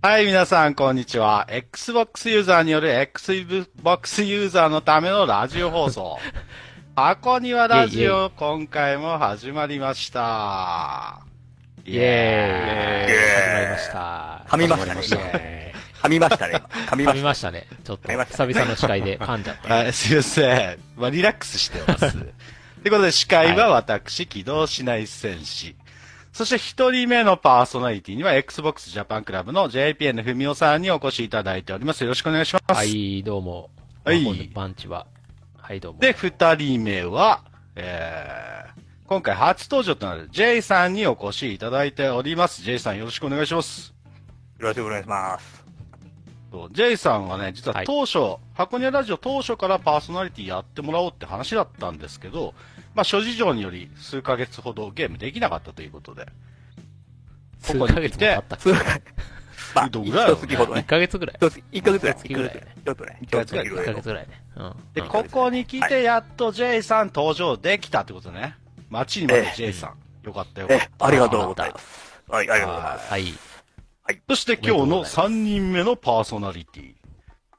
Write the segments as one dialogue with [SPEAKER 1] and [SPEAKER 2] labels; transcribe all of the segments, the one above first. [SPEAKER 1] はい、皆さん、こんにちは。Xbox ユーザーによる Xbox ユーザーのためのラジオ放 送。箱庭ラジ
[SPEAKER 2] イエイイ
[SPEAKER 1] オ、今回も始まりました。
[SPEAKER 2] イエーイ
[SPEAKER 3] イ
[SPEAKER 2] 始まり
[SPEAKER 3] エーイ
[SPEAKER 2] ました。
[SPEAKER 3] 噛みましたね
[SPEAKER 2] 始りまね。
[SPEAKER 3] 噛みましたね。 噛み
[SPEAKER 2] 噛
[SPEAKER 3] ま
[SPEAKER 2] み
[SPEAKER 3] し
[SPEAKER 2] ましたね。ちょっと、
[SPEAKER 3] 噛みまし
[SPEAKER 2] 久
[SPEAKER 3] た
[SPEAKER 2] 々の司会で噛んじゃった。
[SPEAKER 1] はい、すいません。まあ、リラックスして ます。ということで、司会は私、起動しない戦士。そして、一人目のパーソナリティには、Xbox Japan Club の JPN 文雄さんにお越しいただいております。よろしくお願いします。
[SPEAKER 2] はい、どうも。
[SPEAKER 1] はい
[SPEAKER 2] まあこんばんちは。はい、どうも。
[SPEAKER 1] で、二人目は、えー、今回初登場となる J さんにお越しいただいております。J さんよろしくお願いします。
[SPEAKER 3] た。よろしくお願いします。
[SPEAKER 1] と J さんはね、実
[SPEAKER 2] は
[SPEAKER 1] はい当初、箱根ラジオ当初からパーソナリティやってもらおうって話だったんですけど、まあ諸事情により数ヶ月ほどゲームできなかったということで、こ
[SPEAKER 2] 数
[SPEAKER 1] こに来て
[SPEAKER 2] ヶ月も経ったっけ
[SPEAKER 3] すごい。まあ、
[SPEAKER 1] ど
[SPEAKER 3] 一
[SPEAKER 1] んぐらいだろうね
[SPEAKER 3] 月ほど
[SPEAKER 2] 1
[SPEAKER 3] ね。
[SPEAKER 2] ヶ月ぐらい。
[SPEAKER 3] 一つ一ヶ月ぐらい。
[SPEAKER 2] 一ヶ月ぐらい
[SPEAKER 3] ちょっとね。
[SPEAKER 1] 一
[SPEAKER 3] ちょ
[SPEAKER 1] ヶ
[SPEAKER 3] っ
[SPEAKER 1] 月ぐ
[SPEAKER 3] とね。
[SPEAKER 1] らい
[SPEAKER 2] 1ヶ
[SPEAKER 3] いろいろ
[SPEAKER 2] 月ぐらいね。うん。
[SPEAKER 1] で、
[SPEAKER 2] うん
[SPEAKER 1] ここに来てやっと J さん登場できたってことね。待ちに待っ
[SPEAKER 3] え
[SPEAKER 1] た
[SPEAKER 3] え
[SPEAKER 1] J さん。よかったよかっ
[SPEAKER 3] え
[SPEAKER 1] た。、
[SPEAKER 3] ありがとうございます。はい、ありがとうございます。
[SPEAKER 2] はい。
[SPEAKER 1] そして今日の3人目のパーソナリティ、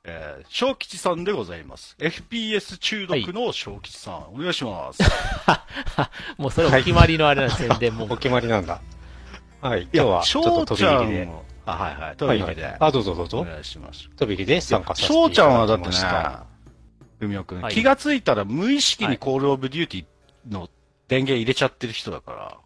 [SPEAKER 1] えー、小吉さんでございます。FPS 中毒の小吉さん、お願いします。
[SPEAKER 2] もうそれお決まりのあれなんです宣伝も。
[SPEAKER 4] お決まりなんだ。はい、 今日はちょっと飛
[SPEAKER 1] ち
[SPEAKER 4] び
[SPEAKER 1] ゃ
[SPEAKER 4] 入
[SPEAKER 1] ん
[SPEAKER 4] りで。
[SPEAKER 1] も、あ、はいはい、飛
[SPEAKER 4] は
[SPEAKER 1] び
[SPEAKER 4] い
[SPEAKER 1] 入
[SPEAKER 4] は
[SPEAKER 1] りで
[SPEAKER 4] い。、あ、どうぞどう
[SPEAKER 1] お
[SPEAKER 4] ぞ。
[SPEAKER 1] 願いします。
[SPEAKER 4] 飛び入りで参加させてい
[SPEAKER 1] 翔
[SPEAKER 4] ただきました。
[SPEAKER 1] ちゃんはだってね、海尾くん、
[SPEAKER 2] はい
[SPEAKER 1] 気がついたら無意識にコールオブデューティーの電源入れちゃってる人だから、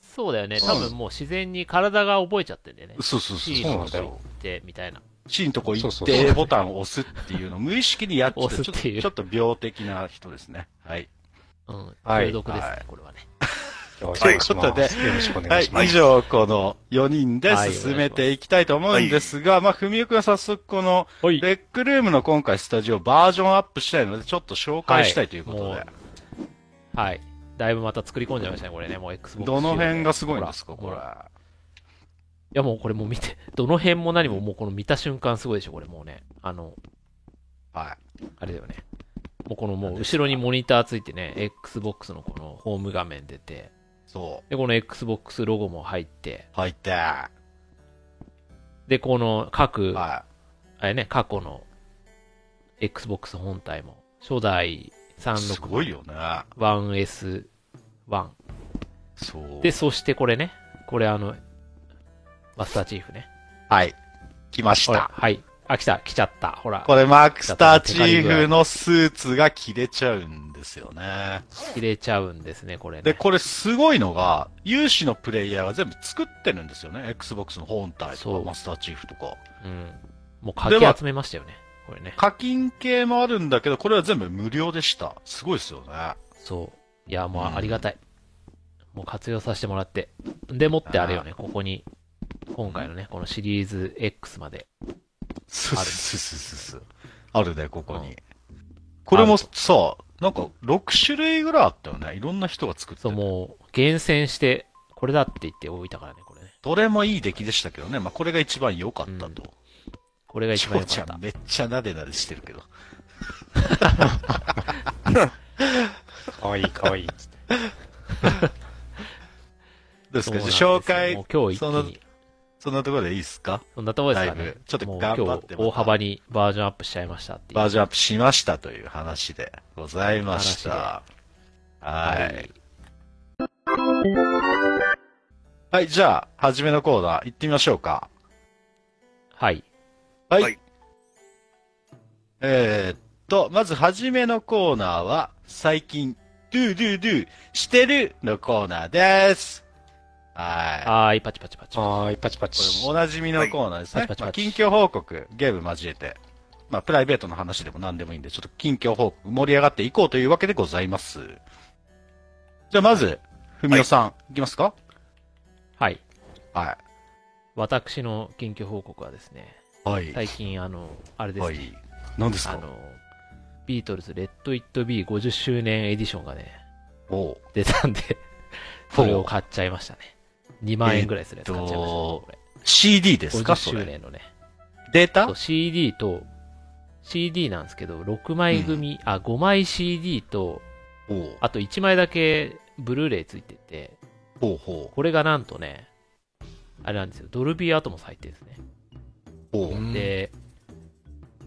[SPEAKER 2] そうだよね。多分もう自然に体が覚えちゃってんだよね。
[SPEAKER 1] そうそうそう
[SPEAKER 2] C
[SPEAKER 1] そう
[SPEAKER 2] の
[SPEAKER 1] なん
[SPEAKER 2] と
[SPEAKER 1] だ
[SPEAKER 2] こ
[SPEAKER 1] よ
[SPEAKER 2] 行。って、みたいな。
[SPEAKER 1] C のとこ行
[SPEAKER 4] そ
[SPEAKER 1] っ
[SPEAKER 4] うそう
[SPEAKER 1] て
[SPEAKER 4] そう
[SPEAKER 1] A ボタンを押すっていうのを無意識にやっちゃってる、ちょ
[SPEAKER 2] 押すっていう
[SPEAKER 1] っとちょっと病的な人ですね。はい。
[SPEAKER 2] うん。
[SPEAKER 4] はい
[SPEAKER 2] 中毒です
[SPEAKER 1] は
[SPEAKER 2] ね
[SPEAKER 1] い、
[SPEAKER 2] これはね。
[SPEAKER 4] 今日
[SPEAKER 1] とい
[SPEAKER 4] はお願
[SPEAKER 1] う
[SPEAKER 4] い
[SPEAKER 1] こ
[SPEAKER 4] し
[SPEAKER 1] と
[SPEAKER 4] ま
[SPEAKER 1] で、
[SPEAKER 4] す。よろしくお
[SPEAKER 1] は
[SPEAKER 4] 願い
[SPEAKER 1] い
[SPEAKER 4] し、ま
[SPEAKER 1] 以
[SPEAKER 4] す。
[SPEAKER 1] 上、この4人で
[SPEAKER 2] はい
[SPEAKER 1] 進めていきたいと思うんですが、まあ、ふみゆくんは早速この、
[SPEAKER 2] は
[SPEAKER 1] レ。ックルームの今回スタジオバージョンアップしたいので、ちょっと紹介したいということで、
[SPEAKER 2] はいはい。だいぶまた作り込んじゃいましたね、これね。もう Xbox。
[SPEAKER 1] どの辺がすごいんですか、
[SPEAKER 2] ほ
[SPEAKER 1] こ
[SPEAKER 2] ら
[SPEAKER 1] れ
[SPEAKER 2] ほ。いやもうこれもう見て、 どの辺も何ももうこの見た瞬間すごいでしょ、これもうね。あの、
[SPEAKER 1] は
[SPEAKER 2] あれだよね。もうこのもう後ろにモニターついてね、Xbox のこのホーム画面出て、
[SPEAKER 1] い。そ
[SPEAKER 2] で、この Xbox ロゴも入って、
[SPEAKER 1] う。入って、は
[SPEAKER 2] で、この各、
[SPEAKER 1] い。は
[SPEAKER 2] あれね、過去の Xbox 本体も、初代
[SPEAKER 1] い。す
[SPEAKER 2] 36、
[SPEAKER 1] ごいよね。
[SPEAKER 2] 1S、1。
[SPEAKER 1] そう。
[SPEAKER 2] で、そしてこれね、これあの、マスターチーフね。
[SPEAKER 1] はい。来まし
[SPEAKER 2] ほら、
[SPEAKER 1] た。
[SPEAKER 2] はい。あ、来た、来ちゃった。ほら、
[SPEAKER 1] これ、マークスターチーフのスーツが切れちゃうんですよね。
[SPEAKER 2] 切れちゃうんですね、これね。
[SPEAKER 1] で、これすごいのが、有志のプレイヤーが全部作ってるんですよね。Xbox の本体
[SPEAKER 2] そ
[SPEAKER 1] と
[SPEAKER 2] う
[SPEAKER 1] か、マスターチーフとか。
[SPEAKER 2] うん。もうかき集めましたよね。これね。
[SPEAKER 1] 課金系もあるんだけど、これは全部無料でした。すごいですよね。
[SPEAKER 2] そう。いや、もう
[SPEAKER 1] うん
[SPEAKER 2] ありがたい。もう活用させてもらって。でもってあれよね、ここに、今回のね、このシリーズ X まで。
[SPEAKER 1] す
[SPEAKER 2] ある
[SPEAKER 1] すすすすあるね、ここに。
[SPEAKER 2] うん
[SPEAKER 1] これもさ、なんか6種類ぐらいあったよね。いろんな人が作って
[SPEAKER 2] そ
[SPEAKER 1] る
[SPEAKER 2] う、もう、厳選して、これだって言って置いたからね、これね。
[SPEAKER 1] どれもいい出来でしたけどね。まあ、これが一番良かったと。
[SPEAKER 2] これが一
[SPEAKER 1] 翔
[SPEAKER 2] 番良
[SPEAKER 1] ち
[SPEAKER 2] か
[SPEAKER 1] ゃ
[SPEAKER 2] った
[SPEAKER 1] ん。めっちゃなでなでしてるけど。
[SPEAKER 4] かわいいかわいい。
[SPEAKER 1] です
[SPEAKER 2] そう
[SPEAKER 1] か
[SPEAKER 2] なんですよ
[SPEAKER 1] 紹介
[SPEAKER 2] もう、今日
[SPEAKER 1] そ
[SPEAKER 2] 一
[SPEAKER 1] の
[SPEAKER 2] 気に。
[SPEAKER 1] そんなところでいいですか
[SPEAKER 2] そんなところですか
[SPEAKER 1] だい
[SPEAKER 2] ね
[SPEAKER 1] ぶ。ちょっと
[SPEAKER 2] もう
[SPEAKER 1] 頑張って
[SPEAKER 2] 今日大幅にバージョンアップしちゃいましたっていう。
[SPEAKER 1] バージョンアップしましたという話でございました。は
[SPEAKER 2] はい
[SPEAKER 1] い。はい、じゃあ、初めのコーナー行ってみましょうか。
[SPEAKER 2] はい。
[SPEAKER 1] はい。
[SPEAKER 3] はい
[SPEAKER 1] えーっと、まず初めのコーナーは、最近、ドゥドゥドゥしてるのコーナーです。はい。
[SPEAKER 2] はーい、パチパチパチ。
[SPEAKER 4] はーい、パチパ
[SPEAKER 1] これも
[SPEAKER 4] チ
[SPEAKER 1] お。なじみのコーナーですね。
[SPEAKER 2] はいパチパチ
[SPEAKER 1] まあ、
[SPEAKER 2] パチ
[SPEAKER 1] 近況報告、ゲーム交えて、まあ、プライベートの話でも何でもいいんで、ちょっと近況報告、盛り上がっていこうというわけでございます。じゃあ、まず、ふみおさん、い、きますか
[SPEAKER 2] はい。
[SPEAKER 1] は
[SPEAKER 2] 私の近況報告はですね、
[SPEAKER 1] い。はい。
[SPEAKER 2] 最近、あの、あれです
[SPEAKER 1] は
[SPEAKER 2] ね。
[SPEAKER 1] い。何です
[SPEAKER 2] あ
[SPEAKER 1] か
[SPEAKER 2] の、ビートルズ、レッド・イット・ビー50周年エディションがね、
[SPEAKER 1] おう
[SPEAKER 2] 出たんで、それを買っちゃいましたね。2万円ぐらいするやつ買っちゃいましたね、これ。
[SPEAKER 1] CD ですか
[SPEAKER 2] 50
[SPEAKER 1] そ
[SPEAKER 2] 周
[SPEAKER 1] れ。
[SPEAKER 2] 年のね。
[SPEAKER 1] デー
[SPEAKER 2] そ
[SPEAKER 1] タ
[SPEAKER 2] う CD と、CD なんですけど、6枚組、あ、5枚 CD と、
[SPEAKER 1] おう
[SPEAKER 2] あと1枚だけブルーレイついてて、
[SPEAKER 1] ほうほ
[SPEAKER 2] これがなんとね、あれなんですよ、ドルビーアトモス入ってるんですね。
[SPEAKER 1] う。おう
[SPEAKER 2] で、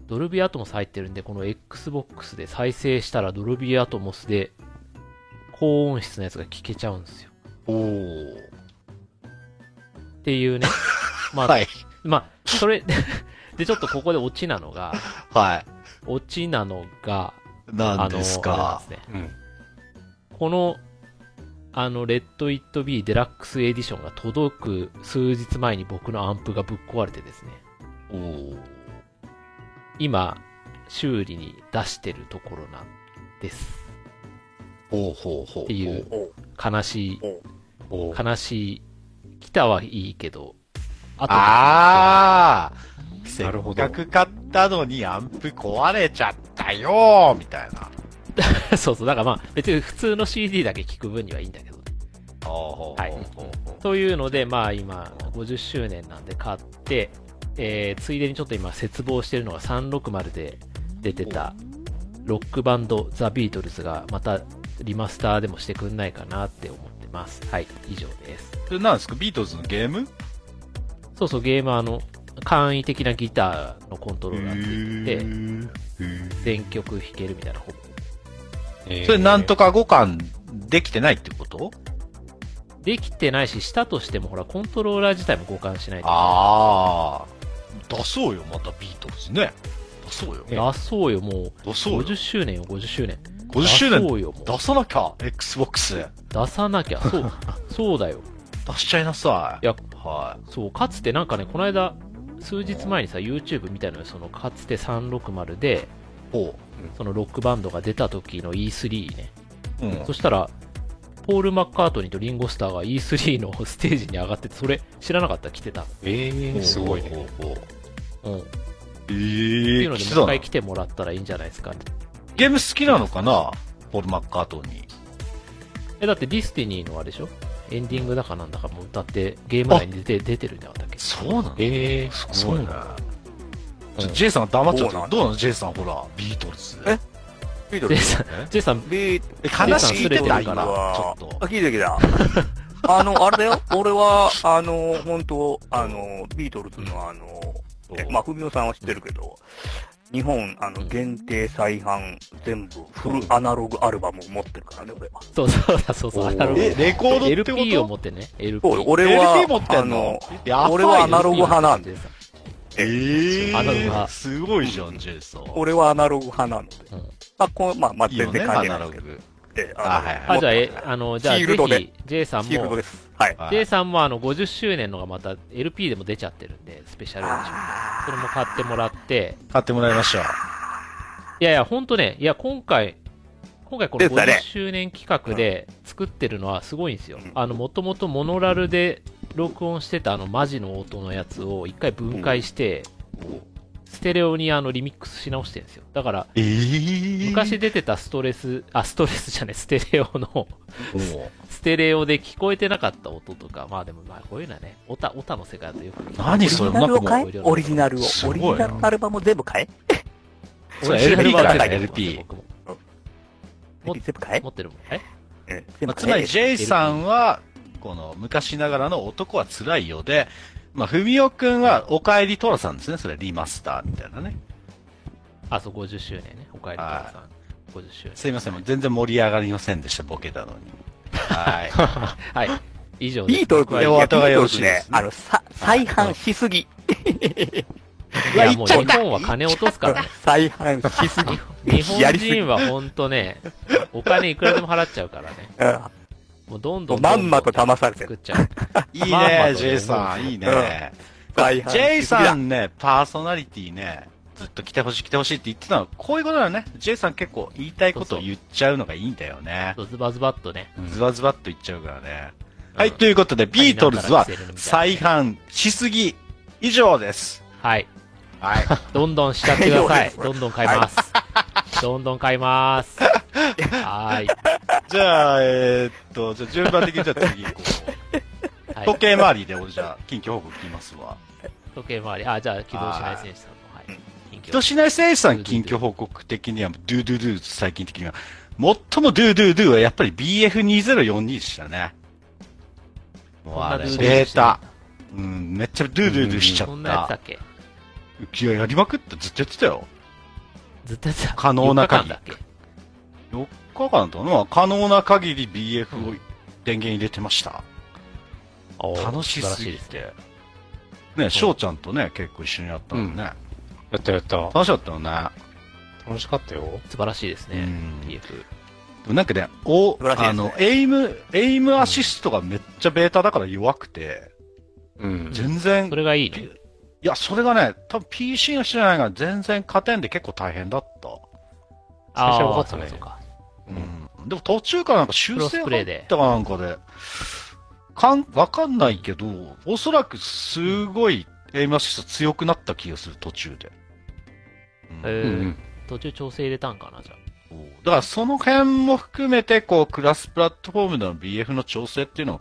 [SPEAKER 2] ドルビーアトモス入ってるんで、この XBOX で再生したらドルビーアトモスで高音質のやつが聞けちゃうんですよ。
[SPEAKER 1] おう
[SPEAKER 2] ってい うね。まあ、
[SPEAKER 1] はい。
[SPEAKER 2] まあ、それ、 で、ちょっとここでオチなのが、
[SPEAKER 1] は
[SPEAKER 2] オチなのが、
[SPEAKER 1] い。なんですか。
[SPEAKER 2] あのあれなんですね
[SPEAKER 4] うん。
[SPEAKER 2] この、あの、レッド・イット・ビー・デラックス・エディションが届く数日前に僕のアンプがぶっ壊れてですね、
[SPEAKER 1] おう
[SPEAKER 2] 今、修理に出してるところなんです。
[SPEAKER 1] ほうほうほう。
[SPEAKER 2] っていう
[SPEAKER 3] おう
[SPEAKER 2] 悲しい、
[SPEAKER 4] おー
[SPEAKER 2] 悲しい。来たはいいけど、あ
[SPEAKER 1] ああせ
[SPEAKER 4] なるほ
[SPEAKER 1] っ
[SPEAKER 4] ど
[SPEAKER 1] かく買ったのにアンプ壊れちゃったよーみたいな。
[SPEAKER 2] あ そうそう、だからまあ、別に普通の CD だけ聞く分にはいいんだけど。
[SPEAKER 1] は
[SPEAKER 2] はいというので、まあ今、50周年なんで買って、えーついでにちょっと今、絶望してるのが360で出てた、ロックバンド、ザ・ビートルズが、またリマスターでもしてくんないかなって思ってます。はい、以上です。
[SPEAKER 1] それなんですかビートルズのゲーム
[SPEAKER 2] そうそう、ゲームはあの、簡易的なギターのコントローラーついてて、全曲弾けるみたいな、ほぼ
[SPEAKER 4] えー
[SPEAKER 1] それなんとか互換できてないってこと
[SPEAKER 2] できてないし、したとしても、ほら、コントローラー自体も互換しないと。
[SPEAKER 1] ああ。出そうよ、またビートルズね。出そうよ。
[SPEAKER 2] 出そうよ、も
[SPEAKER 1] 出
[SPEAKER 2] う。
[SPEAKER 1] そうよ
[SPEAKER 2] 50。周年よ、50周年。
[SPEAKER 1] 50周
[SPEAKER 2] 出
[SPEAKER 1] 年
[SPEAKER 2] そうよ、もう。
[SPEAKER 1] 出さなきゃ、Xbox。
[SPEAKER 2] 出さなきゃ、 そう、そうだよ。
[SPEAKER 1] 出しちゃいなさい。
[SPEAKER 2] いや、
[SPEAKER 1] は
[SPEAKER 2] そう、かつてなんかね、この間、数日前にさ、YouTube みたいなのよその、かつて360で、
[SPEAKER 1] い。ほ
[SPEAKER 2] そのロックバンドが出た時の E3 ね。
[SPEAKER 1] う。うん。
[SPEAKER 2] そしたら、ポール・マッカートニーとリンゴスターが E3 の ステージに上がってて、それ知らなかった、来てた。
[SPEAKER 4] えー、すごいね。
[SPEAKER 1] ほうほうほう
[SPEAKER 2] うん。
[SPEAKER 1] え
[SPEAKER 2] っ
[SPEAKER 1] え
[SPEAKER 2] ていうので、
[SPEAKER 1] 来てた
[SPEAKER 2] もう一
[SPEAKER 1] な
[SPEAKER 2] 回来てもらったらいいんじゃないですかね。
[SPEAKER 1] ゲーム好きなのかなポール・マッカートニー。
[SPEAKER 2] え、だってディスティニーのあれでしょエンディングだかなんだかもう歌って、ゲーム内に出て出てるんじゃなかったっけ
[SPEAKER 1] そうなの
[SPEAKER 4] えー、す
[SPEAKER 1] す
[SPEAKER 4] ご
[SPEAKER 1] ご
[SPEAKER 4] い
[SPEAKER 1] いね
[SPEAKER 4] な。。
[SPEAKER 1] ちょ、ジェイさんが黙っちゃったけ
[SPEAKER 3] そう
[SPEAKER 1] ど。
[SPEAKER 3] なん
[SPEAKER 1] どうなのジェイさん、ほら、ビートルズ。
[SPEAKER 3] えビー
[SPEAKER 2] ジ
[SPEAKER 3] ト
[SPEAKER 2] ェ
[SPEAKER 3] ル
[SPEAKER 2] イ
[SPEAKER 3] ズ
[SPEAKER 2] さん、ジェイさん、
[SPEAKER 3] ビー
[SPEAKER 1] え、
[SPEAKER 2] ジェイ
[SPEAKER 1] 話
[SPEAKER 2] さん
[SPEAKER 1] 聞い
[SPEAKER 2] す
[SPEAKER 1] て
[SPEAKER 2] れてるか
[SPEAKER 1] た
[SPEAKER 2] ら
[SPEAKER 1] 今、ちょっと
[SPEAKER 3] あ、。聞いてき た。あの、あれだよ。俺は、あの、本当あの、ビートルズのあの、えまあ、ふみおさんは知ってるけど、日本、あの、限定再販、全部、フルアナログアルバムを持ってるからね、俺は。
[SPEAKER 2] そうそうだ、そうそう、アナログ。
[SPEAKER 1] え、レコードってこと
[SPEAKER 2] LP を持ってね、LP。
[SPEAKER 3] そうよ俺は、
[SPEAKER 1] LP 持って
[SPEAKER 3] あ
[SPEAKER 1] んの
[SPEAKER 3] の、
[SPEAKER 1] やばい
[SPEAKER 3] 俺はアナログ派なんで。
[SPEAKER 2] ジェイさん
[SPEAKER 1] えー、
[SPEAKER 2] アナログ派
[SPEAKER 1] すごいじゃん、ジェイさん。
[SPEAKER 3] 俺はアナログ派なので。
[SPEAKER 2] うん
[SPEAKER 3] まあ、こうまあ、まあ、
[SPEAKER 1] いいよ
[SPEAKER 3] 全
[SPEAKER 1] ね、
[SPEAKER 3] 然関
[SPEAKER 1] ア
[SPEAKER 3] 係な
[SPEAKER 1] ナ
[SPEAKER 3] いで
[SPEAKER 1] ロ
[SPEAKER 3] すけど。
[SPEAKER 1] グ。
[SPEAKER 3] ええ
[SPEAKER 1] あはいはい
[SPEAKER 2] あ、じゃあ、
[SPEAKER 3] 持
[SPEAKER 2] え
[SPEAKER 3] って、
[SPEAKER 2] あの、じゃあ、
[SPEAKER 3] シ
[SPEAKER 2] ぜ
[SPEAKER 3] ールドで
[SPEAKER 2] ひ、J さん
[SPEAKER 3] シールド
[SPEAKER 2] も
[SPEAKER 3] で、す。はい。
[SPEAKER 1] はい
[SPEAKER 2] J さんも、あの、50周年のがまた LP でも出ちゃってるんで、スペシャルエディション
[SPEAKER 3] あ
[SPEAKER 2] それも買ってもらって、
[SPEAKER 1] 買ってもらいましょう。
[SPEAKER 2] いやいや、ほんとね、いや、今回、今回この
[SPEAKER 3] ですよね
[SPEAKER 2] 50周年企画で作ってるのはすごいんですよ
[SPEAKER 3] うん。
[SPEAKER 2] あの、もともとモノラルで録音してたあのマジの音のやつを一回分解して、ステレオにあのリミックスし直してるんですよ。だから、
[SPEAKER 1] えー、
[SPEAKER 2] 昔出てたストレス、あ、ストレスじゃない、ステレオの、
[SPEAKER 1] も
[SPEAKER 2] ステレオで聞こえてなかった音とか、まあでもまあこういうのはね、オタ、オタの世界だとよく聞く。
[SPEAKER 1] 何
[SPEAKER 3] ー
[SPEAKER 1] それ
[SPEAKER 3] オリジナルを
[SPEAKER 1] なんか
[SPEAKER 3] 買
[SPEAKER 1] も
[SPEAKER 2] う
[SPEAKER 3] えオリジナルを
[SPEAKER 1] す。
[SPEAKER 3] オ
[SPEAKER 1] ごい
[SPEAKER 3] リ
[SPEAKER 1] な
[SPEAKER 3] ジナルのアルバムを全部買え
[SPEAKER 1] う、それ
[SPEAKER 3] それ
[SPEAKER 1] LP
[SPEAKER 3] は
[SPEAKER 1] から
[SPEAKER 3] 買え
[SPEAKER 1] LP。
[SPEAKER 2] 僕も
[SPEAKER 3] 全部買え
[SPEAKER 2] 持ってるもん。え
[SPEAKER 3] ええ全
[SPEAKER 1] ま
[SPEAKER 3] 部
[SPEAKER 1] あ、つま
[SPEAKER 3] 買
[SPEAKER 1] り、
[SPEAKER 3] え
[SPEAKER 1] ジェイさんは、この、昔ながらの男は辛いよで、まあ、ふみおくんは、おかえりとらさんですね。それ、リマスターみたいなね。
[SPEAKER 2] あ、そう、50周年ね。おかえりとらさん。50周年。
[SPEAKER 1] すいません、もう全然盛り上がりませんでした、ボケたのに。は
[SPEAKER 2] はい。以上です。
[SPEAKER 3] ビートルズ
[SPEAKER 1] これで
[SPEAKER 3] ね、
[SPEAKER 1] お後がよろしいですね
[SPEAKER 3] ビートルズねあの、さ、再販しすぎ。
[SPEAKER 2] いや、
[SPEAKER 1] 言
[SPEAKER 2] も
[SPEAKER 1] っ
[SPEAKER 2] う
[SPEAKER 1] ちゃっ
[SPEAKER 2] 日
[SPEAKER 1] た
[SPEAKER 2] 本は金落とすからね。
[SPEAKER 3] 再販しすぎ。
[SPEAKER 2] 日
[SPEAKER 3] や
[SPEAKER 2] 本
[SPEAKER 3] りすぎ
[SPEAKER 2] 人はほんとね、お金いくらでも払っちゃうからね。
[SPEAKER 3] うん
[SPEAKER 2] もうどんど
[SPEAKER 3] も
[SPEAKER 2] ん
[SPEAKER 3] うまんまと騙されて
[SPEAKER 2] 作
[SPEAKER 3] る。
[SPEAKER 2] っちゃう。
[SPEAKER 1] い。いい
[SPEAKER 2] まあまあ
[SPEAKER 1] ね、ジェイさん。いいね。
[SPEAKER 3] 再販
[SPEAKER 1] ジェイさ
[SPEAKER 3] ん。
[SPEAKER 1] んね、パーソナリティね、ずっと来てほしい来てほしいって言ってたの。こういうことだよね。ジェイさん結構言いたいことを言っちゃうのがいいんだよね。
[SPEAKER 2] ズバズバっとね。
[SPEAKER 1] ズバズバっと言っちゃうからね。
[SPEAKER 2] うん
[SPEAKER 1] はい、ということで、ビートルズは
[SPEAKER 2] ありながら見せるみた
[SPEAKER 1] 再
[SPEAKER 2] い
[SPEAKER 1] 販しすぎ以上です。
[SPEAKER 2] はい。
[SPEAKER 1] はい。
[SPEAKER 2] どんどんしちゃってくださ
[SPEAKER 3] 以上で
[SPEAKER 2] い。
[SPEAKER 3] す
[SPEAKER 2] どんどん買います。どんどん買います。はーい。
[SPEAKER 1] じゃあ、えーっと、じゃあ順番的にじゃあ次行こう。
[SPEAKER 2] はい
[SPEAKER 1] 時計回りで俺じゃあ、近況報告聞きますわ。
[SPEAKER 2] 時計回り。あ、じゃあ、軌道しない選手さんも。は
[SPEAKER 3] はい
[SPEAKER 2] い。近況
[SPEAKER 1] 人志内誠司さん近況報告的には、ドゥドゥドゥ最近的には、最もドゥドゥドゥはやっぱり BF2042 でしたね。もうあれ、
[SPEAKER 2] そんなドゥドゥドゥ
[SPEAKER 1] ベータ。うん、めっちゃドゥドゥドゥしちゃ
[SPEAKER 2] そ
[SPEAKER 1] っ
[SPEAKER 2] んなやつだ
[SPEAKER 1] た
[SPEAKER 2] っ。け
[SPEAKER 1] 浮世絵やりまくってずっとやってたよ。
[SPEAKER 2] ずっとやってた。
[SPEAKER 1] 可能な限
[SPEAKER 2] 感
[SPEAKER 1] り
[SPEAKER 2] だっけ
[SPEAKER 1] 4日間と、まあ、可能な限り BF を電源入れてました。
[SPEAKER 2] おー
[SPEAKER 1] 楽しすぎ
[SPEAKER 2] 素晴らいですね
[SPEAKER 1] て。ね、翔ちゃんとね、結構一緒にやったのね。
[SPEAKER 4] やったやった。
[SPEAKER 1] 楽しかったよね。
[SPEAKER 4] 楽しかったよ。
[SPEAKER 2] 素晴らしいです
[SPEAKER 1] う
[SPEAKER 2] ね。
[SPEAKER 1] ん
[SPEAKER 2] PF。
[SPEAKER 1] でもなんかね、お、
[SPEAKER 3] 素晴らしいです
[SPEAKER 1] あ
[SPEAKER 3] ね
[SPEAKER 1] の、エイム、エイムアシストがめっちゃベータだから弱くて、
[SPEAKER 4] うん。
[SPEAKER 1] 全然、
[SPEAKER 2] そ
[SPEAKER 1] い
[SPEAKER 2] れがいい ね。
[SPEAKER 1] や、それがね、多分 PC の人じゃないから全然加点で結構大変だった。
[SPEAKER 4] 最初は分か
[SPEAKER 2] あ
[SPEAKER 4] っ
[SPEAKER 2] ー
[SPEAKER 4] たね
[SPEAKER 2] そうか
[SPEAKER 1] うん。でも途中からなんか修正入ったかなんかで、かん、わかんないけど、おそらくすごいエイムアシスト強くなった気がする、途中で。うん
[SPEAKER 2] え
[SPEAKER 4] う
[SPEAKER 2] ー
[SPEAKER 4] ん。
[SPEAKER 2] 途中調整入れたんかな、じゃ
[SPEAKER 1] だからその辺も含めて、こう、クラスプラットフォームでの BF の調整っていうのを、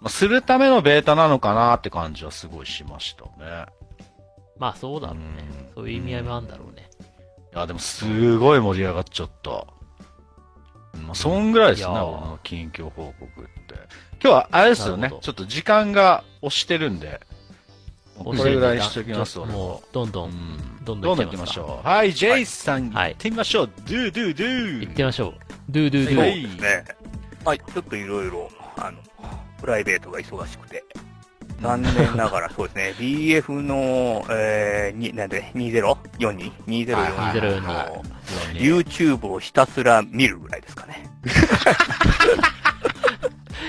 [SPEAKER 1] まあするためのベータなのかなって感じはすごいしましたね。
[SPEAKER 2] あ。まあ、そうだろうね
[SPEAKER 1] う。ん
[SPEAKER 2] そういう意味合いもあるんだろうね。
[SPEAKER 1] いや、でもすごい盛り上がっちゃった。まあ、そんぐらいですね、
[SPEAKER 2] い
[SPEAKER 1] 俺
[SPEAKER 2] やー
[SPEAKER 1] の近況報告って。今日は、あれですよ
[SPEAKER 2] な
[SPEAKER 1] ね
[SPEAKER 2] るほ、ど
[SPEAKER 1] ちょっと時間が押してるんで、こ
[SPEAKER 2] 面白
[SPEAKER 1] れ
[SPEAKER 2] ね
[SPEAKER 1] ぐらいにしておきます、俺
[SPEAKER 2] も
[SPEAKER 1] も。
[SPEAKER 2] う、どんど、
[SPEAKER 1] うんん
[SPEAKER 2] どん
[SPEAKER 1] どんどん
[SPEAKER 2] どん行
[SPEAKER 1] 行
[SPEAKER 2] っ
[SPEAKER 1] き
[SPEAKER 2] て
[SPEAKER 1] ま
[SPEAKER 2] ま
[SPEAKER 1] し
[SPEAKER 2] しょう
[SPEAKER 1] ょう。はい、ジェイスさん、
[SPEAKER 2] はい
[SPEAKER 1] 行ってみましょう。ドゥドゥドゥ
[SPEAKER 2] 行ってみましょう。ドゥドゥド
[SPEAKER 1] は
[SPEAKER 2] ゥ。
[SPEAKER 1] い。
[SPEAKER 3] はい、ちょっといろいろ、あの、プライベートが忙しくて。残念なが ら、そうですね、BF の、えー、に、なんで、2042?2042
[SPEAKER 1] はい
[SPEAKER 2] 2042
[SPEAKER 3] の、
[SPEAKER 1] い
[SPEAKER 3] YouTube をひたすら見るぐらいですかね。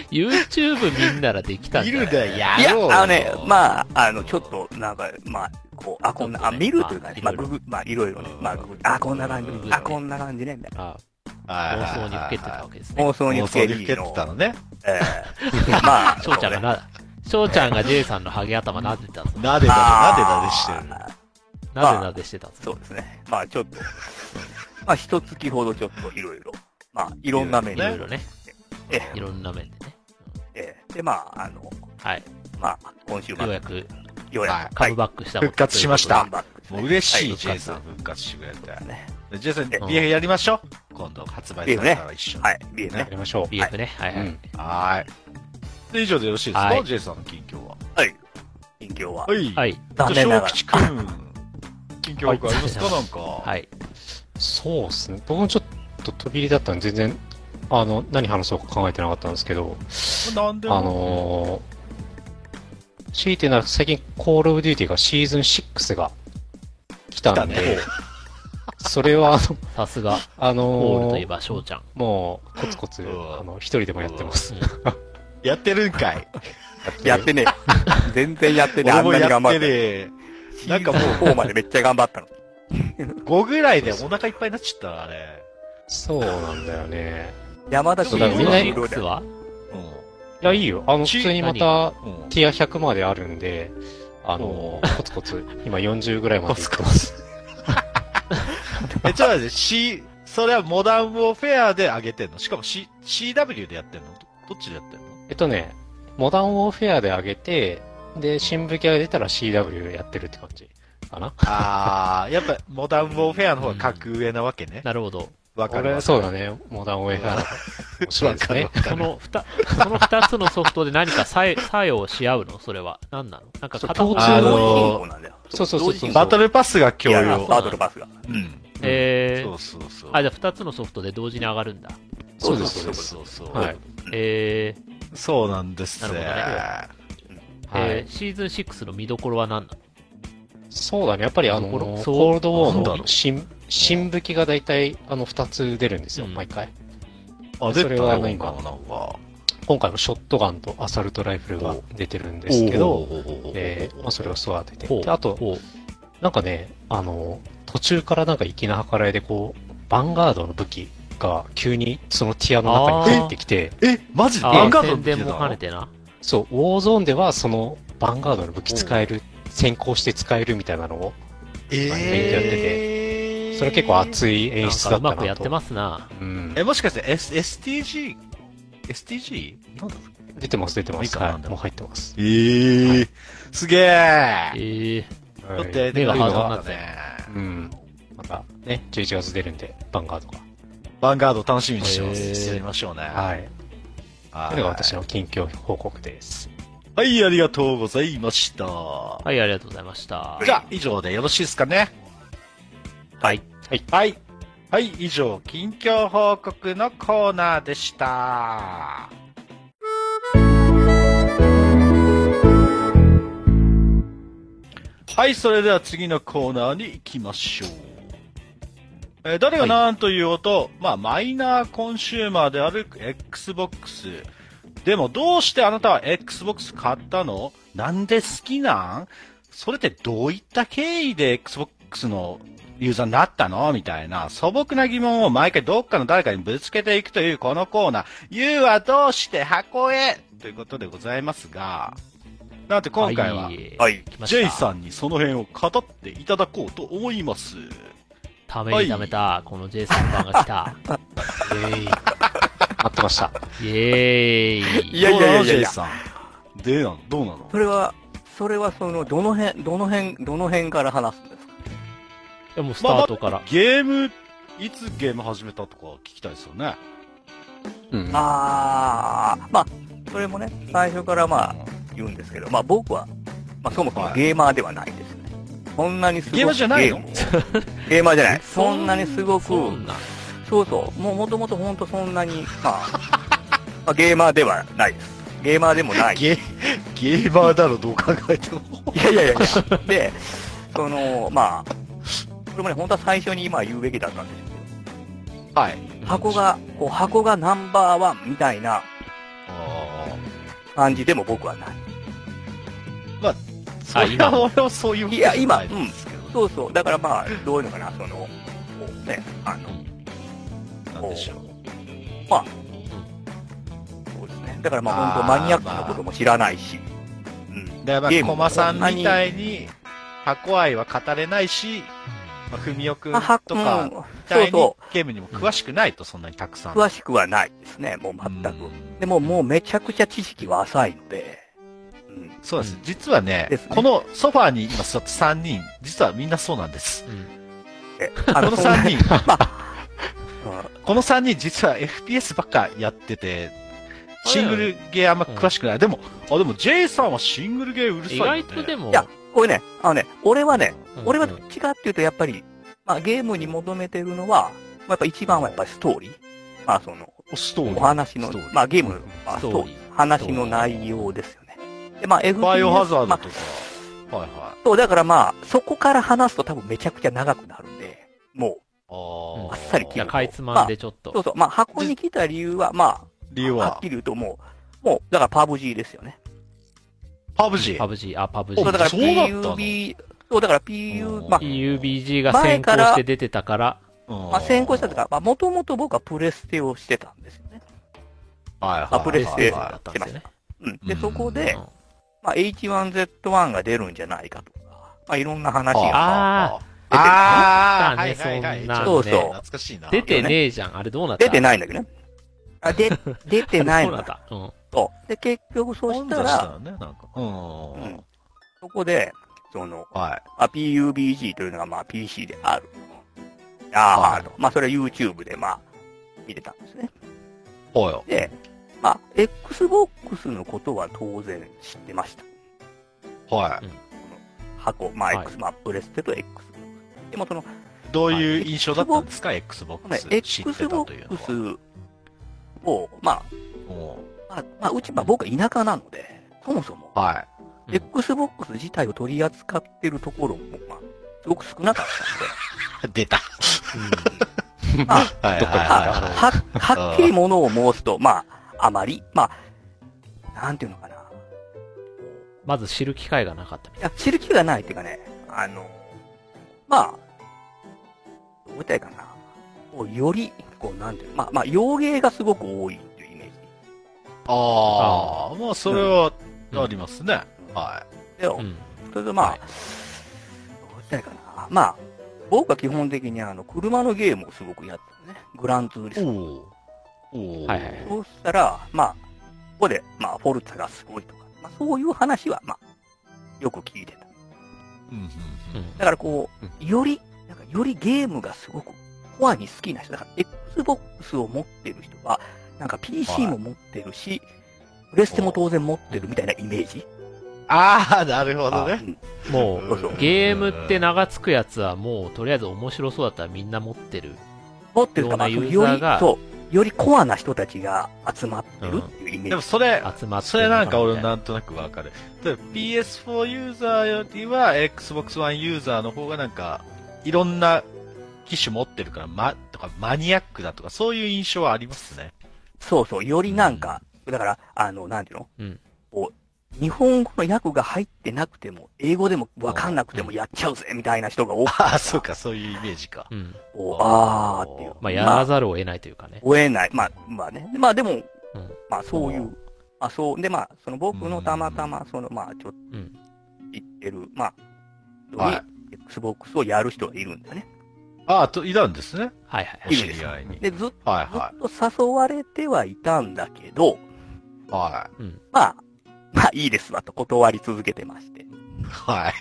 [SPEAKER 2] YouTube みんならできたん
[SPEAKER 1] い
[SPEAKER 2] じ
[SPEAKER 1] る
[SPEAKER 2] ゃない
[SPEAKER 1] だや
[SPEAKER 3] いや、
[SPEAKER 1] ろう
[SPEAKER 3] あのね、
[SPEAKER 1] あ、
[SPEAKER 3] まあ、あの、ちょっと、なんか、まあ、こう、あ、こんな、
[SPEAKER 2] ちょ
[SPEAKER 3] あ、
[SPEAKER 2] っとね
[SPEAKER 3] 見るというかね、ま
[SPEAKER 2] まあ
[SPEAKER 3] あ、ググ、まあ、いろいろね
[SPEAKER 1] う、ん
[SPEAKER 3] まあ、ググ、あ、こんな感
[SPEAKER 2] うん
[SPEAKER 3] じ、あ、こんな感じね、みたい
[SPEAKER 2] あ
[SPEAKER 1] はいはいは
[SPEAKER 2] 放
[SPEAKER 1] い
[SPEAKER 2] 送にふけてたわけです
[SPEAKER 3] な。
[SPEAKER 2] ね。
[SPEAKER 3] 放送に
[SPEAKER 1] 放
[SPEAKER 3] つ
[SPEAKER 1] 送
[SPEAKER 3] け
[SPEAKER 1] にふけ
[SPEAKER 3] り
[SPEAKER 1] て
[SPEAKER 3] の、
[SPEAKER 1] たのね。
[SPEAKER 3] えー、 まあ、
[SPEAKER 2] 翔ちゃんがな、翔ちゃんが J さんのハゲ頭なでたぞ。
[SPEAKER 1] なでなで、なでなでしてる。
[SPEAKER 3] る。
[SPEAKER 2] なでなでしてたぞ。
[SPEAKER 3] そうですね。まあ、ちょっと、まあ、一月ほどちょっといろいろ、まあ、いろんな面
[SPEAKER 2] い
[SPEAKER 3] に、
[SPEAKER 2] ろいろね。
[SPEAKER 3] え
[SPEAKER 2] いろんな面でね。
[SPEAKER 3] ええで、まあ、あの、
[SPEAKER 2] はい。
[SPEAKER 3] まあ、今週末、
[SPEAKER 2] ようやく
[SPEAKER 3] ようやく、
[SPEAKER 2] カムバックした
[SPEAKER 1] 復活しまし
[SPEAKER 3] カ
[SPEAKER 1] た
[SPEAKER 3] ム。バックですね
[SPEAKER 1] もう嬉しい、
[SPEAKER 3] は
[SPEAKER 1] ジェイさん復活してくれて。
[SPEAKER 3] いね
[SPEAKER 1] ジェイさん、
[SPEAKER 3] え
[SPEAKER 1] BF やりましょう。今度発売されたら一緒に。
[SPEAKER 3] はい、ビール
[SPEAKER 4] や
[SPEAKER 3] ね。
[SPEAKER 4] りましょう。
[SPEAKER 2] BF ね。はいは
[SPEAKER 4] う
[SPEAKER 2] い
[SPEAKER 4] ん。
[SPEAKER 1] はーい。で、以上でよろしいです
[SPEAKER 2] は
[SPEAKER 1] か
[SPEAKER 2] い
[SPEAKER 1] ジェイさんの近況は。
[SPEAKER 3] はい。近況は、
[SPEAKER 1] はい。
[SPEAKER 2] は
[SPEAKER 1] はい。
[SPEAKER 2] い。
[SPEAKER 3] 残念ながら。
[SPEAKER 1] 吉くん、近況報告ありますか
[SPEAKER 2] はい
[SPEAKER 1] なんか。は。
[SPEAKER 2] はいい。
[SPEAKER 4] そうですね。僕もちょっと飛び入りだったんで、全然、あの、何話そうか考えてなかったんですけど、
[SPEAKER 1] なんで
[SPEAKER 4] あ
[SPEAKER 1] も。
[SPEAKER 4] のー、強いてなら最近、コールオブデューティがシーズン6が来たん
[SPEAKER 1] 来たね
[SPEAKER 4] で、それは、あの
[SPEAKER 2] さすが、
[SPEAKER 4] あ
[SPEAKER 2] ホール
[SPEAKER 4] の
[SPEAKER 2] といえ
[SPEAKER 4] ー、
[SPEAKER 2] ば翔ちゃん。
[SPEAKER 4] もう、コツコツ、
[SPEAKER 1] うん
[SPEAKER 4] あの、一人でもやってます。
[SPEAKER 1] やってるんかい。
[SPEAKER 3] やってねえ。全然やってねえ。あ
[SPEAKER 1] 俺も
[SPEAKER 3] んなに
[SPEAKER 1] や
[SPEAKER 3] 頑
[SPEAKER 1] っ
[SPEAKER 3] 張ってて。
[SPEAKER 1] ねな
[SPEAKER 3] なんん
[SPEAKER 1] か
[SPEAKER 3] か
[SPEAKER 1] も
[SPEAKER 3] も
[SPEAKER 1] う
[SPEAKER 3] う、4までめっちゃ頑張ったの。
[SPEAKER 1] 5ぐらいでお腹いっぱいになっちゃったから、あれ。
[SPEAKER 4] そうなんだよね。
[SPEAKER 3] 山田
[SPEAKER 1] そ
[SPEAKER 3] 君
[SPEAKER 1] うだからみんな
[SPEAKER 3] 有料
[SPEAKER 2] 実
[SPEAKER 3] だよ
[SPEAKER 2] は、
[SPEAKER 4] いや、いいよ。あの、
[SPEAKER 1] ち
[SPEAKER 4] 普通にまた、
[SPEAKER 1] うん。うん。
[SPEAKER 4] ティア100まであるんで、あのー、コツコツ、今40ぐらいまで行ってます。
[SPEAKER 1] え、ちょっと待って、C、それはモダンウォーフェアで上げてんのしかも C、CW でやってんのどどっちでやってんの
[SPEAKER 4] えっとね、モダンウォーフェアで上げて、で、新武器が出たら CW やってるって感じかな。
[SPEAKER 1] ああ、やっぱモダンウォーフェアの方が格上なわけね。
[SPEAKER 2] なるほど。
[SPEAKER 1] わかる
[SPEAKER 4] 俺、
[SPEAKER 1] わ。
[SPEAKER 4] そうだね。モダンウォーフェアの方が面白いですね
[SPEAKER 1] わ。か
[SPEAKER 2] こ
[SPEAKER 1] るわ。
[SPEAKER 2] の二、この二つのソフトで何か作作用し合うのそれは。何なのなんか
[SPEAKER 4] そう
[SPEAKER 2] 片方
[SPEAKER 4] 共通の
[SPEAKER 1] あの
[SPEAKER 3] 同時進行なんだよ。
[SPEAKER 4] そうそうそう
[SPEAKER 3] 同時進行
[SPEAKER 1] バトルパスが共
[SPEAKER 3] いや
[SPEAKER 1] 有。
[SPEAKER 3] バトルパスが。
[SPEAKER 1] うん。
[SPEAKER 2] え
[SPEAKER 1] そ
[SPEAKER 2] ー
[SPEAKER 1] う、そうそう。
[SPEAKER 2] あ、じゃあ二つのソフトで同時に上がるんだ。
[SPEAKER 4] そうです、そうです。
[SPEAKER 1] そうそうそう。
[SPEAKER 4] はい。
[SPEAKER 2] えー、
[SPEAKER 1] そうなんです
[SPEAKER 2] なるほどね
[SPEAKER 4] は
[SPEAKER 2] え
[SPEAKER 4] い
[SPEAKER 2] ー。シーズン6の見どころは何なの
[SPEAKER 4] そうだね。やっぱりあの、
[SPEAKER 2] とこ
[SPEAKER 4] コ
[SPEAKER 2] ろ
[SPEAKER 4] ールドウ
[SPEAKER 1] なんだ
[SPEAKER 4] ォー
[SPEAKER 1] ろ
[SPEAKER 4] の
[SPEAKER 1] う
[SPEAKER 4] 新、新武器が大体、あの、2つ出るんですよ、
[SPEAKER 2] うん
[SPEAKER 4] 毎回。
[SPEAKER 1] あ、
[SPEAKER 4] そ
[SPEAKER 1] 出
[SPEAKER 4] れ
[SPEAKER 1] た
[SPEAKER 4] は
[SPEAKER 1] ね、
[SPEAKER 4] 今
[SPEAKER 1] 今もなんか。
[SPEAKER 4] 今回もショットガンとアサルトライフルが出てるんですけど、
[SPEAKER 1] ど
[SPEAKER 4] えーまあ、それを育てて
[SPEAKER 2] ほう
[SPEAKER 4] であと、
[SPEAKER 2] ほう
[SPEAKER 4] なんかね、あの、途中からなんか粋な計らいで、こう、ヴァンガードの武器が急にそのティアの中に入ってきて、
[SPEAKER 1] え、マジで
[SPEAKER 2] あ
[SPEAKER 1] アンガ
[SPEAKER 2] あ、
[SPEAKER 1] ードっ
[SPEAKER 2] 宣
[SPEAKER 1] て言
[SPEAKER 2] 伝
[SPEAKER 1] ってた
[SPEAKER 2] も兼ね
[SPEAKER 1] の
[SPEAKER 2] てな。
[SPEAKER 4] そう、ウォーゾーンではそのヴァンガードの武器使える、先行して使えるみたいなのを、
[SPEAKER 1] え
[SPEAKER 4] やって
[SPEAKER 1] ー
[SPEAKER 4] それは結構熱い演出だ
[SPEAKER 2] な
[SPEAKER 4] っ
[SPEAKER 2] んかうま
[SPEAKER 4] たなと。
[SPEAKER 2] くやってますな。
[SPEAKER 4] うん
[SPEAKER 1] え、もしかして、S、STG? STG? なんだろう
[SPEAKER 4] 出てます、出てま
[SPEAKER 1] いい
[SPEAKER 4] す。
[SPEAKER 1] かな
[SPEAKER 4] はい、もう入ってます。
[SPEAKER 1] えー、すげえ
[SPEAKER 2] ええ
[SPEAKER 1] だっ
[SPEAKER 4] はい
[SPEAKER 1] て、
[SPEAKER 2] 目がハードにな
[SPEAKER 1] っ
[SPEAKER 2] ってて
[SPEAKER 4] うん。また、ね、11月出るんで、ヴァンガードが。
[SPEAKER 1] バンガード楽しみにしてます。
[SPEAKER 2] へー
[SPEAKER 1] やりましょうね。
[SPEAKER 4] はい。
[SPEAKER 1] は
[SPEAKER 4] というのが私の近況報告です。
[SPEAKER 1] はい、ありがとうございました。
[SPEAKER 2] はい、ありがとうございました。
[SPEAKER 1] じゃあ、以上でよろしいですかね。
[SPEAKER 2] はい。
[SPEAKER 1] はい。はい、以上、近況報告のコーナーでした。はい、それでは次のコーナーに行きましょう。えー誰が何と言おうと、まあ、マイナーコンシューマーである Xbox。でも、どうしてあなたは Xbox 買ったのなんで好きなんそれってどういった経緯で Xbox のユーザーになったのみたいな素朴な疑問を毎回どっかの誰かにぶつけていくというこのコーナー、You はどうして箱へということでございますが、なんて今回は、
[SPEAKER 2] い。
[SPEAKER 3] はい。
[SPEAKER 2] 来ま
[SPEAKER 1] ジェイ
[SPEAKER 2] した。
[SPEAKER 1] さんにその辺を語っていただこうと思います。
[SPEAKER 2] ためにためた、このジェイさん版が来た。
[SPEAKER 4] えい。待ってました。
[SPEAKER 2] イエーイ。
[SPEAKER 3] いやいやいやいや
[SPEAKER 1] どうなのジェイさん。でなのどうなの
[SPEAKER 3] それは、それはその、どの辺、どの辺、どの辺から話すんですか
[SPEAKER 2] でもうスタートから。
[SPEAKER 1] ゲーム、いつゲーム始めたとか聞きたいですよね。
[SPEAKER 4] うん。
[SPEAKER 3] ああ、まあ、それもね、最初からまあ、言うんですけど、まあ僕は、まあそもそもゲーマーではないですね。そんなにすごく
[SPEAKER 1] ゲーマーじゃないの
[SPEAKER 3] ゲームをゲーマーじゃない。そんなにすごく、
[SPEAKER 2] そんな。
[SPEAKER 3] そうそう、もうもともとほんとそんなに、まあ、 まあゲーマーではないです。ゲーマーでもない。い
[SPEAKER 1] ゲ、ゲーマーだろ、どう考えても。
[SPEAKER 3] やいやいやいや。で、その、まあ、これもね、本当は最初に今言うべきだったんですけ
[SPEAKER 1] はい。
[SPEAKER 3] ど、箱が、こう箱がナンバーワンみたいな感じでも僕はない。
[SPEAKER 1] それは俺もそういう
[SPEAKER 3] いや今
[SPEAKER 1] ことじゃないですけど、
[SPEAKER 3] そうそう、だからまあ、どういうのかな、その、こうね、あの、
[SPEAKER 1] なんでしょう。
[SPEAKER 3] そうですね。だからまあ、
[SPEAKER 1] あー
[SPEAKER 3] 本当マニアックなことも知らないし、うん。
[SPEAKER 1] だから
[SPEAKER 3] ゲー
[SPEAKER 1] ま
[SPEAKER 3] ム
[SPEAKER 1] あ、駒さんみたいに、箱愛は語れないし、まあ、ふみおくんと
[SPEAKER 3] は
[SPEAKER 1] かみたいに
[SPEAKER 3] うん、そうそ
[SPEAKER 1] ゲームにも詳しくないと、そんなにたくさん。
[SPEAKER 3] う、詳しくはないですね、もう全
[SPEAKER 1] う
[SPEAKER 3] く。
[SPEAKER 1] ん
[SPEAKER 3] でももうめちゃくちゃ知識は浅いので、うん。
[SPEAKER 1] そうです
[SPEAKER 2] う。ん
[SPEAKER 1] 実はね
[SPEAKER 3] です、ね
[SPEAKER 1] このソファーに今座って3人、実はみんなそうなんです。
[SPEAKER 2] うん
[SPEAKER 3] え、
[SPEAKER 1] こ
[SPEAKER 3] あ
[SPEAKER 1] の
[SPEAKER 3] そんな
[SPEAKER 1] 3人、
[SPEAKER 3] うん
[SPEAKER 1] この3人実は FPS ばっかやってて、シングルゲーあんま詳しくない。でも、あ、でも J さんはシングルゲーうるさい
[SPEAKER 2] 意
[SPEAKER 1] よね。
[SPEAKER 2] 外とでも
[SPEAKER 3] い、や、これね、あのね、俺はね、
[SPEAKER 2] うん
[SPEAKER 3] 俺は
[SPEAKER 2] う
[SPEAKER 3] ど
[SPEAKER 2] ん
[SPEAKER 3] っちかっていうと、やっぱり、まあ、ゲームに求めてるのは、まあやっぱ一番はやっぱりストーリー。まあ、その、
[SPEAKER 1] ストーリ
[SPEAKER 3] お
[SPEAKER 1] ー。
[SPEAKER 3] 話の
[SPEAKER 1] ストーリ、ー
[SPEAKER 3] まあ、ゲーム、まあ、
[SPEAKER 2] ス
[SPEAKER 3] ス
[SPEAKER 2] トーリー
[SPEAKER 3] トーリー、話の内容ですよね。で、まあ、FPS
[SPEAKER 1] バイオハザード
[SPEAKER 3] まあ
[SPEAKER 1] とか。はいはい。
[SPEAKER 3] そう、だからまあ、そこから話すと多分めちゃくちゃ長くなるんで、も
[SPEAKER 1] あ
[SPEAKER 3] あっさり
[SPEAKER 2] い
[SPEAKER 3] 切
[SPEAKER 2] や、
[SPEAKER 3] る
[SPEAKER 2] かいつまんでちょっ
[SPEAKER 3] う、そう
[SPEAKER 2] と。
[SPEAKER 3] そう、まあ、箱に来た理由は、ま
[SPEAKER 1] 理
[SPEAKER 3] あ、
[SPEAKER 1] 由
[SPEAKER 3] はっ
[SPEAKER 1] は
[SPEAKER 3] き、り言うともう、もう、だからパブ G ですよね。
[SPEAKER 1] パブ G。
[SPEAKER 2] パブ G、あ、パブ
[SPEAKER 1] お
[SPEAKER 3] そう、だから
[SPEAKER 1] そうだったの
[SPEAKER 3] PUB、そう、だから PU、まあ、
[SPEAKER 2] PUBG が先行して出てたから、
[SPEAKER 1] ま
[SPEAKER 3] まあ、先行したというか、まあ、もともと僕はプレステをしてたんですよね。
[SPEAKER 1] はいはい。
[SPEAKER 3] あプレステ
[SPEAKER 1] は
[SPEAKER 2] だったんですよね。
[SPEAKER 3] うん。
[SPEAKER 1] う
[SPEAKER 3] で、
[SPEAKER 1] ん
[SPEAKER 3] そこで
[SPEAKER 2] う、ん
[SPEAKER 3] まあ、H1Z1 が出るんじゃないかとか、まあ、いろんな話
[SPEAKER 1] い
[SPEAKER 3] が。
[SPEAKER 1] あ
[SPEAKER 2] あ
[SPEAKER 1] あー、
[SPEAKER 2] あ
[SPEAKER 1] は
[SPEAKER 2] っ
[SPEAKER 1] い
[SPEAKER 2] たね
[SPEAKER 1] はいはい。
[SPEAKER 2] そんな
[SPEAKER 1] ち
[SPEAKER 3] そ
[SPEAKER 1] ょっ
[SPEAKER 3] う
[SPEAKER 1] と
[SPEAKER 3] そう
[SPEAKER 1] ね懐かしいな。
[SPEAKER 2] 出てねえじゃん、あれどうなった
[SPEAKER 3] 出てないんだけどね。あ、で、出てない
[SPEAKER 2] どう
[SPEAKER 3] の
[SPEAKER 2] なっ
[SPEAKER 3] だ。
[SPEAKER 2] たうん。
[SPEAKER 3] そう。で、結局そうしたら、
[SPEAKER 1] ね、なんか。うん。
[SPEAKER 3] うんそこで、その、
[SPEAKER 1] はい。
[SPEAKER 3] あ、PUBG というのが、まあ、PC である。ああ、と。まあ、それは YouTube で、まあ、見てたんですね。
[SPEAKER 1] おうよ。
[SPEAKER 3] で、まあ、Xbox のことは当然知ってました。
[SPEAKER 1] は
[SPEAKER 3] 箱、まあ、
[SPEAKER 2] はい
[SPEAKER 3] X、まあ、プレステと X。でも、その、
[SPEAKER 1] い。どういう印象だったんですか、Xbox。
[SPEAKER 3] ね、
[SPEAKER 1] 知ってたというの
[SPEAKER 3] Xbox を、ま
[SPEAKER 1] は。
[SPEAKER 3] あ、まあ、まあ、うち、まあ、僕は田舎なので、そもそも、
[SPEAKER 1] うんはい。
[SPEAKER 2] うん
[SPEAKER 3] Xbox 自体を取り扱ってるところも、まあ、すごく少なかった
[SPEAKER 1] 出た。
[SPEAKER 3] ので、まあ、
[SPEAKER 1] はい
[SPEAKER 4] どっか
[SPEAKER 1] はい
[SPEAKER 4] にあ
[SPEAKER 1] は
[SPEAKER 4] の
[SPEAKER 1] い
[SPEAKER 3] は、はっきりものを申すと、まあ、あまり、まあ、なんていうのかな。
[SPEAKER 2] まず知る機会がなかったみ
[SPEAKER 3] いや、知る気がないっていうかね、あの、まあ、どう言ったらいいかな。こうより、こう、なんていうの、まあ、まあ、洋芸がすごく多いっていうイメージ。
[SPEAKER 1] ああ、まあそれはありますね。
[SPEAKER 3] うん
[SPEAKER 1] は
[SPEAKER 3] で、
[SPEAKER 2] たいな。うん。
[SPEAKER 3] それでまあ、
[SPEAKER 2] はい
[SPEAKER 3] どうしたらいいかな。まあ、僕は基本的にあの、車のゲームをすごくやってたのね。グランツーリ
[SPEAKER 1] い。
[SPEAKER 3] ス
[SPEAKER 1] お
[SPEAKER 3] モ。
[SPEAKER 1] お。おお。
[SPEAKER 2] はいはいはい
[SPEAKER 3] そうしたら、まあ、ここで、まあ、フォルツァがすごいとか、まあ、そういう話は、まあ、よく聞いてた。
[SPEAKER 1] うんうん
[SPEAKER 2] う
[SPEAKER 1] うんん。
[SPEAKER 3] だからこう、より、なんかよりゲームがすごくコアに好きな人、だから Xbox を持ってる人は、なんか PC も持ってるし、プレステも当然持ってるみたいなイメージ
[SPEAKER 1] ああ、なるほど
[SPEAKER 3] あ
[SPEAKER 1] ね。
[SPEAKER 3] うん
[SPEAKER 2] もう、
[SPEAKER 3] そうそう
[SPEAKER 2] ゲームって名が付くやつはもう、とりあえず面白そうだったらみんな持ってる。
[SPEAKER 3] 持ってるから、
[SPEAKER 2] ようなユー
[SPEAKER 3] よ
[SPEAKER 2] ザー
[SPEAKER 3] り
[SPEAKER 2] が、
[SPEAKER 3] そう、よりコアな人たちが集まってるっていうイメージ。
[SPEAKER 1] でもそれ、
[SPEAKER 2] 集まって
[SPEAKER 1] それなんか俺
[SPEAKER 2] みたい
[SPEAKER 1] なんとなくわかる。例えば PS4 ユーザーよりは Xbox One ユーザーの方がなんか、いろんな機種持ってるから、ま、とかマニアックだとか、そういう印象はありますね。
[SPEAKER 3] そうそう、よりなんか、だから、あの、なんていうの、
[SPEAKER 2] うん
[SPEAKER 3] こう、日本語の訳が入ってなくても、英語でもわかんなくてもやっちゃうぜ、みたいな人が多くて、
[SPEAKER 1] ああ、そうか、そういうイメージか。
[SPEAKER 2] うん。
[SPEAKER 3] こうあーっていう。
[SPEAKER 2] まあ、やらざるを得ないというかね。
[SPEAKER 3] 追えない。まあ、まあね。まあでも、
[SPEAKER 2] うん
[SPEAKER 3] まあそういうう、まあそう、でまあ、その僕のたまたま、そのまあちょっと
[SPEAKER 2] うん。
[SPEAKER 3] 言ってる、まあ、
[SPEAKER 1] はい
[SPEAKER 3] に Xbox をやる人がいるんだね。
[SPEAKER 1] ああ、と、いたんですね。
[SPEAKER 2] はいはいは
[SPEAKER 1] お
[SPEAKER 2] い。
[SPEAKER 1] 知り合いに。
[SPEAKER 3] で、ずっ
[SPEAKER 1] はい
[SPEAKER 3] ず
[SPEAKER 1] は
[SPEAKER 3] っと誘われてはいたんだけど、
[SPEAKER 1] い。は
[SPEAKER 3] まあ、まあいいですわと断り続けて まして。
[SPEAKER 1] い。はい。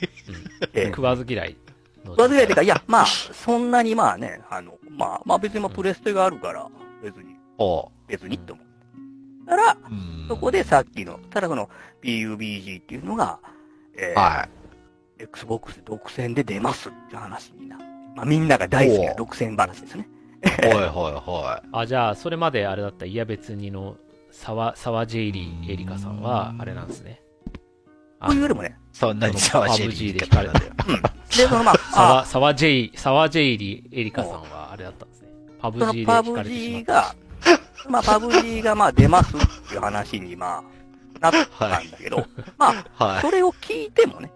[SPEAKER 3] ええ
[SPEAKER 2] 食わず嫌いの。
[SPEAKER 3] わずかいてか、いや、まあ、そんなにまあね、あの、まあ、まあ別にまあプレステがあるから、別に、
[SPEAKER 1] おう。
[SPEAKER 3] 別にって思う。たら、
[SPEAKER 1] うん
[SPEAKER 3] そこで、さっきの、ただその PUBG っていうのが、えー
[SPEAKER 1] は
[SPEAKER 3] Xbox 独占で出ますって話になって、まあみんなが大好きな独占話ですね。
[SPEAKER 1] い。はいはいは
[SPEAKER 2] あ、じゃあ、それまであれだった、いや別にの、沢、沢ジェイリーエリカさんは、あれなんですね。あ
[SPEAKER 3] というよりもね、
[SPEAKER 1] い。そんなに騒がしい言
[SPEAKER 2] PUBG
[SPEAKER 1] い
[SPEAKER 2] で聞
[SPEAKER 1] 方な
[SPEAKER 2] かれ
[SPEAKER 1] ん
[SPEAKER 2] た
[SPEAKER 1] だよ。
[SPEAKER 3] で、そのま あ、
[SPEAKER 2] 沢、
[SPEAKER 3] あ
[SPEAKER 2] 沢ジェイ、沢ジェイリーエリカさんは、あれだったんですね。パブ
[SPEAKER 3] そ
[SPEAKER 2] G で
[SPEAKER 3] のパ
[SPEAKER 2] 聞
[SPEAKER 3] ブ
[SPEAKER 2] かれてしま
[SPEAKER 3] G
[SPEAKER 2] っ
[SPEAKER 3] が、まあパブ G がまあ出ますっていう話にまあ、なったんだ けど、まあ、
[SPEAKER 1] はい。
[SPEAKER 3] それを聞いてもね、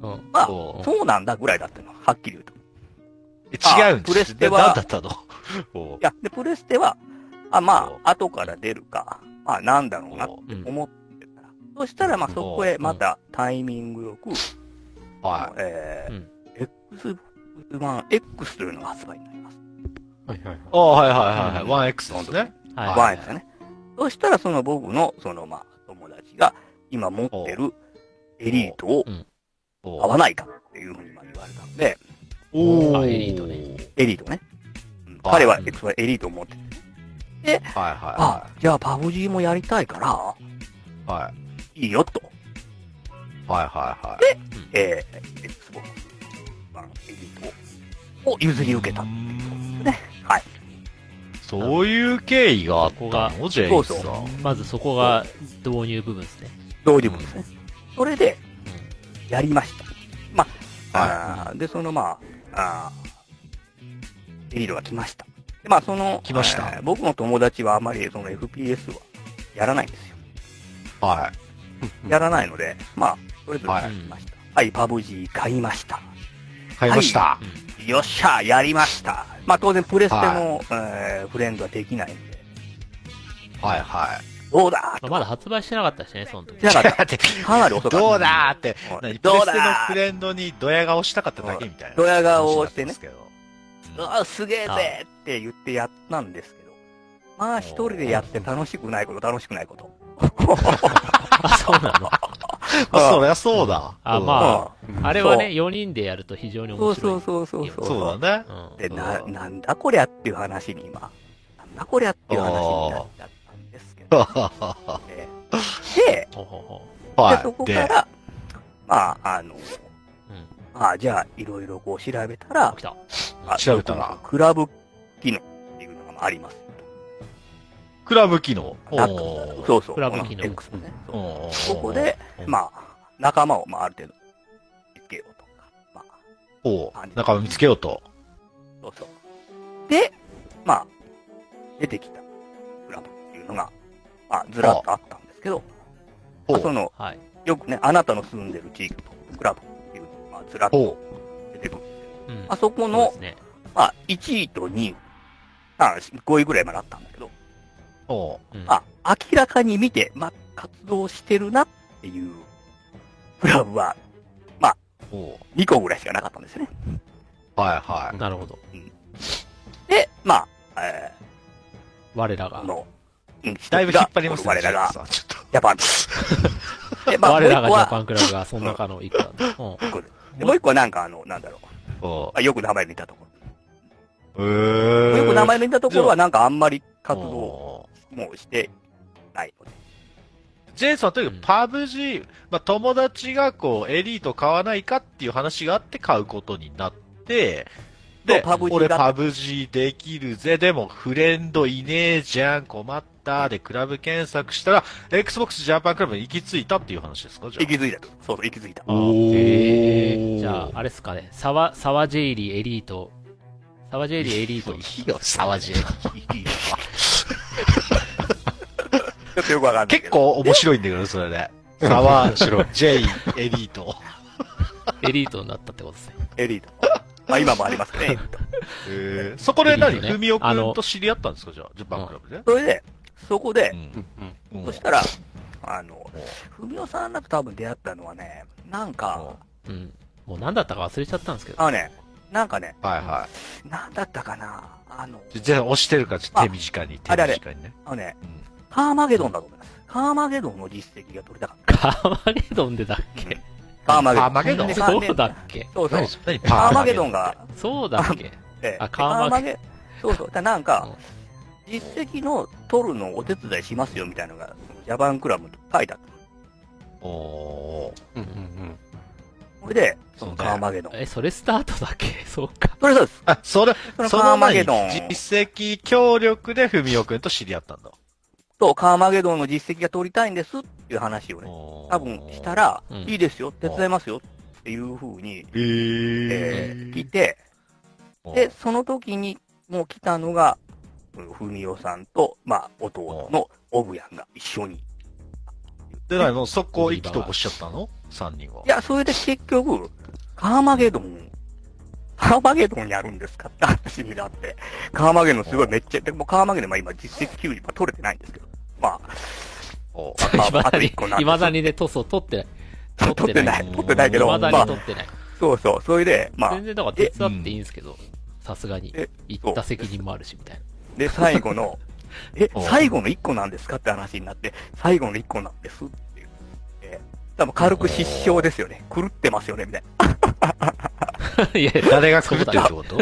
[SPEAKER 2] た。うん。
[SPEAKER 3] まあ、
[SPEAKER 1] おう
[SPEAKER 3] そうなんだぐらいだったの、はっきり言うと。
[SPEAKER 1] 違うんです。
[SPEAKER 3] プレステは
[SPEAKER 1] 何だったのおう
[SPEAKER 3] いや、で、プレステは、あ、ま
[SPEAKER 1] お
[SPEAKER 3] あ、後から出るか、まあ、なんだろうなと
[SPEAKER 1] おう
[SPEAKER 2] うん。
[SPEAKER 3] 思ってたら。そしたら、まあ、そこへ
[SPEAKER 2] お
[SPEAKER 3] またタイミングよく、
[SPEAKER 1] は
[SPEAKER 3] え
[SPEAKER 2] うん
[SPEAKER 3] ー、Xbox One X というのが発売になります。
[SPEAKER 4] はいはいはい
[SPEAKER 1] い。おうはいはいはいはい。1X ですね。
[SPEAKER 2] はい
[SPEAKER 3] ワンですよね。そしたら、その僕の、その、まあ、友達が、今持ってるエリートを
[SPEAKER 1] おう
[SPEAKER 3] 買わないかっていうふうにまあ言われたので、
[SPEAKER 2] おー
[SPEAKER 1] あ
[SPEAKER 3] エリートね。うん
[SPEAKER 1] はい
[SPEAKER 3] 彼は
[SPEAKER 2] うん
[SPEAKER 3] Xbox エリートを持ってて、
[SPEAKER 1] はいは
[SPEAKER 3] あ、じゃあ、パブ G もやりたいから、
[SPEAKER 1] いはい。はい
[SPEAKER 3] いいよと。
[SPEAKER 1] はいはいはい。
[SPEAKER 3] えー、Xbox 版エリートを譲り受けた。ねはい。
[SPEAKER 1] そういう経緯があった
[SPEAKER 2] ここが
[SPEAKER 1] のジェ
[SPEAKER 3] そ
[SPEAKER 1] イ
[SPEAKER 3] う
[SPEAKER 1] さ。
[SPEAKER 3] そうん
[SPEAKER 2] まずそこが導入部分ですね。
[SPEAKER 3] 同時分ですね。それで、やりました。まあ、あーで、そのまあ、あーエリートが来ました。で、まあ、その、
[SPEAKER 1] 来ました
[SPEAKER 3] えー僕の友達はあまりその FPS はやらないんですよ。
[SPEAKER 1] は
[SPEAKER 3] やらないので、まあ、とりあえ
[SPEAKER 1] はい
[SPEAKER 3] ず来ました。はい、パブ G 買いました。
[SPEAKER 1] い。買いました。
[SPEAKER 3] よっしゃ、やりました。まあ、当然、プレステの、えーフレンドはできないんで、
[SPEAKER 1] はいは
[SPEAKER 3] どうだ
[SPEAKER 2] まあまだ発売してなかったしね、その時
[SPEAKER 3] し。なか
[SPEAKER 1] い。
[SPEAKER 3] った。
[SPEAKER 1] だって
[SPEAKER 3] かなり遅かった。
[SPEAKER 1] どうだーって、
[SPEAKER 3] は
[SPEAKER 1] 何
[SPEAKER 3] い
[SPEAKER 1] プレ
[SPEAKER 3] ど
[SPEAKER 1] ス
[SPEAKER 3] う
[SPEAKER 1] テの
[SPEAKER 3] だ
[SPEAKER 1] フレンドにドヤ顔したかっただけみたいな。
[SPEAKER 3] ドヤ顔をしてね
[SPEAKER 1] 話だったんですけ
[SPEAKER 3] う
[SPEAKER 1] ど。
[SPEAKER 3] わ、すげえぜって言ってやったんですけど。まあ、一人でやって楽しくないこと、楽しくないこと。
[SPEAKER 2] あ、そうなの。
[SPEAKER 1] あ、そりゃそうだ。
[SPEAKER 2] あ
[SPEAKER 1] うん
[SPEAKER 2] まああれはね、
[SPEAKER 3] そ
[SPEAKER 2] 4人でやると非常に
[SPEAKER 3] そ
[SPEAKER 2] 面
[SPEAKER 3] うそ
[SPEAKER 2] 白
[SPEAKER 3] う
[SPEAKER 2] い。
[SPEAKER 3] そうそうそう。
[SPEAKER 1] そうだね。
[SPEAKER 2] うん
[SPEAKER 3] で、な、
[SPEAKER 1] うん
[SPEAKER 3] なんだこりゃっていう話に今、なんだこりゃっていう話になっちゃったんですけど。
[SPEAKER 1] は
[SPEAKER 3] ねで、
[SPEAKER 2] ほうほうほ
[SPEAKER 3] で、そこ
[SPEAKER 1] い。
[SPEAKER 3] か
[SPEAKER 1] で、
[SPEAKER 3] ら、まあ、あの、
[SPEAKER 2] う。うん。
[SPEAKER 3] まあ、じゃあ、いろいろこう調べた
[SPEAKER 2] あ
[SPEAKER 3] ら
[SPEAKER 2] 来、た。
[SPEAKER 3] あ
[SPEAKER 1] 調べたら
[SPEAKER 3] クラブ機能っていうのがあります。
[SPEAKER 1] クラブ機能。
[SPEAKER 3] な
[SPEAKER 1] おー
[SPEAKER 3] そうそう。
[SPEAKER 2] クラブ機能
[SPEAKER 3] この X ね。そう
[SPEAKER 1] おー
[SPEAKER 3] そこで、
[SPEAKER 1] うん
[SPEAKER 3] まあ、仲間を、まあ、ある程度、見つけようとか、まあ、
[SPEAKER 1] おう仲間見つけようと。
[SPEAKER 3] そうそう。で、まあ、出てきたクラブっていうのが、まあ、ずらっとあったんですけど、
[SPEAKER 1] お
[SPEAKER 3] まあ
[SPEAKER 1] う
[SPEAKER 3] その、
[SPEAKER 2] はい。
[SPEAKER 3] よくね、あなたの住んでる地域とクラブっていうのが、まあ、ずらっ
[SPEAKER 1] おう
[SPEAKER 3] と出てくる。
[SPEAKER 2] うん
[SPEAKER 3] あそこ
[SPEAKER 2] そうで
[SPEAKER 3] の
[SPEAKER 2] す、ね。
[SPEAKER 3] まあ、1位と2位、まあ、5位ぐらいまであったんだけど、
[SPEAKER 1] おう
[SPEAKER 2] うん
[SPEAKER 3] まあ、明らかに見て、まあ、活動してるなっていうクラブは
[SPEAKER 1] おう
[SPEAKER 3] 2個ぐらいしかなかったんですね。
[SPEAKER 1] はいは
[SPEAKER 2] なるほど。
[SPEAKER 3] で、まあ、え
[SPEAKER 2] 我ら
[SPEAKER 3] ー、あ
[SPEAKER 2] が。
[SPEAKER 3] の、うん、
[SPEAKER 1] い。だいぶ引っ張りますす
[SPEAKER 3] ね。我らが、
[SPEAKER 1] ジェイクさんちょっと。
[SPEAKER 3] ジャパン です。で、まあ、も
[SPEAKER 2] 我
[SPEAKER 3] う一
[SPEAKER 2] らが
[SPEAKER 3] 個
[SPEAKER 2] ジャ
[SPEAKER 3] は、
[SPEAKER 2] パンクラブがその中の一個だった。うん
[SPEAKER 3] でもう一個はなんかあの、なんだろう。
[SPEAKER 1] おう
[SPEAKER 3] あよく名前抜いたとこ
[SPEAKER 1] え
[SPEAKER 3] ろ。
[SPEAKER 1] ー
[SPEAKER 3] よく名前抜いたところはなんかあんまり活動
[SPEAKER 1] お
[SPEAKER 3] もうしてないので。
[SPEAKER 1] ジェイソンはとにかくパブ G、まあ、友達がこう、エリート買わないかっていう話があって買うことになって、で、
[SPEAKER 3] そう PUBG
[SPEAKER 1] 俺
[SPEAKER 3] だ
[SPEAKER 1] パブ G できるぜ、でもフレンドいねえじゃん、困った、で、クラブ検索したら、Xbox ジャパンクラブに行き着いたっていう話ですかじゃ
[SPEAKER 3] 行き着いたと。そうそう、行き着いた。
[SPEAKER 4] お
[SPEAKER 2] えー、じゃあ、
[SPEAKER 4] あ、
[SPEAKER 2] あれっすかね、沢、沢ジェイリーエリート、沢ジェイ リーエリー
[SPEAKER 1] あ。
[SPEAKER 2] ト
[SPEAKER 1] い。いよ、沢ジェイ。
[SPEAKER 3] ちょっとよくわかんないけ
[SPEAKER 1] 結
[SPEAKER 3] ど。
[SPEAKER 1] 構面白いんだけど、それで。沢
[SPEAKER 4] 面白い。
[SPEAKER 1] ジェイ、エリート。
[SPEAKER 2] エリートになったってことですね。
[SPEAKER 3] エリート。まあ今もありますけどね。
[SPEAKER 1] えーそこで何
[SPEAKER 2] いいよね
[SPEAKER 1] ふみおく
[SPEAKER 2] あ
[SPEAKER 1] ん
[SPEAKER 2] の
[SPEAKER 1] と知り合ったんですかじゃあ、ジャパンクラブで。
[SPEAKER 3] それで、そこで、
[SPEAKER 1] んうん
[SPEAKER 3] そしたら、あの、ふみおさんなんか多分出会ったのはね、なんか、
[SPEAKER 2] うん。もう何だったか忘れちゃったんですけ ど。
[SPEAKER 3] あのね、なんかね、
[SPEAKER 1] はいは
[SPEAKER 3] なんだったかな、あの
[SPEAKER 1] い。、全然押してるから、ちょっと手短に、手
[SPEAKER 3] あれあれ
[SPEAKER 1] 短にね。
[SPEAKER 3] あのね
[SPEAKER 1] うん、
[SPEAKER 3] カーマゲドンだと思います。カーマゲドンの実績が取れたか
[SPEAKER 2] カーマゲドンでだっ
[SPEAKER 3] ら。
[SPEAKER 2] け
[SPEAKER 3] カーマゲドン。
[SPEAKER 1] カーマゲドン
[SPEAKER 3] で完全
[SPEAKER 2] そうだっけ
[SPEAKER 3] そうそう。
[SPEAKER 1] 何パ
[SPEAKER 3] カーマゲドンが、
[SPEAKER 2] そうだっけ
[SPEAKER 3] ええ
[SPEAKER 2] あカーマ
[SPEAKER 3] ゲそうそう。だからなんか、実績の取るのをお手伝いしますよみたいなのが、ジャパンクラブと書いてあった。
[SPEAKER 1] おー
[SPEAKER 4] うんうんうん。
[SPEAKER 3] それで、
[SPEAKER 1] そうね
[SPEAKER 3] カーマゲドン。
[SPEAKER 2] え、それスタートだっけ そうか。
[SPEAKER 3] それそうです。
[SPEAKER 1] あ、それ、
[SPEAKER 3] その
[SPEAKER 1] そ
[SPEAKER 3] カー
[SPEAKER 1] の
[SPEAKER 3] マ
[SPEAKER 1] 前
[SPEAKER 3] ゲ
[SPEAKER 1] に
[SPEAKER 3] ドン。
[SPEAKER 1] 実績協力でふみおくんと知り合ったんだ。
[SPEAKER 3] と、カーマゲドンの実績が取りたいんですっていう話をね、
[SPEAKER 1] 多
[SPEAKER 3] 多分した、ら
[SPEAKER 2] うん、
[SPEAKER 3] いいですよ、手伝いますよっていうふうに、
[SPEAKER 1] え
[SPEAKER 3] え
[SPEAKER 1] ー
[SPEAKER 3] ー、来て、
[SPEAKER 1] おー
[SPEAKER 3] で、その時にもう来たのが、うんふみおさんと、まあ、弟のオブヤンが一緒に。
[SPEAKER 1] で、何もう速攻意気投合しちゃったの三人は。
[SPEAKER 3] いや、それで結局、カーマゲドン、カーマゲドンやるんですかって話になって、カーマゲドンすごいめっちゃ、でもカーマゲドンは今実績90%取れてないんですけど、 ま
[SPEAKER 1] おー
[SPEAKER 3] あ、まあ、
[SPEAKER 2] 未
[SPEAKER 3] あ
[SPEAKER 2] だ
[SPEAKER 3] と
[SPEAKER 2] に
[SPEAKER 3] 1個なん、
[SPEAKER 2] い
[SPEAKER 3] で
[SPEAKER 2] まだにで塗装取ってない。
[SPEAKER 3] 取ってない、取ってないけ
[SPEAKER 2] い
[SPEAKER 3] ど、
[SPEAKER 2] ま
[SPEAKER 3] ま
[SPEAKER 2] だに
[SPEAKER 3] あ、
[SPEAKER 2] 取ってない。
[SPEAKER 3] そうそう、それで、まあ
[SPEAKER 2] 全、然だから手伝っていいんですけど、さすがに
[SPEAKER 3] え。
[SPEAKER 2] 行った責任もあるし、みたいな。
[SPEAKER 3] で、最 後の、え
[SPEAKER 1] お、
[SPEAKER 3] 最後の1個なんですかって話になって、最後の1個なんですっていう。えー多分軽く失笑ですよね。狂ってますよね、みたいな。
[SPEAKER 2] いや、
[SPEAKER 1] 誰が来るってるってこと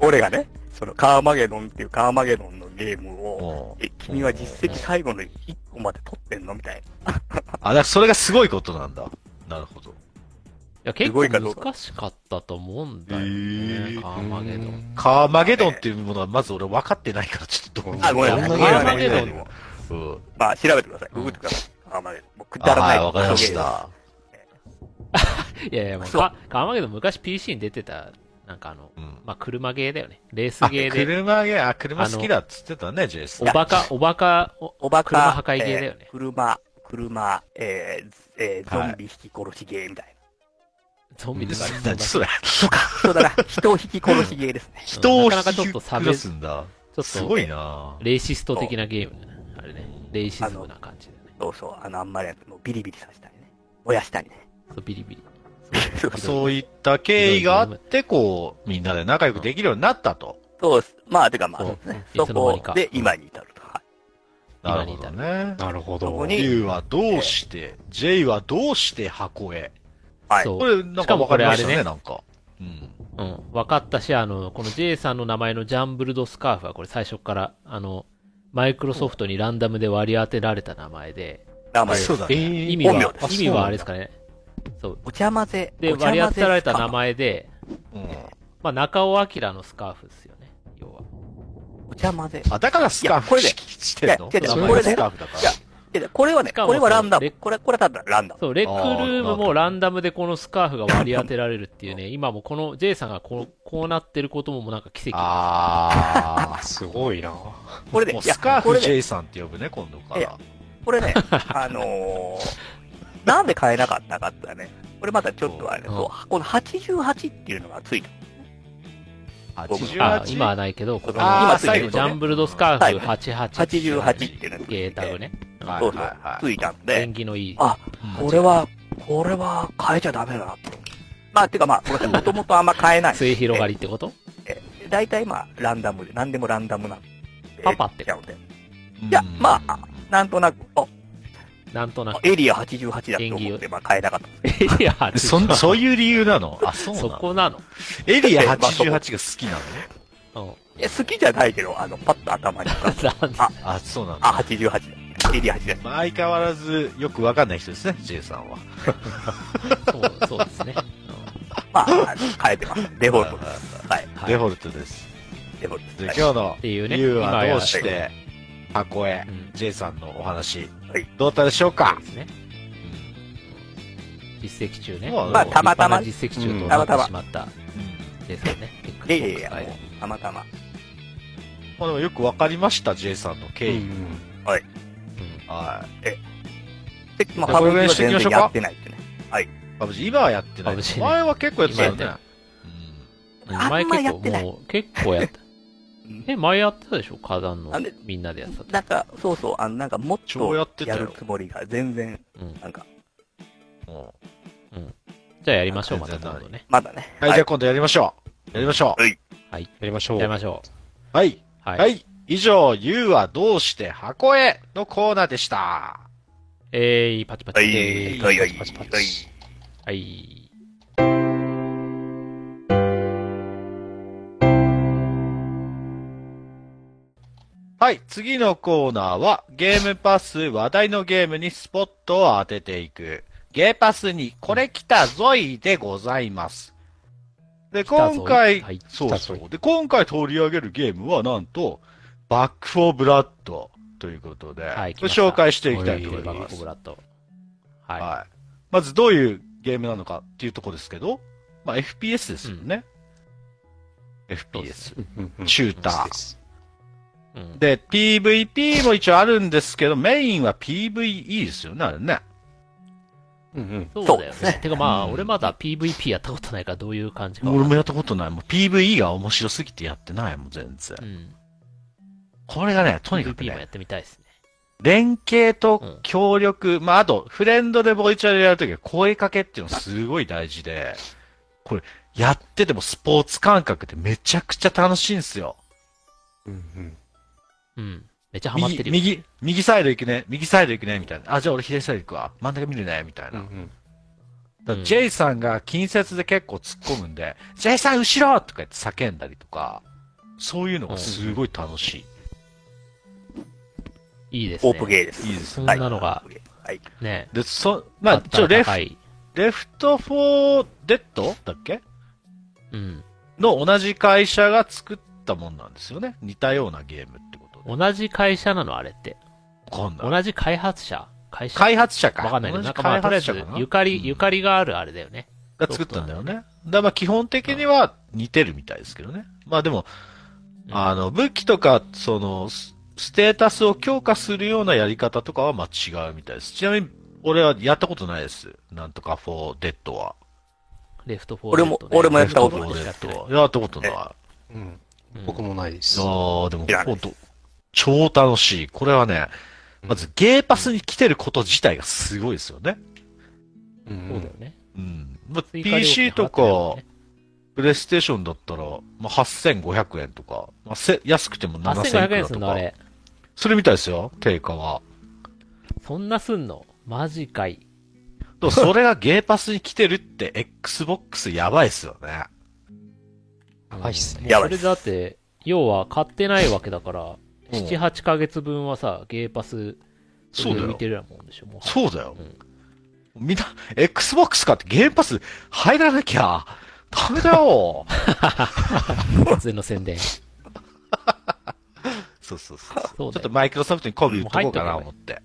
[SPEAKER 3] 俺がね、そのカーマゲドンっていうカーマゲドンのゲームを、
[SPEAKER 1] おー
[SPEAKER 3] え、君は実績最後の1個まで取ってんのみたい
[SPEAKER 1] あ、だからそれがすごいことなんだ。なるほど。
[SPEAKER 2] いや結
[SPEAKER 3] すご
[SPEAKER 2] 構
[SPEAKER 3] いかどうか
[SPEAKER 2] 難しかったと思うんだよ
[SPEAKER 1] へ
[SPEAKER 2] ね
[SPEAKER 1] ー、
[SPEAKER 2] カーマゲドン。
[SPEAKER 1] カーマゲドンっていうものはまず俺分かってないから、ちょっとどう
[SPEAKER 3] な。あ、ごめん
[SPEAKER 1] ど
[SPEAKER 3] な
[SPEAKER 1] う
[SPEAKER 3] さい。
[SPEAKER 2] カーマ
[SPEAKER 1] ゲ
[SPEAKER 2] ゲ
[SPEAKER 1] ド
[SPEAKER 2] ドン
[SPEAKER 1] ンうん。
[SPEAKER 3] まあ、調べてください。ググってください。カーマゲドン。もうくだらない。
[SPEAKER 1] あはい、わかりました。
[SPEAKER 2] いやいや、もう
[SPEAKER 3] そう
[SPEAKER 2] カカーマゲドン昔 PC に出てた、なんかあの、
[SPEAKER 1] うん
[SPEAKER 2] まあ、車ゲーだよね。レース
[SPEAKER 1] あ
[SPEAKER 2] ゲーで、
[SPEAKER 1] 車ゲー、あ、車好きだっつってたね、ジェイス
[SPEAKER 2] お。バカ、おバカ、お
[SPEAKER 3] おバカ。
[SPEAKER 2] 車破壊ゲーだよね
[SPEAKER 3] えー車、車、えーずえー
[SPEAKER 1] は
[SPEAKER 3] ゾ
[SPEAKER 1] い
[SPEAKER 3] ンビ引き殺しゲーみたいな。
[SPEAKER 2] ゾンビとかありそうだ
[SPEAKER 1] 何それ。
[SPEAKER 3] そうだな。人を引き殺しゲーですね。
[SPEAKER 1] 人を引
[SPEAKER 2] なかなかちょっと
[SPEAKER 1] き
[SPEAKER 2] 差
[SPEAKER 1] 下
[SPEAKER 2] 別
[SPEAKER 1] すんだ。
[SPEAKER 2] ちょっ
[SPEAKER 1] す
[SPEAKER 2] と、
[SPEAKER 1] ごいな
[SPEAKER 2] レイシスト的なゲームだね。あれね。レイシズムな感じだね。
[SPEAKER 3] そうそう。あの、あんまりやつ、もうビリビリさせたりね。燃やしたりね。
[SPEAKER 2] そう、ビリビリ。
[SPEAKER 1] そういった経緯があって、こう、みんなで仲良くできるようになったと。
[SPEAKER 3] そうっす。まあ、てかまあ、
[SPEAKER 2] そう
[SPEAKER 3] そうですね
[SPEAKER 2] い
[SPEAKER 3] そ
[SPEAKER 2] つの間に
[SPEAKER 3] こ
[SPEAKER 2] か
[SPEAKER 3] で今に至ると。はい
[SPEAKER 1] なるほどね。
[SPEAKER 4] なるほ
[SPEAKER 3] そ
[SPEAKER 4] ど
[SPEAKER 3] こ。に
[SPEAKER 1] U はどうして、J はどうして箱へ。
[SPEAKER 3] はい。
[SPEAKER 2] そう
[SPEAKER 1] これ、なん
[SPEAKER 2] しか
[SPEAKER 1] か
[SPEAKER 2] も
[SPEAKER 1] わ
[SPEAKER 2] こ
[SPEAKER 1] か
[SPEAKER 2] れ
[SPEAKER 1] り
[SPEAKER 2] あ
[SPEAKER 1] ま
[SPEAKER 2] れ
[SPEAKER 1] し
[SPEAKER 2] ね
[SPEAKER 1] たね、なんか。うん。
[SPEAKER 2] うん。分かったし、あの、この J さんの名前のジャンブルドスカーフは、これ最初から、あの、マイクロソフトにランダムで割り当てられた名前で、
[SPEAKER 3] 名前。
[SPEAKER 1] そうだ
[SPEAKER 4] え
[SPEAKER 1] ね。
[SPEAKER 2] 意味は
[SPEAKER 3] 本名で、
[SPEAKER 2] 意味はあれですかね。そう。
[SPEAKER 3] お茶混ぜ。
[SPEAKER 2] で、
[SPEAKER 3] お茶
[SPEAKER 2] 割
[SPEAKER 3] 混ぜ
[SPEAKER 2] り当てられた名。前で、
[SPEAKER 1] うん
[SPEAKER 2] まあ、中尾明のスカーフですよね。要は。
[SPEAKER 3] お茶混ぜ。
[SPEAKER 1] あ、だからスカー
[SPEAKER 3] いやこ
[SPEAKER 1] フ
[SPEAKER 3] れで
[SPEAKER 1] してんの
[SPEAKER 3] いや違う違う
[SPEAKER 1] 名前
[SPEAKER 3] これで
[SPEAKER 1] スカーフだから。
[SPEAKER 3] いやでこれはね、
[SPEAKER 2] しかも
[SPEAKER 3] これはランダ
[SPEAKER 2] レ
[SPEAKER 3] ム。これ、これはただランダム。
[SPEAKER 2] そう、レックルームも
[SPEAKER 1] あー
[SPEAKER 2] ランダムでこのスカーフが割り当てられるっていう ね、今もこの J さんがこうこうなってることももうなんか奇跡。
[SPEAKER 1] あ
[SPEAKER 4] すごいな。
[SPEAKER 3] これ
[SPEAKER 1] ー。
[SPEAKER 3] で、
[SPEAKER 1] もう
[SPEAKER 3] いや
[SPEAKER 1] スカー
[SPEAKER 3] こ
[SPEAKER 1] フ
[SPEAKER 3] れで
[SPEAKER 1] J さんって呼ぶね、今度か
[SPEAKER 3] い
[SPEAKER 1] ら
[SPEAKER 3] や。これね、あのー、なんで買えなかったかってのはね、これまたちょっとあれ、
[SPEAKER 2] うん
[SPEAKER 3] そうこの88っていうのがついた。
[SPEAKER 1] 88。
[SPEAKER 2] あ今はないけど、この
[SPEAKER 1] あ
[SPEAKER 2] 今
[SPEAKER 1] ー
[SPEAKER 2] ついて
[SPEAKER 1] 最後
[SPEAKER 2] る
[SPEAKER 1] ね
[SPEAKER 2] ジャンブルドスカーフ88っていう
[SPEAKER 3] 88っていうのがついて。
[SPEAKER 2] ゲータグね。
[SPEAKER 1] はい
[SPEAKER 3] そうそう
[SPEAKER 1] はいはい
[SPEAKER 3] ついたんで
[SPEAKER 2] 縁、起のいい。
[SPEAKER 3] あ、
[SPEAKER 1] うん
[SPEAKER 3] これは、これは変えちゃダメだなと。まあ、てかまあ、これ もともとあんま変えない。
[SPEAKER 2] 末広がりってこと
[SPEAKER 3] えー大体まあ、ランダムで、何でもランダムなんで。
[SPEAKER 2] パパって
[SPEAKER 3] ちゃうんで。いや
[SPEAKER 1] うん
[SPEAKER 3] まあなんとなく、あ、
[SPEAKER 2] なんとなく。
[SPEAKER 3] エリア88だと思って、まあ変えなかった。
[SPEAKER 2] い や、
[SPEAKER 1] そんそういう理由なのあ、そうな
[SPEAKER 2] そ
[SPEAKER 1] の
[SPEAKER 2] こなの。
[SPEAKER 1] エリア88が好きなの
[SPEAKER 2] うん。
[SPEAKER 3] いや、好きじゃないけど、あの、パッと頭に浮か
[SPEAKER 2] な
[SPEAKER 3] ぶ。
[SPEAKER 2] ん
[SPEAKER 3] あ
[SPEAKER 1] あ、そうなんだ。
[SPEAKER 3] あ、88だ。 88です。
[SPEAKER 1] まあ、相変わらずよくわかんない人ですね、J さんは。
[SPEAKER 2] そう、そうですね。
[SPEAKER 3] まあ、変えてます。デフォルトです。はい。
[SPEAKER 2] はい
[SPEAKER 1] デフォルトです。
[SPEAKER 3] デフォルト
[SPEAKER 1] で
[SPEAKER 3] で
[SPEAKER 1] 今
[SPEAKER 3] す。
[SPEAKER 1] 日
[SPEAKER 3] はい
[SPEAKER 1] の
[SPEAKER 2] ていうね
[SPEAKER 1] U は
[SPEAKER 2] 今や
[SPEAKER 1] ど
[SPEAKER 2] っ
[SPEAKER 1] う
[SPEAKER 2] て
[SPEAKER 1] し
[SPEAKER 3] は
[SPEAKER 1] て箱へ
[SPEAKER 2] うん
[SPEAKER 1] J さんのお話、
[SPEAKER 3] はい
[SPEAKER 1] どうだったでしょうか
[SPEAKER 2] そうですね。実績中ね。
[SPEAKER 1] まあ
[SPEAKER 2] もう
[SPEAKER 3] たまたま
[SPEAKER 2] 立派な実績中
[SPEAKER 1] う
[SPEAKER 2] と
[SPEAKER 1] ん
[SPEAKER 2] なってしまった
[SPEAKER 1] うん
[SPEAKER 2] ですよね。
[SPEAKER 3] いやいやいや、
[SPEAKER 2] は
[SPEAKER 3] もう、たまたま。
[SPEAKER 1] まあ、でもよくわかりました、J さんの経
[SPEAKER 4] う
[SPEAKER 1] 緯。
[SPEAKER 4] ん
[SPEAKER 2] うん
[SPEAKER 1] はい。
[SPEAKER 3] で、まあ、
[SPEAKER 1] じゃあこ
[SPEAKER 3] 株
[SPEAKER 1] れぐらい
[SPEAKER 3] 式
[SPEAKER 1] に
[SPEAKER 3] は
[SPEAKER 1] しときましょう
[SPEAKER 3] 全然
[SPEAKER 1] か
[SPEAKER 3] やってないってね。
[SPEAKER 1] バブジ今はやってない
[SPEAKER 2] バブジ。ね
[SPEAKER 1] 前は結構やってたよね。
[SPEAKER 2] 今や
[SPEAKER 3] あんま
[SPEAKER 2] 前結
[SPEAKER 3] やってな
[SPEAKER 2] 構、
[SPEAKER 3] い
[SPEAKER 2] もう、結構やった。
[SPEAKER 3] うん
[SPEAKER 2] え、前やってたでしょ花壇の
[SPEAKER 3] なんで
[SPEAKER 2] みんなでやってたって。
[SPEAKER 3] なんか、そうそう、あの、なんか、もっ
[SPEAKER 1] 超やっ
[SPEAKER 3] と
[SPEAKER 1] てた
[SPEAKER 3] や
[SPEAKER 1] よ
[SPEAKER 3] るつもりが、全然、
[SPEAKER 2] うん。
[SPEAKER 3] なんか、
[SPEAKER 1] うんは
[SPEAKER 2] じゃあやりましょう、また
[SPEAKER 1] 全然
[SPEAKER 2] 今度ね。
[SPEAKER 3] まだね。
[SPEAKER 1] い、じゃあ今度やりましょう。やりましょ
[SPEAKER 2] はい。
[SPEAKER 4] やりましょう。
[SPEAKER 2] やりましょ
[SPEAKER 1] う。はい。
[SPEAKER 2] う。は
[SPEAKER 1] はい。以上、ゆうはどうして箱へのコーナーでした。
[SPEAKER 2] えー、パチパチ。
[SPEAKER 3] はい
[SPEAKER 2] えー
[SPEAKER 3] はいはい
[SPEAKER 2] パチパチ
[SPEAKER 3] はい
[SPEAKER 2] はい。
[SPEAKER 1] はい。次のコーナーは、ゲームパス、話題のゲームにスポットを当てていく。ゲーパスにこれ来たぞいでございます。で、
[SPEAKER 2] たぞい
[SPEAKER 1] 今回、
[SPEAKER 2] はい
[SPEAKER 1] そ
[SPEAKER 4] 来た
[SPEAKER 1] う
[SPEAKER 4] ぞ
[SPEAKER 1] そ。
[SPEAKER 4] いう
[SPEAKER 1] で、今回取り上げるゲームは、なんと、バックフォーブラッドということで、
[SPEAKER 2] はい
[SPEAKER 1] これ紹介していき
[SPEAKER 2] お
[SPEAKER 1] た
[SPEAKER 2] 願
[SPEAKER 1] いと思い
[SPEAKER 2] バ
[SPEAKER 1] ま
[SPEAKER 2] ッ
[SPEAKER 1] す
[SPEAKER 2] ク。ブラッド。はい。
[SPEAKER 1] はい。まずどういうゲームなのかっていうところですけど、まあ FPS ですよね。
[SPEAKER 2] そうで
[SPEAKER 1] FPS。
[SPEAKER 2] す。
[SPEAKER 4] うんうん
[SPEAKER 1] シュータ
[SPEAKER 4] そうで
[SPEAKER 1] ー。
[SPEAKER 4] す
[SPEAKER 2] うん。
[SPEAKER 1] で、PVP も一応あるんですけど、メインは PVE ですよね、あれね。
[SPEAKER 4] うんうん。
[SPEAKER 2] そうだよ
[SPEAKER 3] そうです
[SPEAKER 2] ね。てかまあ、
[SPEAKER 1] うん
[SPEAKER 2] 俺まだ PVP やったことないからどういう感じかわか
[SPEAKER 1] 俺も
[SPEAKER 2] んない。
[SPEAKER 1] やったことない。もう PVE が面白すぎてやってないもん、全然
[SPEAKER 2] う。ん。
[SPEAKER 1] これがね、とにかく
[SPEAKER 2] PVP もや
[SPEAKER 1] ね、
[SPEAKER 2] ってみたいですね。
[SPEAKER 1] 連携と協力、まああと、フレンドでボイチャーでやるときは声かけっていうのすごい大事で、これ、やっててもスポーツ感覚でめちゃくちゃ楽しいんですよ。
[SPEAKER 4] うんうん。
[SPEAKER 2] うん。めっちゃハマって
[SPEAKER 1] 右、
[SPEAKER 2] るよ。
[SPEAKER 1] 右、右サイド行くね、右サイド行くね、みたいな。あ、じゃあ俺左サイド行くわ。真ん中見るね、みたい
[SPEAKER 4] うん
[SPEAKER 1] な。
[SPEAKER 4] うん。
[SPEAKER 1] だか
[SPEAKER 2] うん
[SPEAKER 1] ら J さんが近接で結構突っ込むんで、J さん後ろとか言って叫んだりとか、そういうのがすごい楽しい。
[SPEAKER 2] いいですね。
[SPEAKER 3] オープゲーです。
[SPEAKER 1] いいです
[SPEAKER 2] そんなのが
[SPEAKER 3] はいオープゲーはい。
[SPEAKER 2] ね。
[SPEAKER 1] で、そ、まあ、ちょ、レフ、
[SPEAKER 2] はい。
[SPEAKER 1] レフトフォーデッドだっけ
[SPEAKER 2] うん。
[SPEAKER 1] の同じ会社が作ったもんなんですよね。似たようなゲームってことで。
[SPEAKER 2] 同じ会社なのあれって。
[SPEAKER 1] わかんない。
[SPEAKER 2] 同じ開発者会社
[SPEAKER 1] 開発者か。
[SPEAKER 2] わかんないけ
[SPEAKER 1] 同
[SPEAKER 2] ど、
[SPEAKER 1] じ
[SPEAKER 2] なんかまあ、とりあえ
[SPEAKER 1] 開発者
[SPEAKER 2] ず
[SPEAKER 1] か、な
[SPEAKER 2] ゆか
[SPEAKER 1] う
[SPEAKER 2] り、
[SPEAKER 1] ん
[SPEAKER 2] ゆかりがあるあれだよね。
[SPEAKER 1] が作ったんだよね。だからまあ基本的には似てるみたいですけどね。まあでも、
[SPEAKER 2] うん
[SPEAKER 1] あの、武器とか、その、スステータスを強化するようなやり方とかはまあ違うみたいです。ちなみに、俺はやったことないです。なんとか4デッドは。
[SPEAKER 2] レフトフォー
[SPEAKER 3] 俺
[SPEAKER 2] レッ
[SPEAKER 3] も
[SPEAKER 2] ドね、
[SPEAKER 3] 俺もや
[SPEAKER 1] レ
[SPEAKER 3] っ
[SPEAKER 1] フ
[SPEAKER 3] た
[SPEAKER 1] ト
[SPEAKER 3] こ
[SPEAKER 1] フォ
[SPEAKER 3] と
[SPEAKER 1] ー
[SPEAKER 3] ない
[SPEAKER 1] デ
[SPEAKER 2] やって
[SPEAKER 1] ッ
[SPEAKER 2] ない
[SPEAKER 1] ドは。やったことない。あ
[SPEAKER 4] うん。
[SPEAKER 2] うん
[SPEAKER 4] 僕もないです。
[SPEAKER 1] あ、でも
[SPEAKER 3] いらない
[SPEAKER 1] ほんと、超楽しい。これはね、まずゲーパスに来てること自体がすごいですよね。
[SPEAKER 4] うんう
[SPEAKER 2] そうだよ
[SPEAKER 4] ん。
[SPEAKER 2] ね。
[SPEAKER 1] うん。まあ、
[SPEAKER 2] 追加料金
[SPEAKER 1] PC と
[SPEAKER 2] 払っ
[SPEAKER 1] か、プレイステーションだったら、まあ、8500円とか、まあ、せ安くても
[SPEAKER 2] てるよね
[SPEAKER 1] 7500
[SPEAKER 2] 8500
[SPEAKER 1] 円
[SPEAKER 2] 円
[SPEAKER 1] だ
[SPEAKER 2] す
[SPEAKER 1] と
[SPEAKER 2] んのあ
[SPEAKER 1] か。
[SPEAKER 2] れ。
[SPEAKER 1] それみたいですよ、定価は。
[SPEAKER 2] そんなすんのマジかい。
[SPEAKER 1] で もそれがゲーパスに来てるって、Xbox やばいっすよね。
[SPEAKER 4] やばいっすね
[SPEAKER 2] もう
[SPEAKER 3] やば
[SPEAKER 2] そ
[SPEAKER 3] いっ
[SPEAKER 2] れ
[SPEAKER 3] す
[SPEAKER 2] だって、要は買ってないわけだから、
[SPEAKER 1] うん
[SPEAKER 2] 7、8ヶ月分はさ、ゲーパス、
[SPEAKER 1] そうだ
[SPEAKER 2] 浮い
[SPEAKER 1] よ
[SPEAKER 2] て。るようなもんでしょ、もう。
[SPEAKER 1] そうだよ
[SPEAKER 2] うん。
[SPEAKER 1] みんな、Xbox 買ってゲームパス入らなきゃ、ダメだ よ。
[SPEAKER 2] 突然の宣伝。
[SPEAKER 1] そうそうそうそう。
[SPEAKER 2] そう
[SPEAKER 1] ちょ
[SPEAKER 2] だ
[SPEAKER 1] っ
[SPEAKER 2] よ
[SPEAKER 1] とマイクロソフトにコビ売っとこうかな
[SPEAKER 2] もう
[SPEAKER 1] 思って。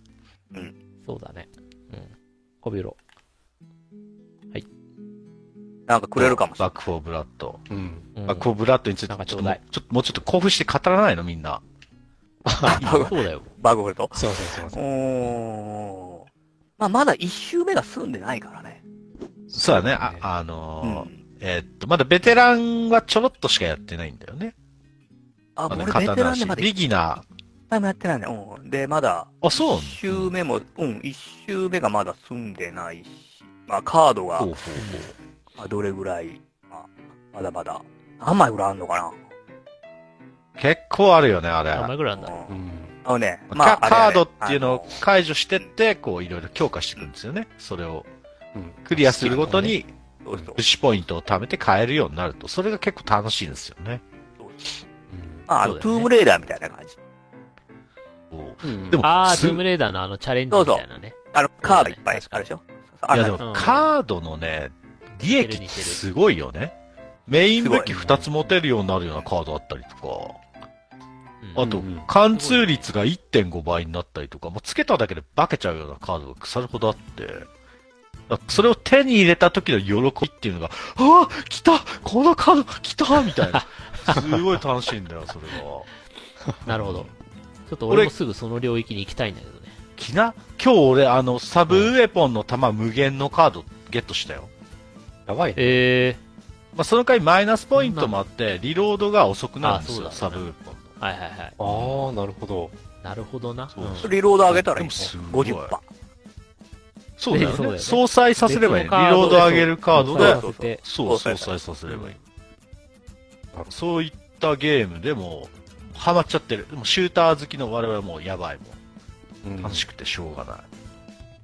[SPEAKER 2] そうだね。うん。コビロ。
[SPEAKER 3] なんかくれるかもしれ
[SPEAKER 1] バックフォーブラッド。
[SPEAKER 4] うん。
[SPEAKER 2] うん
[SPEAKER 1] バックフォーブラッドについて
[SPEAKER 2] なんか
[SPEAKER 1] ち
[SPEAKER 2] ち
[SPEAKER 1] ょっ
[SPEAKER 2] ょう
[SPEAKER 1] とも
[SPEAKER 2] だ
[SPEAKER 1] う
[SPEAKER 2] い
[SPEAKER 1] ちょっともうちょっと興奮して語らないのみんな。
[SPEAKER 3] ない。
[SPEAKER 2] そうだよ。
[SPEAKER 3] バグフルト。
[SPEAKER 4] すいません、すいま
[SPEAKER 3] う
[SPEAKER 4] せん。
[SPEAKER 3] ーん。まあ、まだ一周目が済んでないからね。
[SPEAKER 1] そうだね。あ、あのー
[SPEAKER 3] ん。
[SPEAKER 1] えーっと、まだベテランはちょろっとしかやってないんだよね。
[SPEAKER 3] あ、
[SPEAKER 1] まだ
[SPEAKER 3] 俺ベテランでまだ
[SPEAKER 1] ビ
[SPEAKER 3] 一
[SPEAKER 1] ギナー。
[SPEAKER 3] 回もやってないね。うん。で、まだ、
[SPEAKER 1] あ、そうなの
[SPEAKER 3] 一周目も、うん、一周目がまだ済んでないし、まあ、カードが
[SPEAKER 1] ほう、ほうほう。
[SPEAKER 3] まあどれぐらい、まあ、まだまだ、何枚ぐらいあんのかな
[SPEAKER 1] 結構あるよね、あれ。
[SPEAKER 2] 何枚ぐらいあんだろう。
[SPEAKER 3] う
[SPEAKER 4] うんん。
[SPEAKER 3] あのね、
[SPEAKER 1] まあ、カカードっていうのを
[SPEAKER 3] あ
[SPEAKER 1] 解除してって、こういろいろ強化していくんですよね。それを
[SPEAKER 4] うん
[SPEAKER 1] クリアするごとに、
[SPEAKER 3] のそうそう
[SPEAKER 1] プッシュポイントを貯めて買えるようになると、それが結構楽しいんですよね。
[SPEAKER 3] そうそう
[SPEAKER 4] うん
[SPEAKER 3] まあ、あの
[SPEAKER 2] そうだ
[SPEAKER 3] ト
[SPEAKER 2] よね
[SPEAKER 3] ゥームレーダーみたいな感じ。
[SPEAKER 4] うん
[SPEAKER 1] でも
[SPEAKER 2] ああ、
[SPEAKER 1] す
[SPEAKER 2] トゥームレーダーのあのチャレンジみたいなね。
[SPEAKER 3] あの、カードいっぱいあるでしょあ
[SPEAKER 1] いやで
[SPEAKER 3] の、
[SPEAKER 2] う
[SPEAKER 1] も
[SPEAKER 2] ん
[SPEAKER 1] カードのね、利益ってすごいよね。メイン武器
[SPEAKER 2] すご
[SPEAKER 1] 2
[SPEAKER 2] い
[SPEAKER 1] つ持てるようになるようなカードあったりとか、
[SPEAKER 2] う
[SPEAKER 1] あ
[SPEAKER 2] ん
[SPEAKER 1] と
[SPEAKER 4] うん、
[SPEAKER 1] 貫通率が1.5倍になったりとか、もうつけただけで化けちゃうようなカードが腐るほどあって、だそれを手に入れた時の喜びっていうのが、ああ来たこのカードが来たみたい な。すごい楽しいんだよ、それが。
[SPEAKER 2] なるほど。ちょっと俺もすぐその領域に行きたいんだけどね。
[SPEAKER 1] きな今日俺、あの、サブウェポンの弾無限のカードゲットしたよ。
[SPEAKER 4] やばいね。
[SPEAKER 2] え
[SPEAKER 1] まあ、その回マイナスポイントもあって、リロードが遅くなるんですよ、
[SPEAKER 2] あそ
[SPEAKER 1] サ
[SPEAKER 2] うだ
[SPEAKER 1] ブ
[SPEAKER 2] ね
[SPEAKER 1] ウェポンの。
[SPEAKER 2] ー、はいはいはい。
[SPEAKER 4] ああ、なるほど。
[SPEAKER 2] なるほどな。
[SPEAKER 1] そうそう
[SPEAKER 3] リロード上げたらいい
[SPEAKER 1] で
[SPEAKER 3] の。
[SPEAKER 1] もすごい
[SPEAKER 3] 50%。
[SPEAKER 1] そうだよ
[SPEAKER 2] ねそうだ
[SPEAKER 1] ね。
[SPEAKER 2] よね
[SPEAKER 1] 相殺させればいい。リ
[SPEAKER 2] 別のカード
[SPEAKER 1] ロード上げるカードで
[SPEAKER 3] そう、
[SPEAKER 2] そうそう
[SPEAKER 1] そう、
[SPEAKER 3] そ
[SPEAKER 1] 相
[SPEAKER 3] う
[SPEAKER 1] 殺させればいい。
[SPEAKER 4] うん
[SPEAKER 1] そういったゲームでも、ハマっちゃってる。でも、シューター好きの我々はもうやばいもん。
[SPEAKER 4] うん
[SPEAKER 1] 楽しくてしょうがない。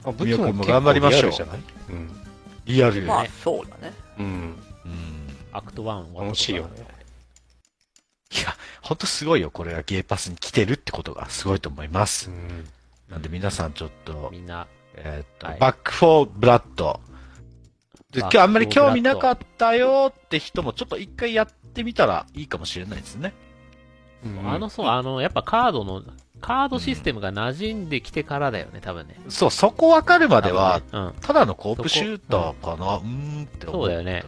[SPEAKER 4] あ武
[SPEAKER 1] 宮
[SPEAKER 4] 器
[SPEAKER 1] 君
[SPEAKER 4] も
[SPEAKER 1] も
[SPEAKER 4] 結
[SPEAKER 1] 頑
[SPEAKER 4] 構
[SPEAKER 1] 張りましょう
[SPEAKER 4] リアルじゃないうん。
[SPEAKER 1] リアル
[SPEAKER 3] ま
[SPEAKER 1] よ
[SPEAKER 3] あ
[SPEAKER 1] ね。、
[SPEAKER 3] そうだね。
[SPEAKER 4] うん。
[SPEAKER 1] うん。
[SPEAKER 2] アクト1終わったこと
[SPEAKER 4] 楽しいよね
[SPEAKER 1] いや、ほんとすごいよ。これがゲーパスに来てるってことがすごいと思います。なんで皆さんちょっと、
[SPEAKER 2] みんな、
[SPEAKER 1] えーっと、
[SPEAKER 2] はい
[SPEAKER 1] バックフォーブラッド。で、今
[SPEAKER 2] バックフォー
[SPEAKER 1] 日あんまり興味なかったよって人もちょっと一回やってみたらいいかもしれないですね。
[SPEAKER 4] うん
[SPEAKER 2] あの、そう、あの、やっぱカードの、カードシステムが馴染んできてからだよね、多分ね。
[SPEAKER 1] そう、そこわかるまでは、
[SPEAKER 2] 多分ね、
[SPEAKER 1] ただのコープシューターかな、うーんって思ったけど。
[SPEAKER 2] そうだよね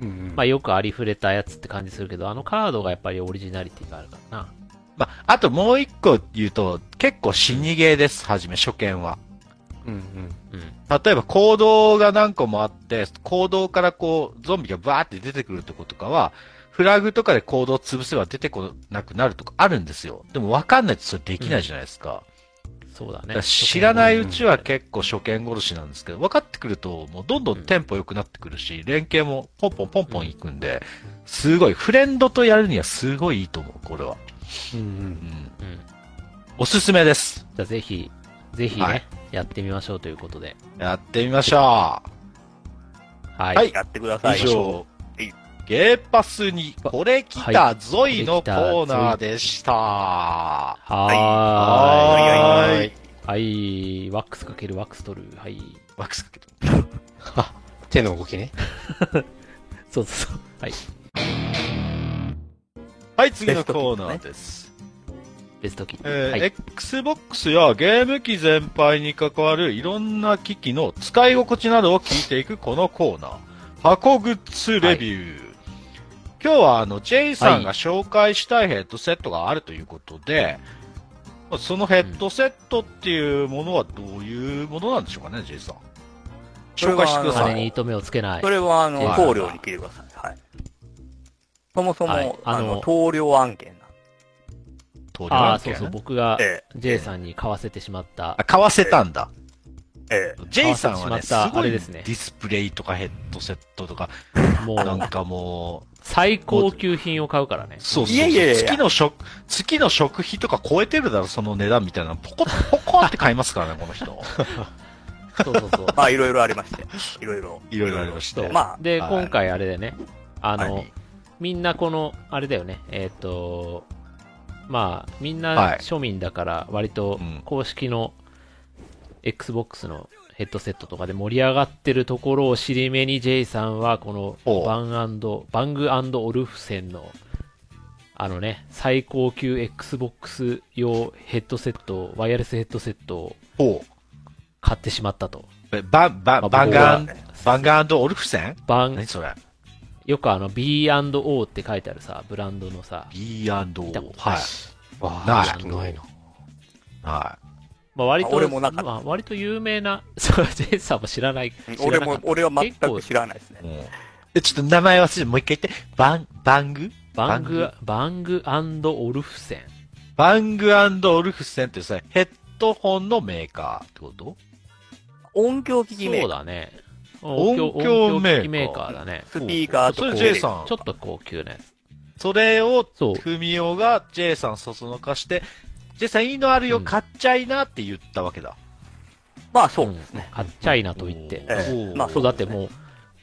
[SPEAKER 4] うん
[SPEAKER 2] うん。まあ、よくありふれたやつって感じするけど、あのカードがやっぱりオリジナリティがあるからな。
[SPEAKER 1] まあ、あともう一個言うと、結構死にゲーです、はじめ、初見は。
[SPEAKER 4] うんうん
[SPEAKER 2] うん。
[SPEAKER 1] 例えば行動が何個もあって、行動からこう、ゾンビがバーって出てくるとことかは、フラグとかで行動を潰せば出てこなくなるとかあるんですよ。でも分かんないとそれできないじゃないですか。
[SPEAKER 2] そうだ
[SPEAKER 1] だか
[SPEAKER 2] ね
[SPEAKER 1] ら。知らないうちは結構初見殺しなんですけど、分かってくると、もうどんどんテンポ良くなってくるし、連携もポンポンポンポンいくんで、すごい、フレンドとやるにはすごいいいと思う、これは。
[SPEAKER 4] うん
[SPEAKER 1] うん。
[SPEAKER 2] うん。じ
[SPEAKER 1] おすすめです。
[SPEAKER 2] ゃあ、ぜひ、ぜひね、
[SPEAKER 1] はい
[SPEAKER 2] やってみましょうということで。
[SPEAKER 1] やってみましょ
[SPEAKER 2] はい。
[SPEAKER 1] はい
[SPEAKER 3] やってくだ
[SPEAKER 1] う。
[SPEAKER 3] さ
[SPEAKER 1] 以
[SPEAKER 3] い。
[SPEAKER 1] 上
[SPEAKER 3] い、
[SPEAKER 1] ゲーパスにこれ来たぞいの
[SPEAKER 2] はい
[SPEAKER 1] コ
[SPEAKER 2] これ来たぞい
[SPEAKER 1] ーナーでした。
[SPEAKER 2] はーい。
[SPEAKER 1] はーい
[SPEAKER 4] はい。
[SPEAKER 2] はい。ワックスかけるワックス取る。はい。
[SPEAKER 1] ワックスかけて
[SPEAKER 4] あ手の動きね。
[SPEAKER 2] そうそうそう。はい。
[SPEAKER 1] はい、次のコーナーです。
[SPEAKER 2] ベストキット。
[SPEAKER 1] えー
[SPEAKER 2] はい。
[SPEAKER 1] Xbox やゲーム機全般に関わるいろんな機器の使い心地などを聞いていくこのコーナー。箱グッズレビュー。今日はあの、J さんが紹介したいヘッドセットがあるということで、まあそのヘッドセットっていうものはどういうものなんでしょうかね、J さん。紹介してくだ
[SPEAKER 2] あ
[SPEAKER 1] さ
[SPEAKER 2] れに
[SPEAKER 1] い。
[SPEAKER 2] 糸目をつけない
[SPEAKER 3] そ。れは、あの、
[SPEAKER 1] はい
[SPEAKER 3] 棟梁に切りください。はい。そもそも、
[SPEAKER 2] はいあ
[SPEAKER 3] あ
[SPEAKER 2] の
[SPEAKER 3] の、棟梁案件なんで
[SPEAKER 1] 投了
[SPEAKER 2] ああ、
[SPEAKER 1] 案
[SPEAKER 2] そ
[SPEAKER 1] 件
[SPEAKER 2] う
[SPEAKER 1] ね
[SPEAKER 2] そう。僕が
[SPEAKER 3] ええ
[SPEAKER 2] J さんに買わせてしまった
[SPEAKER 1] あ、。買わせたんだ。
[SPEAKER 3] え
[SPEAKER 1] J さんはね、
[SPEAKER 2] 買わせて
[SPEAKER 1] す
[SPEAKER 2] しまった
[SPEAKER 1] ご
[SPEAKER 2] あ
[SPEAKER 1] い
[SPEAKER 2] れ
[SPEAKER 1] デ
[SPEAKER 2] ですね
[SPEAKER 1] ィスプレイとかヘッドセットとか、
[SPEAKER 2] も
[SPEAKER 1] な、
[SPEAKER 2] うん
[SPEAKER 1] かもう、
[SPEAKER 2] 最高級品を買うからね。
[SPEAKER 1] そうそう
[SPEAKER 3] いやいやいやいや
[SPEAKER 1] 月の食、月の食費とか超えてるだろ、その値段みたいなの。ポコッ、ポコって買いますからね、この人。
[SPEAKER 2] そうそうそう
[SPEAKER 3] え。。まあ、いろいろありまして。いろいろ。
[SPEAKER 1] いろいろありまし
[SPEAKER 2] そ
[SPEAKER 1] て。
[SPEAKER 2] う
[SPEAKER 3] まあ
[SPEAKER 2] で、
[SPEAKER 1] はい
[SPEAKER 2] 今回あれだよね。あの
[SPEAKER 1] 何、
[SPEAKER 2] みんなこの、あれだよね。えっ、と、まあ、みん
[SPEAKER 1] はい
[SPEAKER 2] な庶民だから、割と
[SPEAKER 1] うん
[SPEAKER 2] 公式の Xbox のヘッドセットとかで盛り上がってるところを尻目に J さんは、こ
[SPEAKER 1] お
[SPEAKER 2] の
[SPEAKER 1] う
[SPEAKER 2] バンバングオルフセンの、あのね、最高級 Xbox 用ヘッドセット、ワイヤレスヘッドセットを
[SPEAKER 1] ほ
[SPEAKER 2] 買ってしまったと。
[SPEAKER 1] う。えバン、バ
[SPEAKER 2] まあ
[SPEAKER 1] ン、バンガン
[SPEAKER 2] 僕は、
[SPEAKER 1] バンガンオルフセン
[SPEAKER 2] バン
[SPEAKER 1] 何、それ
[SPEAKER 2] よくあの B&O って書いてあるさ、ブランドのさ、
[SPEAKER 1] ?B&O。
[SPEAKER 2] たこと
[SPEAKER 1] はい。
[SPEAKER 4] わ
[SPEAKER 1] ない
[SPEAKER 4] あ、ちょっとないな。
[SPEAKER 1] は
[SPEAKER 2] まあ、割
[SPEAKER 3] あ
[SPEAKER 2] と、
[SPEAKER 3] 俺もなかった
[SPEAKER 2] まあ、割と有名な、 そう、ジェイさんも知らない。
[SPEAKER 3] うん
[SPEAKER 2] 知
[SPEAKER 3] 俺
[SPEAKER 2] らなか
[SPEAKER 3] も
[SPEAKER 2] っ、た
[SPEAKER 3] 俺は全
[SPEAKER 2] 結構
[SPEAKER 3] く知らないですね
[SPEAKER 1] い。う。んえ、ちょっと名前忘れて、もう一回言って。バン、バング
[SPEAKER 2] バング、バングオルフセン。
[SPEAKER 1] バングオルフセンってさ、ヘッドホンのメーカーってこと
[SPEAKER 3] 音響機器メ
[SPEAKER 2] そう
[SPEAKER 3] ーカー。
[SPEAKER 2] だね。
[SPEAKER 1] 音響
[SPEAKER 2] 音
[SPEAKER 1] メーカー
[SPEAKER 2] 機器メーカーだね。
[SPEAKER 3] スピーカーと
[SPEAKER 1] それ
[SPEAKER 3] こう
[SPEAKER 1] J さん
[SPEAKER 2] ちょっと高級なやつ。
[SPEAKER 1] それを
[SPEAKER 2] そう。
[SPEAKER 1] ふみおが J さんそそのかして、J さんいいのあるよ、
[SPEAKER 2] うん
[SPEAKER 1] 買っちゃいなって言ったわけだ。
[SPEAKER 3] まあ、そう。
[SPEAKER 2] ですね。買っちゃいなと言って。
[SPEAKER 3] ええ
[SPEAKER 1] おー
[SPEAKER 3] まあ
[SPEAKER 2] そう、だってもう。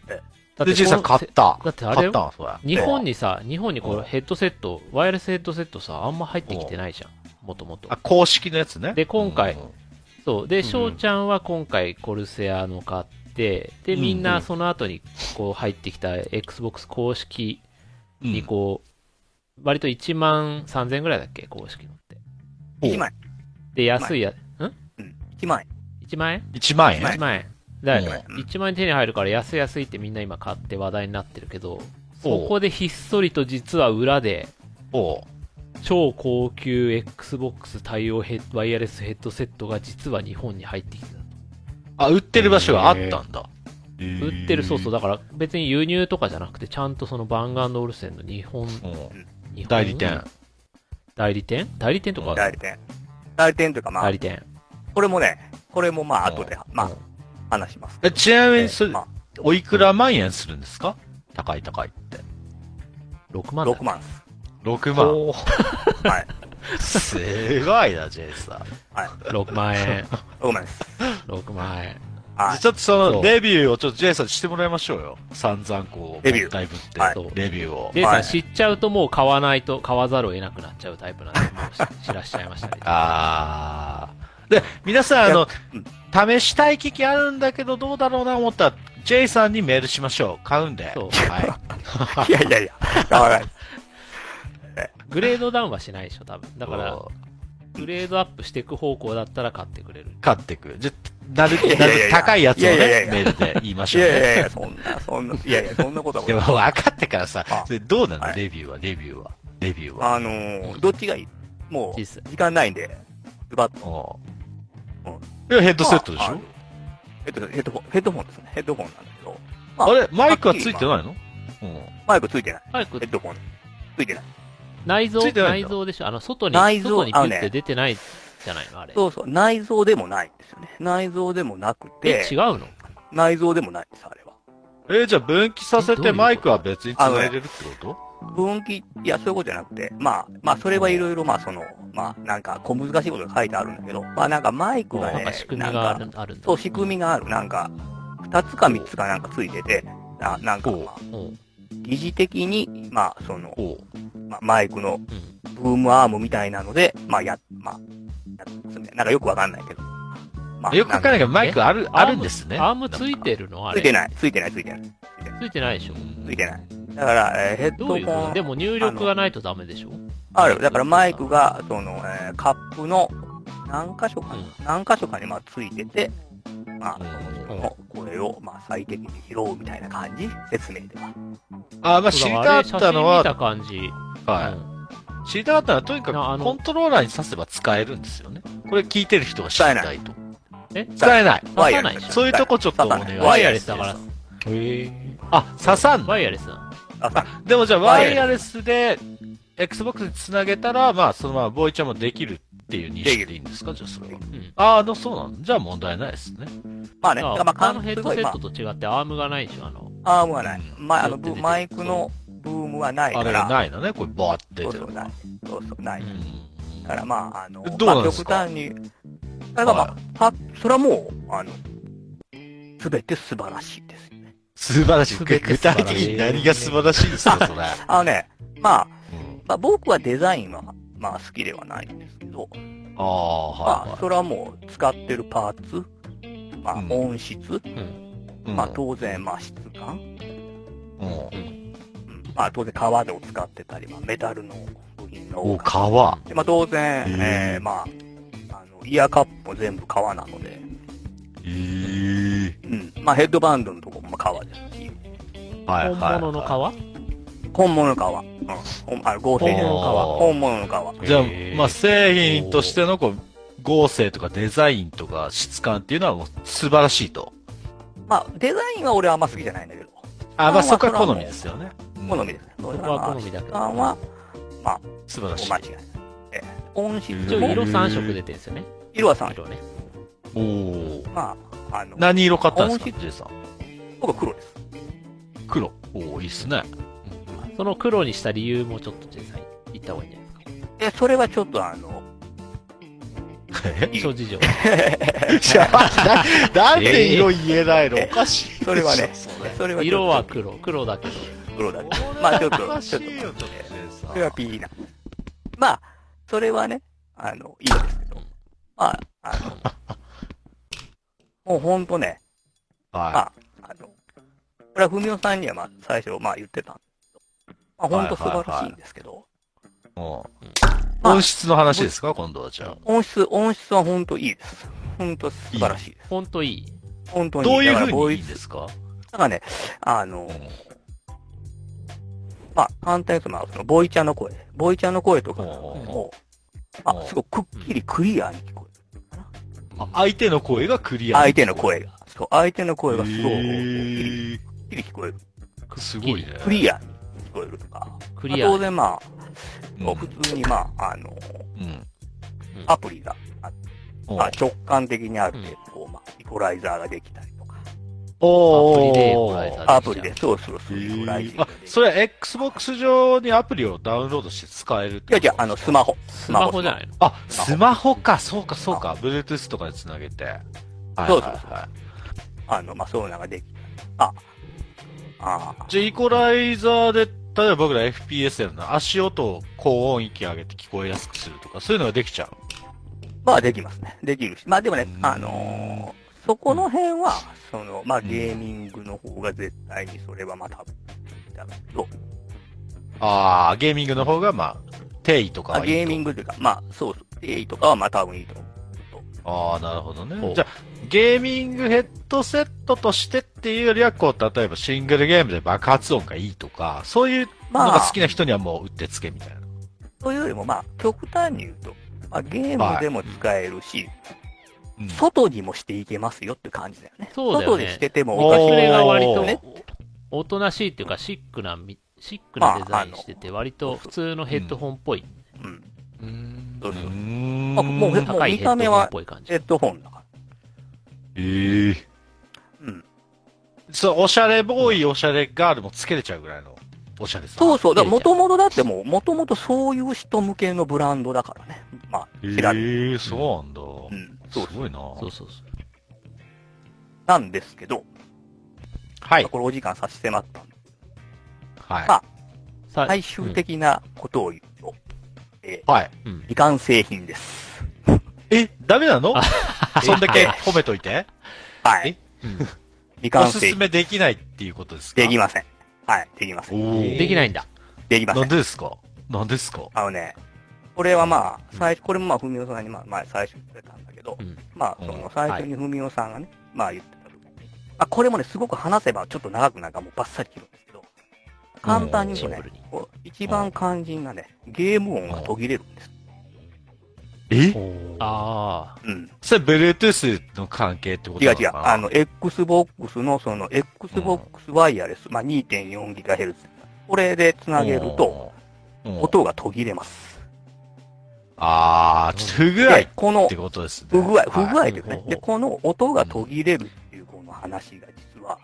[SPEAKER 3] え
[SPEAKER 2] だって
[SPEAKER 1] で、J さん買った。
[SPEAKER 2] だってあれ
[SPEAKER 1] 買
[SPEAKER 2] よ
[SPEAKER 1] ったのそれ。
[SPEAKER 2] 日本にさ、日本にこ
[SPEAKER 1] うん
[SPEAKER 2] うヘッドセット、ワイヤレスヘッドセットさ、あんま入ってきてないじゃん。もともと
[SPEAKER 1] あ、。公式のやつね。
[SPEAKER 2] で、今回
[SPEAKER 5] うん、
[SPEAKER 2] そう。で、翔ちゃんは今回コルセアの買って、で、みんなその後にこう入ってきた Xbox 公式
[SPEAKER 1] うん
[SPEAKER 2] にこう、割と1万3000ぐらいだっけ公式のって。
[SPEAKER 3] 1万
[SPEAKER 2] で、安いや、ん
[SPEAKER 3] 円。うん。1万円。
[SPEAKER 2] ?1 万円
[SPEAKER 1] 1万円、
[SPEAKER 3] は
[SPEAKER 2] ?1 万円。だから
[SPEAKER 3] うん
[SPEAKER 2] 1万円手に入るから安い安いってみんな今買って話題になってるけど、
[SPEAKER 1] おう
[SPEAKER 2] そこでひっそりと実は裏で、
[SPEAKER 1] おう
[SPEAKER 2] 超高級 Xbox 対応ヘッワイヤレスヘッドセットが実は日本に入ってきてた。
[SPEAKER 1] あ、売ってる場所があったんだ。
[SPEAKER 2] 売ってる、そうそう、
[SPEAKER 1] だ。
[SPEAKER 2] だから別に輸入とかじゃなくて、ちゃんとそのバンガンドオルセンの日本、日本
[SPEAKER 1] 代理店。
[SPEAKER 2] 代理店代理店とかある
[SPEAKER 3] 代理店。代理店というか、ま
[SPEAKER 2] 代
[SPEAKER 3] あ
[SPEAKER 2] 理、店。
[SPEAKER 3] これもね、これもまあ、後で、ま
[SPEAKER 2] う
[SPEAKER 3] あ
[SPEAKER 2] ん、
[SPEAKER 3] 話します。
[SPEAKER 1] えちなみにそれ
[SPEAKER 3] ま
[SPEAKER 1] おいくら万円するんですか高い高いって。
[SPEAKER 2] 6
[SPEAKER 3] あ、
[SPEAKER 2] 万だ
[SPEAKER 3] 6万です。
[SPEAKER 1] 6万。
[SPEAKER 4] おー
[SPEAKER 3] はい。
[SPEAKER 1] すごいな、ジェイさん。
[SPEAKER 3] はい。
[SPEAKER 2] 6万 円。
[SPEAKER 3] 6万です。
[SPEAKER 2] 6万円。
[SPEAKER 3] はい。
[SPEAKER 1] ちょっとそ
[SPEAKER 2] そ
[SPEAKER 1] の
[SPEAKER 2] う
[SPEAKER 1] レビューをちょっとジェイさんにしてもらいましょうよ。散々こう、
[SPEAKER 3] レビュー
[SPEAKER 1] もったいぶって、
[SPEAKER 3] はい
[SPEAKER 1] レビューを。
[SPEAKER 2] でさ
[SPEAKER 3] は
[SPEAKER 2] ん、
[SPEAKER 3] い
[SPEAKER 2] 知っちゃうともう買わないと、買わざるを得なくなっちゃうタイプなんで、もう知知らしちゃいま したね。
[SPEAKER 1] あー。で、皆さん、あの、試したい機器あるんだけど、どうだろうな思ったら、ジェイさんにメールしましょう。買うんで。
[SPEAKER 2] そう
[SPEAKER 1] はい
[SPEAKER 3] やいやいや、買わない。
[SPEAKER 2] グレードダウンはしないでしょ、多分。
[SPEAKER 1] い。
[SPEAKER 2] だから、グレードアップしていく方向だったら買ってくれる。
[SPEAKER 1] 買ってく。じゃ、なる
[SPEAKER 3] いや、い
[SPEAKER 1] な
[SPEAKER 3] やいや
[SPEAKER 1] る高いやつをね、
[SPEAKER 3] いやいやいや
[SPEAKER 1] メールで言いま
[SPEAKER 3] い
[SPEAKER 1] しょう、ね。
[SPEAKER 3] やいやいや、そんな、そんな、いやいや、そんなことは
[SPEAKER 1] でも分かってからさ
[SPEAKER 3] あ、
[SPEAKER 1] それどうなの、
[SPEAKER 3] はい
[SPEAKER 1] レビューは、レビューは、レビューは。
[SPEAKER 3] あのー、どっちがいいも、
[SPEAKER 2] いういっす
[SPEAKER 3] 時間ないんで、ズバッと。
[SPEAKER 1] おう
[SPEAKER 3] うん
[SPEAKER 1] いや、ヘッドセットでし
[SPEAKER 3] ま
[SPEAKER 1] ょ
[SPEAKER 3] あヘッドヘッドホン、ヘッドホンですね。ヘッドホンなんだけど。ま
[SPEAKER 1] あれマイクはついてないの
[SPEAKER 3] マイクついてない。
[SPEAKER 2] 早く
[SPEAKER 3] ヘッドホン。ついてない。
[SPEAKER 2] 内
[SPEAKER 1] つ
[SPEAKER 2] 臓、
[SPEAKER 1] いてない
[SPEAKER 2] 内
[SPEAKER 1] んだ
[SPEAKER 2] 臓でしょあの、外に、
[SPEAKER 3] 内臓
[SPEAKER 2] 外にピュ
[SPEAKER 3] あ
[SPEAKER 2] っ
[SPEAKER 3] の
[SPEAKER 2] て
[SPEAKER 3] ね
[SPEAKER 2] 出てないじゃないのあれ。
[SPEAKER 3] そうそう。内蔵でもないんですよね。内蔵でもなく
[SPEAKER 2] え、違う
[SPEAKER 3] て、
[SPEAKER 2] の
[SPEAKER 3] 内蔵でもないんです、あれは。
[SPEAKER 1] うん。えーじゃあ分岐させ
[SPEAKER 2] どうい
[SPEAKER 1] て
[SPEAKER 2] うこと
[SPEAKER 1] マイクは別に繋いでるってこと
[SPEAKER 3] 分岐、いや、そういうことじゃなくて、まあ、まあ、それはいろいろ、まあ、その、まあ、なんか、小難しいことが書いてあるんだけど、まあ、なんか、マイクが
[SPEAKER 2] なん
[SPEAKER 3] ね
[SPEAKER 2] か仕、組
[SPEAKER 3] な
[SPEAKER 2] み
[SPEAKER 3] ん
[SPEAKER 2] があ
[SPEAKER 3] か
[SPEAKER 2] る、あるんだ。
[SPEAKER 3] そう、仕組みがある。なんか、二つか三つかなんかついてて、ななんか、まあ、
[SPEAKER 2] み。うん。
[SPEAKER 3] 疑似的に、まあ、その、
[SPEAKER 1] おう
[SPEAKER 3] まあ、マイクの
[SPEAKER 2] うん
[SPEAKER 3] ブームアームみたいなので、まあ、や、まあ、やつねなんかよくわかんないけど。ま
[SPEAKER 1] よくわかんない
[SPEAKER 3] け
[SPEAKER 1] けど、マイクある、あるんですね。
[SPEAKER 2] アームついてるのあ
[SPEAKER 3] つ
[SPEAKER 2] れ。
[SPEAKER 3] いてない、ついてない、ついてない、
[SPEAKER 2] ついてないでしょ
[SPEAKER 3] ついてない。だから、えーヘッド
[SPEAKER 2] ど
[SPEAKER 3] ホ
[SPEAKER 2] ういうこと
[SPEAKER 3] ン
[SPEAKER 2] で、も入力がないとダメでしょうん。
[SPEAKER 3] ある。だからマイクが、その、えーカップの何箇所かに、何箇所かにまあついてて、まあ、その声をまあ最適に拾うみたいな感じ説明では。
[SPEAKER 1] あー、まあ知りたかったのは
[SPEAKER 2] そうだあれ写真見、た感じ。
[SPEAKER 1] は
[SPEAKER 2] うん
[SPEAKER 1] い。知りたかったのは、とにか
[SPEAKER 2] なあ
[SPEAKER 1] く
[SPEAKER 2] の
[SPEAKER 1] コントローラーに挿せば使えるんですよね。これ聞いてる人が知りたいと。
[SPEAKER 2] え
[SPEAKER 1] 使えない。
[SPEAKER 2] 刺さないでしょ
[SPEAKER 1] そういうとこちょっとお願い
[SPEAKER 3] 刺
[SPEAKER 1] し
[SPEAKER 3] さ
[SPEAKER 1] ます
[SPEAKER 3] ない
[SPEAKER 2] ワイヤレスだから。
[SPEAKER 1] あ、刺さんの
[SPEAKER 2] ワイヤレスなの
[SPEAKER 1] でもじゃあ、ワイヤレスで、Xbox につなげたら、まあ、そのまま、ボーイちゃんもできるっていう認識でいいんですかじゃあ、それは。
[SPEAKER 2] うん。
[SPEAKER 1] ああ、の、そうなんだじゃあ、問題ないですね。
[SPEAKER 3] まあ
[SPEAKER 2] だか
[SPEAKER 3] ね、だかららまあ、
[SPEAKER 2] 他
[SPEAKER 3] か
[SPEAKER 2] の
[SPEAKER 3] ん
[SPEAKER 2] ヘ
[SPEAKER 3] す
[SPEAKER 2] ッ
[SPEAKER 3] ご
[SPEAKER 2] ド
[SPEAKER 3] い、
[SPEAKER 2] セ
[SPEAKER 3] ま
[SPEAKER 2] ットと違ってアームがないでしょあの。
[SPEAKER 3] あ、アームはない。まあ、あの、
[SPEAKER 2] 出て
[SPEAKER 3] ブ
[SPEAKER 2] る
[SPEAKER 3] マイクのブームはない
[SPEAKER 1] あ
[SPEAKER 3] か
[SPEAKER 1] れが
[SPEAKER 3] ら。
[SPEAKER 1] ないのね、これ、バーって出
[SPEAKER 3] そう
[SPEAKER 1] て
[SPEAKER 3] そ
[SPEAKER 1] る
[SPEAKER 3] う、。ない。そうそう、ない。
[SPEAKER 1] うん
[SPEAKER 3] だからまあ、あの、
[SPEAKER 1] どうなんですか
[SPEAKER 3] まあ極端に、だからまあ、はそれはもう、あの、すべて素晴らしいですよね。
[SPEAKER 1] 素晴らしい。具
[SPEAKER 2] 全て素
[SPEAKER 1] 体
[SPEAKER 2] 晴らしい
[SPEAKER 1] 的に何が素晴らしいんですか、 それ。
[SPEAKER 3] あのね、まあ、
[SPEAKER 1] うん
[SPEAKER 3] まあ、僕はデザインは、まあ、好きではないんですけど、
[SPEAKER 1] ああ、はい
[SPEAKER 3] まあ
[SPEAKER 1] は、い。
[SPEAKER 3] それはもう、使ってるパーツ、まあ
[SPEAKER 1] う、ん
[SPEAKER 3] 音質、
[SPEAKER 1] うん
[SPEAKER 3] まあ、当然、まあ、質感、
[SPEAKER 1] うん
[SPEAKER 3] うんまあ、当然、革でを使ってたり、まあ、メタルの部品が
[SPEAKER 1] お、
[SPEAKER 3] 多かっ
[SPEAKER 1] 革。
[SPEAKER 3] たでまあ、当然、
[SPEAKER 1] へえ
[SPEAKER 3] えーまあ、あの、イヤーカップも全部革なので、
[SPEAKER 1] ええ。
[SPEAKER 3] うん。まあ、ヘッドバンドのとこも革ですし、
[SPEAKER 1] はいはい。
[SPEAKER 2] 本物の革
[SPEAKER 3] 本物の革。うん。ほんあの合成じゃない
[SPEAKER 1] おー
[SPEAKER 3] 本物の革。
[SPEAKER 1] じゃあ
[SPEAKER 4] へ、ー
[SPEAKER 1] まあ、製品としての、こう、合成とかデザインとか質感っていうのはもう素晴らしいと。
[SPEAKER 3] まあ、デザインは俺はあんま好きじゃないんだけど、
[SPEAKER 1] あ、まあ、
[SPEAKER 3] まあ
[SPEAKER 1] そこは好みですよね。
[SPEAKER 3] 好みです。そ
[SPEAKER 2] こは好みだけど
[SPEAKER 3] 質感は、
[SPEAKER 1] 素晴らしい
[SPEAKER 3] 間違。いない。ええ音質
[SPEAKER 2] 一応
[SPEAKER 3] も
[SPEAKER 2] 色3色出てるんですよね。
[SPEAKER 3] 色は3色。
[SPEAKER 2] 色ね。
[SPEAKER 1] おお。
[SPEAKER 3] まあ、あの、
[SPEAKER 1] 何色買ったんです
[SPEAKER 3] 青
[SPEAKER 1] か、J さん。
[SPEAKER 3] 僕は黒です。
[SPEAKER 1] 黒。おお、いいっすね。
[SPEAKER 2] その黒にした理由もちょっとジェイさん言った方がいいんじゃないですか。
[SPEAKER 3] で、それはちょっとあの、いい
[SPEAKER 2] 諸事情。
[SPEAKER 1] じゃあ、ななんで色言えないの
[SPEAKER 3] え
[SPEAKER 1] おかしいでしょ。
[SPEAKER 3] それは ね
[SPEAKER 1] そ
[SPEAKER 3] それはちょっと
[SPEAKER 2] 色は黒。黒だけど。
[SPEAKER 3] 黒だけど
[SPEAKER 1] れ
[SPEAKER 3] まあちょっと
[SPEAKER 1] おかしいよ
[SPEAKER 3] ちょっと
[SPEAKER 1] ちょっと J さん
[SPEAKER 3] それはピーな。まあ、それはね、あの、いいんですけど。まあ、あ の、もうほんとね、
[SPEAKER 1] は
[SPEAKER 3] まあ、あの、これは文雄さんには、まあ、最初、まあ言ってたんですけど、まあほんと素晴らしいんですけど、
[SPEAKER 1] い。もう、
[SPEAKER 3] まあ
[SPEAKER 1] 音質の話ですか今度はじゃ
[SPEAKER 3] 音質、音質はほんといいです。ほんと素晴らしいです。
[SPEAKER 2] ほんといい。
[SPEAKER 3] ほんと
[SPEAKER 1] あ。
[SPEAKER 3] に。
[SPEAKER 1] どういう
[SPEAKER 3] だから
[SPEAKER 1] 風
[SPEAKER 3] ボ
[SPEAKER 1] に
[SPEAKER 3] イ
[SPEAKER 1] いいんですか
[SPEAKER 3] なんかね、あの、まあ、簡単に言うと、まあ、その、ボイちゃんの声。ボイちゃんの声とかも、ま
[SPEAKER 1] う
[SPEAKER 3] あ、
[SPEAKER 1] ん
[SPEAKER 3] すごくくっきりクリアに聞こえる。
[SPEAKER 1] あ相手の声がクリア。
[SPEAKER 3] 相手の声が。そう、相手の声がすごく
[SPEAKER 1] へ
[SPEAKER 3] くっ
[SPEAKER 1] ー
[SPEAKER 3] きり聞こえる。
[SPEAKER 1] すごいね。
[SPEAKER 3] クリアに聞こえるとか。
[SPEAKER 2] クリ
[SPEAKER 3] まあ
[SPEAKER 2] ア
[SPEAKER 3] 当。然、ま
[SPEAKER 1] う
[SPEAKER 3] あ、
[SPEAKER 1] ん
[SPEAKER 3] 普通に、まあ、あの、
[SPEAKER 1] うん
[SPEAKER 3] アプリがあって、
[SPEAKER 1] うん
[SPEAKER 3] まあ、直感的にある程
[SPEAKER 2] うん
[SPEAKER 3] 度、こう、まあ、イコライザーができたりとか。
[SPEAKER 1] おー
[SPEAKER 2] アプリでこられた
[SPEAKER 3] アプリで、そうそうそう、イコライザーが
[SPEAKER 1] あ
[SPEAKER 3] で、き
[SPEAKER 1] そ
[SPEAKER 3] た。
[SPEAKER 1] れは Xbox 上にアプリをダウンロードして使えるって
[SPEAKER 3] いやいや、あの、スマホ。
[SPEAKER 2] スマホじゃないの
[SPEAKER 1] あ、スマホか、そうか、そうか。Bluetooth とかで繋げて。はいはい
[SPEAKER 3] そうそう
[SPEAKER 1] はい。
[SPEAKER 3] あの、まあ、そういうのができた。あ、ああ、
[SPEAKER 1] じゃあ、イコライザーで、例えば僕ら FPS やるの足音を高音域上げて聞こえやすくするとか、そういうのができちゃう。
[SPEAKER 3] まあ、できますね。できるし。まあ、でもね
[SPEAKER 1] う、ん
[SPEAKER 3] あのーそこの辺は、その、まあ、ゲーミングの方が絶対にそれはまあ、多分、だろうと。
[SPEAKER 1] ああ、ゲーミングの方が、まあ、定位とか
[SPEAKER 3] まあ、
[SPEAKER 1] はいいと
[SPEAKER 3] ゲーミングというか、まあ、そうそう。A とかはまあ、多分いいと思う。
[SPEAKER 1] ああ、なるほど
[SPEAKER 2] ほ
[SPEAKER 1] ね。
[SPEAKER 2] う
[SPEAKER 1] じゃあ、ゲーミングヘッドセットとしてっていうよりは、こう、例えばシングルゲームで爆発音がいいとか、そういうの
[SPEAKER 3] ま
[SPEAKER 1] が
[SPEAKER 3] あ
[SPEAKER 1] 好きな人にはもううってつけみたいな。
[SPEAKER 3] というよりも、まあ、極端に言うと、まあ、ゲームでも使えるし、
[SPEAKER 1] うん
[SPEAKER 3] 外にもしていけますよって感じだよね。
[SPEAKER 2] そうだよ
[SPEAKER 3] 外
[SPEAKER 2] ね
[SPEAKER 3] でしてても
[SPEAKER 1] お
[SPEAKER 3] お
[SPEAKER 1] ー
[SPEAKER 3] かし
[SPEAKER 2] そ
[SPEAKER 3] く
[SPEAKER 2] れが割と
[SPEAKER 3] ね、
[SPEAKER 2] おとなしいっていうか、シックなみ、シックなデザインしてて、割と普通のヘッドホンっぽい。
[SPEAKER 3] うん。
[SPEAKER 4] うん
[SPEAKER 3] そう
[SPEAKER 1] う
[SPEAKER 3] そう
[SPEAKER 1] ー
[SPEAKER 3] あ
[SPEAKER 1] ん。
[SPEAKER 3] もう
[SPEAKER 2] 高いヘッドホンっぽい感じ
[SPEAKER 3] ヘ。ッドホンだか
[SPEAKER 1] えー
[SPEAKER 3] ら。うん。
[SPEAKER 1] そう、おしゃれボーイ、おしゃれガールもつけれちゃうぐらいの、おしゃれさ。
[SPEAKER 3] そうそう。だから、
[SPEAKER 2] 見え
[SPEAKER 3] も
[SPEAKER 2] ちゃ
[SPEAKER 3] ともとだってもう、もともとそういう人向けのブランドだからね。まあ、
[SPEAKER 1] ええ
[SPEAKER 3] 知られる。
[SPEAKER 1] ー、そうなんだ。
[SPEAKER 3] うん。そう
[SPEAKER 1] すごいな。
[SPEAKER 2] そうそうそう。
[SPEAKER 3] なんですけど、
[SPEAKER 1] は
[SPEAKER 3] まあ
[SPEAKER 1] い。
[SPEAKER 3] これお時間差し迫ったんで
[SPEAKER 1] はい
[SPEAKER 3] まあ。
[SPEAKER 2] さ
[SPEAKER 3] 最終的なことを言うと、え
[SPEAKER 1] はい。
[SPEAKER 2] うんうん
[SPEAKER 3] ー、未完成品です。
[SPEAKER 1] え、ダメなの
[SPEAKER 2] あ
[SPEAKER 1] そんだけ褒めといて。
[SPEAKER 3] はい。
[SPEAKER 2] うん
[SPEAKER 3] 未
[SPEAKER 1] お
[SPEAKER 3] 完
[SPEAKER 1] す
[SPEAKER 3] 成
[SPEAKER 1] す
[SPEAKER 3] 品。
[SPEAKER 1] めできないっていうことですか
[SPEAKER 3] できません。はい。できません。
[SPEAKER 1] おー
[SPEAKER 2] できないんだ。
[SPEAKER 3] できません
[SPEAKER 1] なん。でですかなんでですか
[SPEAKER 3] あのね、これはまあ、最初、これもまあ、ふみおさんにまあ、前最初に言ってたんだけど、
[SPEAKER 2] うん
[SPEAKER 3] まあ、
[SPEAKER 1] うん
[SPEAKER 3] その最初にふみおさんがね、まあ言ってた時に、あ、これもね、すごく話せばちょっと長くなんかもうバッサリ切るんですけど、簡単に
[SPEAKER 2] シ
[SPEAKER 3] 言う
[SPEAKER 2] ン
[SPEAKER 3] と
[SPEAKER 2] プ
[SPEAKER 3] ね
[SPEAKER 2] ル、に。
[SPEAKER 3] こう一番肝心なね、ゲーム音が途切れるんです。
[SPEAKER 1] え
[SPEAKER 2] ああ。
[SPEAKER 3] うん。
[SPEAKER 1] それ、Bluetooth の関係ってこと
[SPEAKER 3] 違う
[SPEAKER 1] なのか
[SPEAKER 3] 違う。
[SPEAKER 1] な
[SPEAKER 3] あの、Xbox のその、Xbox ワイヤレス、まあ 2.4GHz。これで繋げると、、
[SPEAKER 1] うん
[SPEAKER 3] 音が途切れます。
[SPEAKER 1] あー、ちょっと不具合っ
[SPEAKER 3] で、この
[SPEAKER 1] てことですね。
[SPEAKER 3] 不具合、
[SPEAKER 1] は
[SPEAKER 3] 不
[SPEAKER 1] い
[SPEAKER 3] 具合です
[SPEAKER 2] ほう
[SPEAKER 3] ね
[SPEAKER 2] ほ。う
[SPEAKER 3] で、この音が途切れるっていうこの話が実は、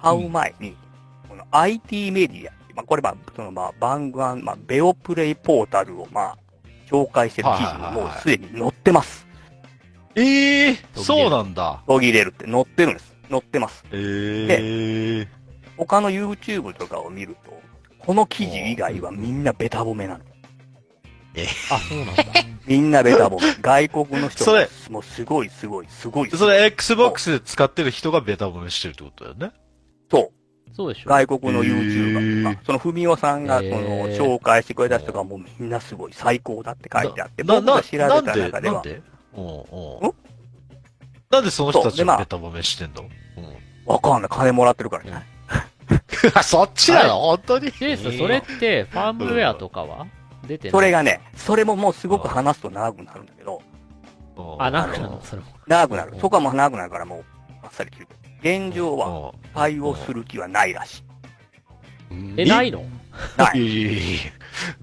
[SPEAKER 3] 買う前に、この IT メディア、まあこれまあ、そのまあ、バングアン、まあ、ベオプレイポータルをまあ、紹介してる記事にもうすでに載ってます。
[SPEAKER 1] ええー、そうなんだ。
[SPEAKER 3] 途切れるって載ってるんです。載ってます。
[SPEAKER 1] ええー。
[SPEAKER 3] 他の YouTube とかを見ると、この記事以外はみんなベタ褒めなの。
[SPEAKER 2] あ、そうなんだ。
[SPEAKER 3] みんなベタ褒め。外国の人
[SPEAKER 1] それ
[SPEAKER 3] が、もうすごいすごいすごい。
[SPEAKER 1] それ、Xbox で使ってる人がベタ褒めしてるってことだよね。
[SPEAKER 3] そう。
[SPEAKER 2] そうでしょ。
[SPEAKER 3] 外国の YouTuber とか、
[SPEAKER 1] へー
[SPEAKER 3] そのふみおさんがその
[SPEAKER 2] へー
[SPEAKER 3] 紹介してくれた人がもうみんなすごい最高だって書いてあって、
[SPEAKER 1] な、
[SPEAKER 3] 僕
[SPEAKER 1] な、
[SPEAKER 3] が調べた
[SPEAKER 1] なんで、
[SPEAKER 3] 中で
[SPEAKER 1] なん
[SPEAKER 3] は、
[SPEAKER 1] でおうんおうなんでその人た
[SPEAKER 3] そう
[SPEAKER 1] ち
[SPEAKER 3] でま
[SPEAKER 1] が
[SPEAKER 3] あ
[SPEAKER 1] ベタ褒めしてん のう
[SPEAKER 3] わかんない、金もらってるからじゃない。
[SPEAKER 1] んそっちなの本当に
[SPEAKER 2] ジェイス、それって、ファームウェアとかは出てない
[SPEAKER 3] それがね、それももうすごく話すと長くなるんだけど、
[SPEAKER 2] あ、なん
[SPEAKER 1] る
[SPEAKER 2] か
[SPEAKER 1] ほ
[SPEAKER 2] な
[SPEAKER 1] ど
[SPEAKER 2] のそれも。
[SPEAKER 3] 長くな
[SPEAKER 1] う
[SPEAKER 3] る
[SPEAKER 1] ん。
[SPEAKER 3] そこはもう長くなるからもう、あっさり切る。現状は対応する気はないらしい。
[SPEAKER 2] え、ないの
[SPEAKER 3] ないい。
[SPEAKER 1] やいやいやいや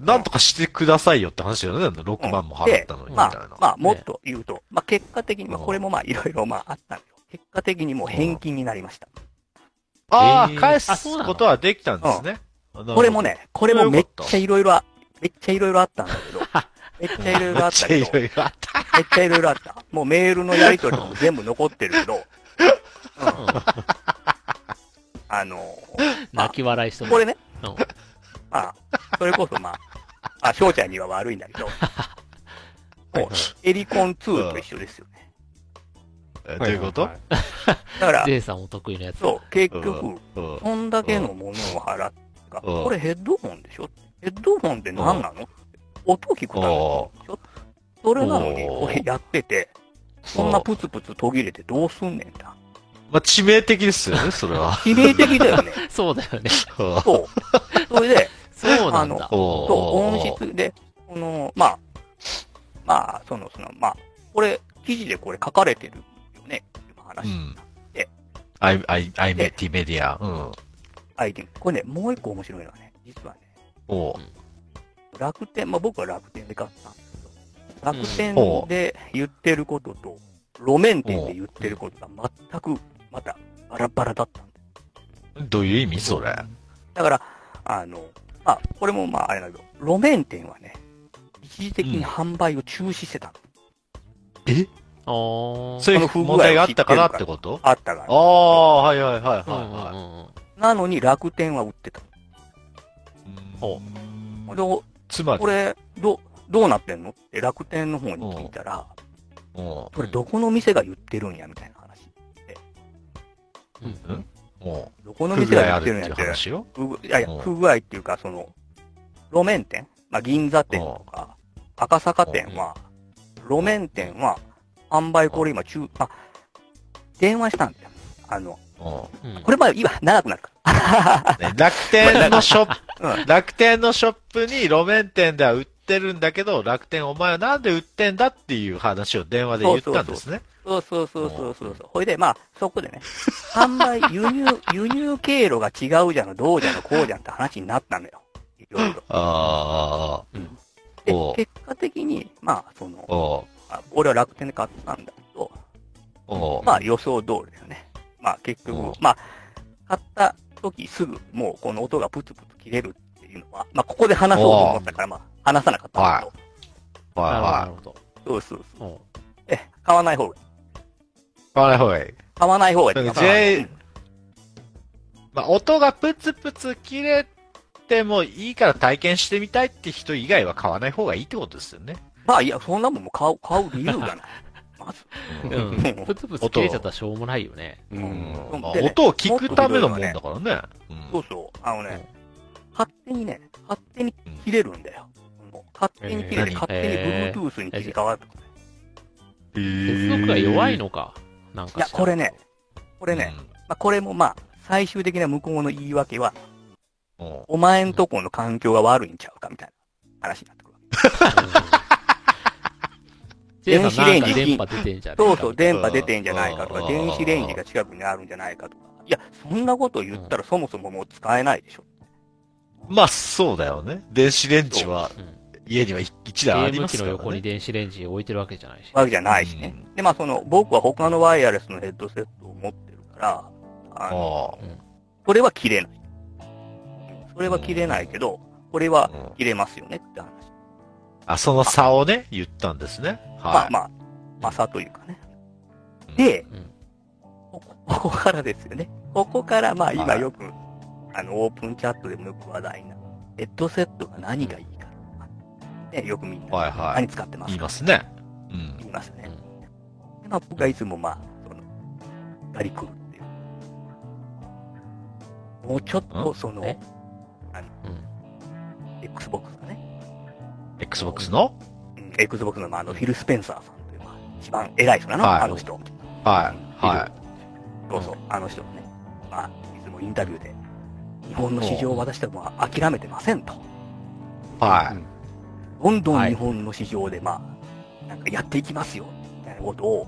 [SPEAKER 1] なんとかしてくださいよって話だよね。6万も払ったのにみた
[SPEAKER 3] ま
[SPEAKER 1] いな。
[SPEAKER 3] あ、まあ、もっと言うと、まあ、結果的に、まあ、これもまあ、いろいろまあ、あったんだよ。結果的にもう返金になりました。
[SPEAKER 1] ああ、
[SPEAKER 4] えー
[SPEAKER 1] 返
[SPEAKER 2] あそう
[SPEAKER 1] す
[SPEAKER 2] なの
[SPEAKER 1] ことはできたんですね。
[SPEAKER 3] これもね、これもめっちゃいろいろあ、めっちゃいろいろあったんだ けど、めっちゃいろい
[SPEAKER 1] な
[SPEAKER 3] ろ
[SPEAKER 1] るほど、めっ
[SPEAKER 3] あった
[SPEAKER 1] ちゃ
[SPEAKER 3] け
[SPEAKER 1] い
[SPEAKER 3] ど、
[SPEAKER 1] ろいろあった。
[SPEAKER 3] めっちゃいろいろあった。もうメールのやりとりも全部残ってるけど、うんあの、まあ
[SPEAKER 2] 泣き笑いしそう
[SPEAKER 3] これね、
[SPEAKER 2] うん
[SPEAKER 3] まあ、それこそまあ、あ、翔ちゃんには悪いんだけど、もうエリコン2と一緒ですよね。
[SPEAKER 1] えどういうこと、
[SPEAKER 4] はい
[SPEAKER 3] だから、
[SPEAKER 2] レイさんお得意なやつ。
[SPEAKER 3] そう、結局、
[SPEAKER 1] うん
[SPEAKER 3] そんだけのものを払ってか、
[SPEAKER 1] うん
[SPEAKER 3] これヘッドホンでしょヘッドホンって何なの音を聞くためのものでしょそれなのに、
[SPEAKER 1] おー
[SPEAKER 3] これやってて、そんなプツプツ途切れてどうすんねんって。
[SPEAKER 1] まあ、致命的ですよね、それ は。
[SPEAKER 3] 致命的だよね。
[SPEAKER 2] そうだよね。
[SPEAKER 1] うん
[SPEAKER 3] そう。それで、
[SPEAKER 2] そうな
[SPEAKER 3] あ
[SPEAKER 2] ん
[SPEAKER 3] の
[SPEAKER 2] だ。
[SPEAKER 1] お
[SPEAKER 3] そう、音質で、この、まあ、まあ、その、その、まあ、これ、記事でこれ書かれてるよね、っていう
[SPEAKER 1] う
[SPEAKER 3] 話。
[SPEAKER 1] ん。
[SPEAKER 3] え
[SPEAKER 1] アイ、アイ、アイメティメディア。うん。
[SPEAKER 3] アイテム。これね、もう一個面白いのはね、実はね、
[SPEAKER 1] おう
[SPEAKER 3] 楽天、まあ僕は楽天で買ったんですけど、楽天で言ってることと、路面店で言ってることが全く、また、バラバラだったんで
[SPEAKER 1] どういう意味それ。
[SPEAKER 3] だから、あの、まあ、これもまあ、あれだけど、路面店はね、一時的に販売を中止してたの、
[SPEAKER 2] おー
[SPEAKER 1] そういう問題があったからってこと
[SPEAKER 3] あったから
[SPEAKER 1] あ。あ、はいはいはいはい
[SPEAKER 2] うん
[SPEAKER 1] は
[SPEAKER 2] うんうん
[SPEAKER 3] なのに楽天は売ってた。
[SPEAKER 1] い。
[SPEAKER 2] お
[SPEAKER 1] うん
[SPEAKER 3] で、お
[SPEAKER 1] つまり
[SPEAKER 3] こ、れ、ど、どうなってんのって楽天の方に聞いたら、
[SPEAKER 1] うんも
[SPEAKER 3] これどこの店が言ってるんや、みたいな話。
[SPEAKER 2] うんうん
[SPEAKER 1] う、
[SPEAKER 3] どこの
[SPEAKER 1] 不
[SPEAKER 3] 店
[SPEAKER 1] 具
[SPEAKER 3] が
[SPEAKER 1] 合
[SPEAKER 3] 言
[SPEAKER 1] あ
[SPEAKER 3] っ
[SPEAKER 1] る
[SPEAKER 3] て
[SPEAKER 1] っ
[SPEAKER 3] るん
[SPEAKER 1] ていう
[SPEAKER 3] やって。
[SPEAKER 1] 話よ。
[SPEAKER 3] 不具いやいや
[SPEAKER 1] うん、
[SPEAKER 3] 不具合っていうか、その、路面店、まあ、銀座店とか、赤坂店は、路面店は、販売これ今中、あ、電話したんだよ。あの、
[SPEAKER 1] うん
[SPEAKER 2] うん
[SPEAKER 3] これまで今長くなるから。
[SPEAKER 1] ね楽天のショッ
[SPEAKER 3] う
[SPEAKER 1] プ、 楽天のショップに路面店では売ってるんだけど、楽天お前はなんで売ってんだっていう話を電話で言ったんですね。
[SPEAKER 3] そうそうそうそうそうそう。ほいで、まあ、そこでね、販売、輸入、輸入経路が違うじゃの、どうじゃの、こうじゃんって話になったんだよ。いろいろ。
[SPEAKER 1] あ
[SPEAKER 3] で
[SPEAKER 1] おう
[SPEAKER 3] 結果的に、まあ、その
[SPEAKER 1] あ、、お
[SPEAKER 3] あ俺は楽天で買ったんだけど、
[SPEAKER 1] うおう
[SPEAKER 3] まあ予想通りだよね。まあ結
[SPEAKER 1] うん
[SPEAKER 3] 局、まあ、買った時すぐ、もうこの音がプツプツ切れるっていうのは、まあここで話そうと思ったから、まあ話さなかったんだけど、
[SPEAKER 2] な
[SPEAKER 1] はいは
[SPEAKER 2] るほど。
[SPEAKER 3] そうそうそう。
[SPEAKER 2] なるほど
[SPEAKER 3] え、買わない方がいい。
[SPEAKER 1] い。はいはい。
[SPEAKER 3] 買わない方がいい。
[SPEAKER 1] だから J まあ、音がプツプツ切れてもいいから体験してみたいって人以外は買わない方がいいってことですよね。
[SPEAKER 3] まあいや、そんなもんもう買う、買う理 由がない。まず、
[SPEAKER 2] う
[SPEAKER 3] うん
[SPEAKER 2] ん。プツプツ切れちゃったらしょうもないよね。
[SPEAKER 4] う
[SPEAKER 1] うん
[SPEAKER 4] ん。
[SPEAKER 1] うんまあ
[SPEAKER 3] でね
[SPEAKER 1] 音を聞くためのもんだからね。う
[SPEAKER 3] そ
[SPEAKER 1] ん
[SPEAKER 3] うそう、あのね、勝手にね、勝手に切れるんだよ。もう勝手に切れて、
[SPEAKER 1] えー
[SPEAKER 3] 勝手に Bluetooth に切り替わるとかね。
[SPEAKER 1] へ
[SPEAKER 2] 接
[SPEAKER 1] ー
[SPEAKER 2] 続が弱いのか。なんかしら
[SPEAKER 3] いやこれね。これね、まあこれもまあ、最終的な向こうの言い訳は、
[SPEAKER 1] うんうん
[SPEAKER 3] お前んとこの環境が悪いんちゃうかみたいな話になってくるわ
[SPEAKER 2] ジェイさんなんか
[SPEAKER 3] 電子レンジ
[SPEAKER 2] 電波出てんじゃねえか
[SPEAKER 3] そうそう、電波出てんじゃないかと
[SPEAKER 1] う
[SPEAKER 3] か、
[SPEAKER 1] ん
[SPEAKER 3] 電子レンジが近くにあるんじゃないかとか。いや、そんなこと言ったらそもそももう使えないでしょ。
[SPEAKER 1] まあ、そうだよね。電子レンジは
[SPEAKER 2] うん
[SPEAKER 1] 家には一
[SPEAKER 2] ゲ
[SPEAKER 1] 台あり
[SPEAKER 2] ーム
[SPEAKER 1] ます
[SPEAKER 2] 機
[SPEAKER 1] か
[SPEAKER 2] の
[SPEAKER 1] ら、ね。
[SPEAKER 2] 横に電子レンジ置いてるわけじゃないし。
[SPEAKER 3] わけじゃないしね。で、まあその、僕は他のワイヤレスのヘッドセットを持ってるから、あの
[SPEAKER 1] あ
[SPEAKER 3] それは切れない。それは切れないけど、これは
[SPEAKER 1] あ
[SPEAKER 3] 切れますよねって話。
[SPEAKER 1] あ、その差をね、言ったんですね。
[SPEAKER 3] まあ
[SPEAKER 1] はい。
[SPEAKER 3] まあ、まあ差というかね。
[SPEAKER 1] うん
[SPEAKER 3] で、
[SPEAKER 2] うん
[SPEAKER 3] ここここからですよね。ここから、まあ今
[SPEAKER 1] はい
[SPEAKER 3] よく、あの、オープンチャットでもよく話題になる。ヘッドセットが何がいいか。ね、よくみんな、
[SPEAKER 1] はいはい
[SPEAKER 3] 何使ってます
[SPEAKER 1] 言い
[SPEAKER 3] か
[SPEAKER 1] ますね。うん。
[SPEAKER 3] 言いますね。でまあ僕はいつもまあ、その、ガリクルっていう。もうちょっと、その
[SPEAKER 2] え、
[SPEAKER 3] あの、Xbox がね、
[SPEAKER 1] Xbox の
[SPEAKER 3] うん、Xbox の、まあ、あの、フィル・スペンサーさんという、まあ、一番偉い人なの、
[SPEAKER 1] はい
[SPEAKER 3] あの人。
[SPEAKER 1] はい。はい。
[SPEAKER 3] どうぞ、あの人もね、まあ、いつもインタビューで、日本の市場を私どもは諦めてませんと。
[SPEAKER 1] は
[SPEAKER 3] どんど
[SPEAKER 2] は
[SPEAKER 3] ん
[SPEAKER 2] い
[SPEAKER 3] 日本の市場で、まあ、なんかやっていきますよ、みたいなことを、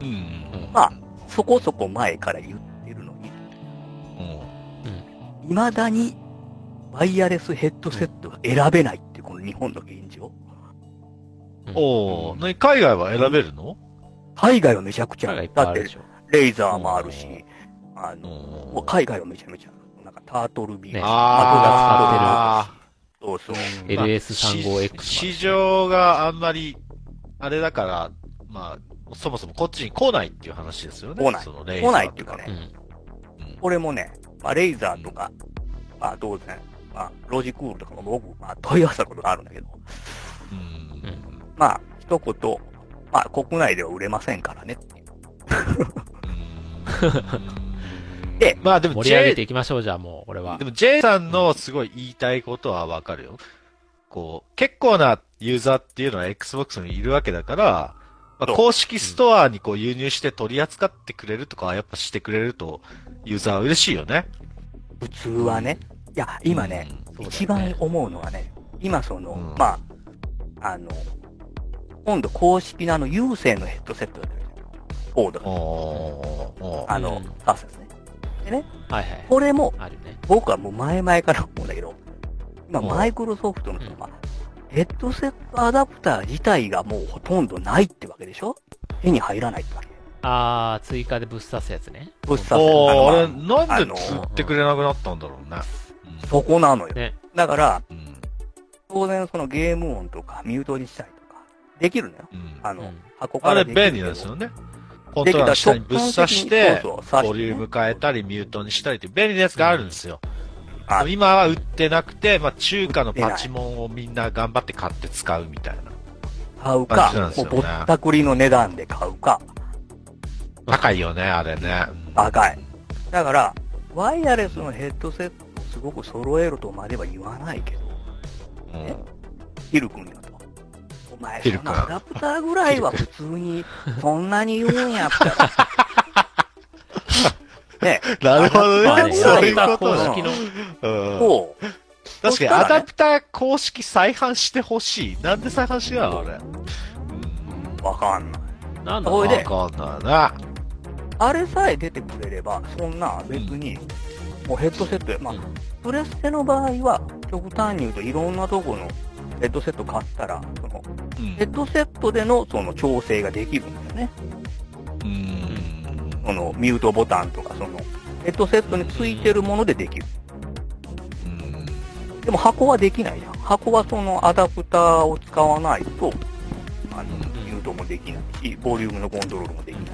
[SPEAKER 1] い。うんうんうん。
[SPEAKER 3] まあ、そこそこ前から言ってるのに、
[SPEAKER 1] うん
[SPEAKER 3] 未だに、ワイヤレスヘッドセットが選べないっていう、この日本の現状。
[SPEAKER 1] おお、ね、海外は選べるの
[SPEAKER 3] 海外はめちゃくち
[SPEAKER 2] 力
[SPEAKER 3] ゃ
[SPEAKER 2] がいっ、ぱい
[SPEAKER 3] だ
[SPEAKER 2] あ
[SPEAKER 3] っ
[SPEAKER 2] る
[SPEAKER 3] て
[SPEAKER 2] で、しょ。
[SPEAKER 3] レイザーもあるし、あ
[SPEAKER 1] う。
[SPEAKER 3] の、もうん海外はめちゃめちゃある、なんかタートルビー、
[SPEAKER 2] ね
[SPEAKER 1] あー
[SPEAKER 3] そうそう。
[SPEAKER 4] まあ
[SPEAKER 2] LS35X
[SPEAKER 1] し市場があんまり、あれだから、まあ、そもそもこっちに来ないっていう話ですよね。
[SPEAKER 3] 来ない
[SPEAKER 1] そのレイザー
[SPEAKER 3] 来ないっていうか
[SPEAKER 2] ま
[SPEAKER 3] ね、
[SPEAKER 2] でうん
[SPEAKER 1] うん。
[SPEAKER 3] これもね、まあ、レイザーとか、まあ、当然、まあ、ロジクールとかも僕、まあ、問い合わせたことがあるんだけど、
[SPEAKER 1] うん。
[SPEAKER 3] まあ、一一言、まあ、国内では売れませんからね。で、
[SPEAKER 1] まあでも
[SPEAKER 2] 盛り上げ
[SPEAKER 1] J
[SPEAKER 2] ていきましょう、じゃあもう、これは
[SPEAKER 1] で。も J さんのすごい言いたいことはわかるよ。こう、結構なユーザーっていうのは Xbox にいるわけだから、ま
[SPEAKER 3] そ
[SPEAKER 1] あ、
[SPEAKER 3] う
[SPEAKER 1] 公式ストアにこう輸入して取り扱ってくれるとかはやっぱしてくれるとユーザーは嬉しいよね。
[SPEAKER 3] 普通はね、いや、今ね、
[SPEAKER 2] そうだよね
[SPEAKER 3] 一番思うのはね、今その、
[SPEAKER 1] うん
[SPEAKER 3] まあ、あの、今度公式のあの、有線のヘッドセットだったじゃんフォード
[SPEAKER 1] お
[SPEAKER 3] の
[SPEAKER 1] おーおー
[SPEAKER 3] あの
[SPEAKER 2] うん、
[SPEAKER 3] サースですね。でね、
[SPEAKER 2] はいはい。
[SPEAKER 3] これも、
[SPEAKER 2] あるね。
[SPEAKER 3] 僕はもう前々から思うんだけど、今、
[SPEAKER 1] うん
[SPEAKER 3] マイクロソフトの
[SPEAKER 2] うん
[SPEAKER 3] まあヘッドセットアダプター自体がもうほとんどないってわけでしょ手に入らないってわけ。
[SPEAKER 2] あー、追加でぶっ刺すやつ ね。
[SPEAKER 3] ぶっ刺す。
[SPEAKER 1] お
[SPEAKER 3] あ
[SPEAKER 1] ー
[SPEAKER 3] の
[SPEAKER 1] あれ、な
[SPEAKER 3] あ
[SPEAKER 1] んで
[SPEAKER 3] の
[SPEAKER 1] 釣ってくれなくなったんだろうね。
[SPEAKER 3] そこなのよ。
[SPEAKER 2] ね
[SPEAKER 3] だから、
[SPEAKER 1] うん。うん
[SPEAKER 3] 当然そのゲーム音とかミュートにしたりとか、できるのよ。
[SPEAKER 1] うん
[SPEAKER 3] あ
[SPEAKER 2] う
[SPEAKER 3] の
[SPEAKER 2] ん、
[SPEAKER 3] 箱か
[SPEAKER 1] あ
[SPEAKER 3] ら
[SPEAKER 1] れ
[SPEAKER 3] できる
[SPEAKER 1] 便利なんですよね。コン
[SPEAKER 3] で
[SPEAKER 1] ト
[SPEAKER 3] き
[SPEAKER 1] ロー
[SPEAKER 3] た
[SPEAKER 1] ラー下にぶっ刺して、
[SPEAKER 3] そうそう
[SPEAKER 1] ボリューム変えたり、ミュートにしたりって便利なやつがあるんですよ。
[SPEAKER 3] うんあ
[SPEAKER 1] 今は売ってなくて、まあ中華のパチモンをみんな頑張って買って使うみたいな。
[SPEAKER 3] 買う
[SPEAKER 1] 感じなん
[SPEAKER 3] か
[SPEAKER 1] で、すよ
[SPEAKER 3] もう
[SPEAKER 1] ね
[SPEAKER 3] ぼったくりの値段で買うか、
[SPEAKER 1] 高いよね、あれね。
[SPEAKER 3] 高い。だから、ワイヤレスのヘッドセットをすごく揃えろとまでは言わないけど、
[SPEAKER 1] うん
[SPEAKER 3] ヒル君だと。お前、
[SPEAKER 1] ヒル
[SPEAKER 3] そ
[SPEAKER 1] 君
[SPEAKER 3] のアダプターぐらいは普通に、そんなに言うんやっ たら。ね、
[SPEAKER 1] なるほ
[SPEAKER 3] ま
[SPEAKER 1] ど
[SPEAKER 3] あ
[SPEAKER 1] ね。
[SPEAKER 3] ね
[SPEAKER 1] そういうことね
[SPEAKER 2] 公
[SPEAKER 3] だ。
[SPEAKER 2] 式の。
[SPEAKER 1] うん
[SPEAKER 3] こう、
[SPEAKER 1] 確かに
[SPEAKER 3] そしたらね
[SPEAKER 1] アダプター公式再販してほしい。なんで再販しないのあれ。
[SPEAKER 3] わかんない。
[SPEAKER 2] なんだ
[SPEAKER 3] これで
[SPEAKER 1] わかんないな。
[SPEAKER 3] あれさえ出てくれれば、そんな別に、もうヘッドセットや、まあ
[SPEAKER 2] う、ん
[SPEAKER 3] プレステの場合は、極端に言うといろんなとこのヘッドセット買ったら、その
[SPEAKER 1] うん
[SPEAKER 3] ヘッドセットでのその調整ができるんだよね。
[SPEAKER 1] うん
[SPEAKER 3] そのミュートボタンとか、そのヘッドセットについてるものでできる。
[SPEAKER 1] うん
[SPEAKER 3] でも箱はできないじゃん。箱はそのアダプターを使わないと、あの
[SPEAKER 1] う
[SPEAKER 3] ミュートもできないし、ボリュームのコントロールもできない。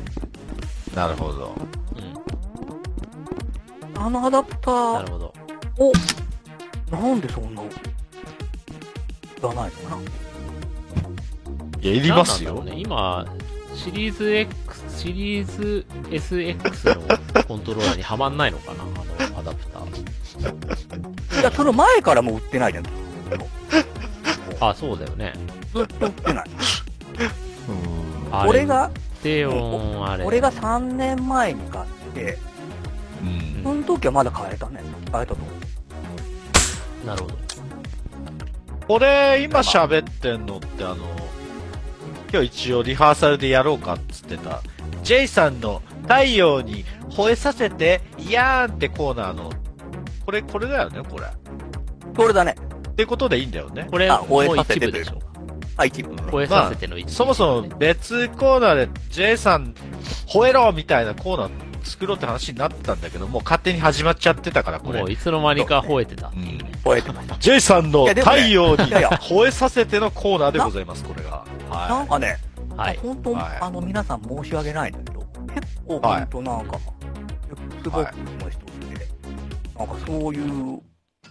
[SPEAKER 1] なるほど。
[SPEAKER 2] うん
[SPEAKER 3] あのアダプタ
[SPEAKER 2] な
[SPEAKER 3] ー
[SPEAKER 2] るほど。
[SPEAKER 3] を、なんでそんな、いらないのか
[SPEAKER 1] いや、いりますよ
[SPEAKER 2] 何。なんだろうね、今、シリーズ X、シリーズ SX のコントローラーにはまんないのかな、あのアダプター。
[SPEAKER 3] な。いや、その前からもう売ってないじゃん。ず
[SPEAKER 2] あ、そうだよね。
[SPEAKER 3] っと売ってない。
[SPEAKER 1] うん
[SPEAKER 2] あれ
[SPEAKER 3] 俺が、
[SPEAKER 2] デオン、あれ。
[SPEAKER 3] 俺が3年前に買って、
[SPEAKER 1] うん
[SPEAKER 3] その時はまだ買えたね。買えたと思う。
[SPEAKER 2] なるほど。
[SPEAKER 1] これ、今喋ってんのって、あの、今日一応リハーサルでやろうかっつってた、J さんの太陽に吠えさせて、いやーんってコーナーの、これ、これだよね、これ。っ
[SPEAKER 3] それだね。
[SPEAKER 1] てことでいいんだよね。
[SPEAKER 2] これ、
[SPEAKER 3] あ
[SPEAKER 2] も
[SPEAKER 3] 終
[SPEAKER 2] う
[SPEAKER 3] えさせ
[SPEAKER 2] 一
[SPEAKER 3] て
[SPEAKER 2] 部
[SPEAKER 3] と
[SPEAKER 2] で
[SPEAKER 3] いう
[SPEAKER 2] しょ。
[SPEAKER 3] あ、一部。
[SPEAKER 2] 超えさせての一部、
[SPEAKER 1] そもそも別コーナーで J さん吠えろみたいなコーナー作ろうって話になってたんだけど、もう勝手に始まっちゃってたから、これ
[SPEAKER 2] もう。いつの間にか吠えてたっていうね。
[SPEAKER 3] 超えてました。
[SPEAKER 1] J さんの
[SPEAKER 3] いやでも
[SPEAKER 1] 太
[SPEAKER 3] ね
[SPEAKER 1] 陽に
[SPEAKER 3] いやいや
[SPEAKER 1] 吠えさせてのコーナーでございます、これが。
[SPEAKER 3] なん
[SPEAKER 1] は
[SPEAKER 3] かね、
[SPEAKER 2] はい。
[SPEAKER 3] 本当、
[SPEAKER 1] はい
[SPEAKER 3] あの、皆さん申し訳ないんだけど、結構
[SPEAKER 1] はい
[SPEAKER 3] 本当なんか、Xbox の人って、なんかそういう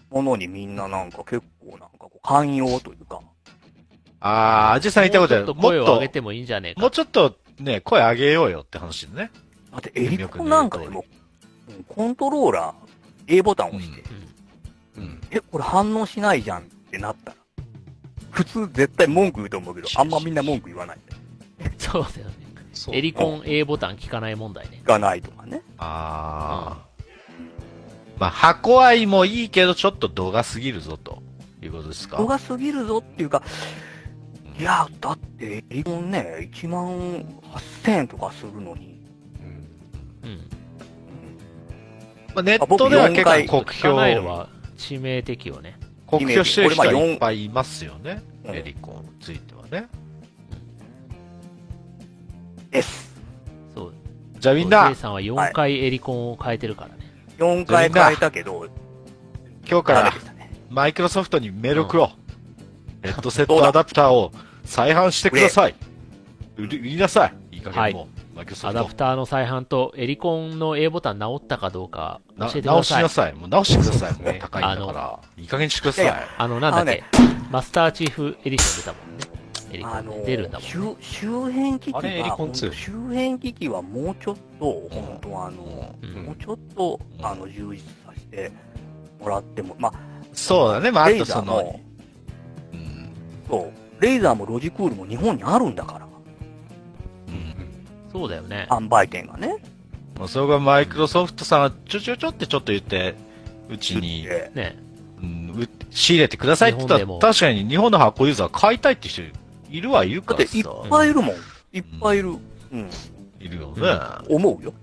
[SPEAKER 3] ものにみんななんか結構なんかこう寛容というか、
[SPEAKER 1] い。あー、J さん言ったこと
[SPEAKER 2] ち
[SPEAKER 1] や
[SPEAKER 2] ょっ
[SPEAKER 1] る。
[SPEAKER 2] と
[SPEAKER 1] も
[SPEAKER 2] 声
[SPEAKER 1] っ
[SPEAKER 2] を上
[SPEAKER 1] と
[SPEAKER 2] げてもいいんじゃねえ
[SPEAKER 1] も
[SPEAKER 2] か
[SPEAKER 1] う。ちょっとね、声上げようよって話でね。
[SPEAKER 3] だってエリックなんかでも、うんコントローラー A ボタンを押して、
[SPEAKER 1] うん。
[SPEAKER 3] え、これ反応しないじゃんってなったら、普通絶対文句言うと思うけど、あんまみんな文句言わない。
[SPEAKER 2] そうだよね。
[SPEAKER 4] そう
[SPEAKER 2] エリコン A ボタン聞かない問題ね。
[SPEAKER 3] がないとかね。
[SPEAKER 1] あー。まあ、箱愛もいいけど、ちょっと度が過ぎるぞ、ということですか。
[SPEAKER 3] 人が過ぎるぞっていうか、いや、だって、リボンね、1万8000円とかするのに、
[SPEAKER 2] うん。
[SPEAKER 1] まあ、ネットでは結
[SPEAKER 3] あ
[SPEAKER 1] 構
[SPEAKER 3] 僕
[SPEAKER 1] 酷
[SPEAKER 2] 聞かないの
[SPEAKER 1] 評、
[SPEAKER 2] は致命的よね。
[SPEAKER 1] 酷評してる人
[SPEAKER 3] イメージ
[SPEAKER 1] は
[SPEAKER 3] これまあ四
[SPEAKER 1] いっぱいいますよね。
[SPEAKER 3] うん
[SPEAKER 1] エリコンについてはね。
[SPEAKER 3] です。
[SPEAKER 2] そう。
[SPEAKER 1] じゃあみんな
[SPEAKER 2] J、さんは4回エリコンを変えてるからね。
[SPEAKER 3] 4回変えたけど、
[SPEAKER 1] 今日か
[SPEAKER 3] ダメ
[SPEAKER 1] ら
[SPEAKER 3] でしたね。
[SPEAKER 1] マイクロソフトにメール送ろう。ヘッドセットアダプターを再販してください。売り売りなさい。いい加減もう。マイクロソ
[SPEAKER 2] ア
[SPEAKER 1] フ
[SPEAKER 2] ダ
[SPEAKER 1] ト
[SPEAKER 2] プ。ターの再販とエリコンの A ボタン直ったかどうか教
[SPEAKER 1] な
[SPEAKER 2] えてくだ
[SPEAKER 1] 直し
[SPEAKER 2] さい
[SPEAKER 1] な。さい。もう直してください。
[SPEAKER 2] そう
[SPEAKER 1] も
[SPEAKER 2] です
[SPEAKER 1] う
[SPEAKER 2] ね
[SPEAKER 1] 高いんだから。いい加減にしてください。
[SPEAKER 3] いやいや
[SPEAKER 2] あの、なんだっけ、
[SPEAKER 3] あのね
[SPEAKER 2] マスターチーフエディション出たもんね。エリコ
[SPEAKER 3] あ
[SPEAKER 2] ン
[SPEAKER 3] の
[SPEAKER 2] ね、出るんだもんね。
[SPEAKER 3] 周周辺機器
[SPEAKER 4] あれエリ
[SPEAKER 3] が、
[SPEAKER 4] コン2
[SPEAKER 3] 周辺機器はもうちょっと、本当あの、
[SPEAKER 2] うん
[SPEAKER 3] もうちょっと、
[SPEAKER 1] うん
[SPEAKER 3] あの、充実させてもらっても、ま
[SPEAKER 1] そうだね。まあ、
[SPEAKER 3] あ、
[SPEAKER 1] あ
[SPEAKER 3] レイ
[SPEAKER 1] と
[SPEAKER 3] ザ
[SPEAKER 1] そ
[SPEAKER 3] ー
[SPEAKER 1] の
[SPEAKER 3] も、、
[SPEAKER 1] うん。
[SPEAKER 3] そう、レイザーもロジクールも日本にあるんだから、
[SPEAKER 2] そうだよね。
[SPEAKER 3] 販売店がね。
[SPEAKER 1] もうそこがマイクロソフトさんはちょちょちょってちょっと言って、うちに、
[SPEAKER 3] で
[SPEAKER 2] ね。
[SPEAKER 1] うん、う仕入れてくださいって言った
[SPEAKER 2] 日
[SPEAKER 1] ら、
[SPEAKER 2] 本でも
[SPEAKER 1] 確かに日本の箱ユーザー買いたいって人いるはいる
[SPEAKER 3] だ
[SPEAKER 1] か
[SPEAKER 3] って
[SPEAKER 1] らさ。
[SPEAKER 3] いっぱいいるもん。いっぱいいる。うん。
[SPEAKER 1] いるよ
[SPEAKER 2] う
[SPEAKER 1] ね。
[SPEAKER 3] 思うよ。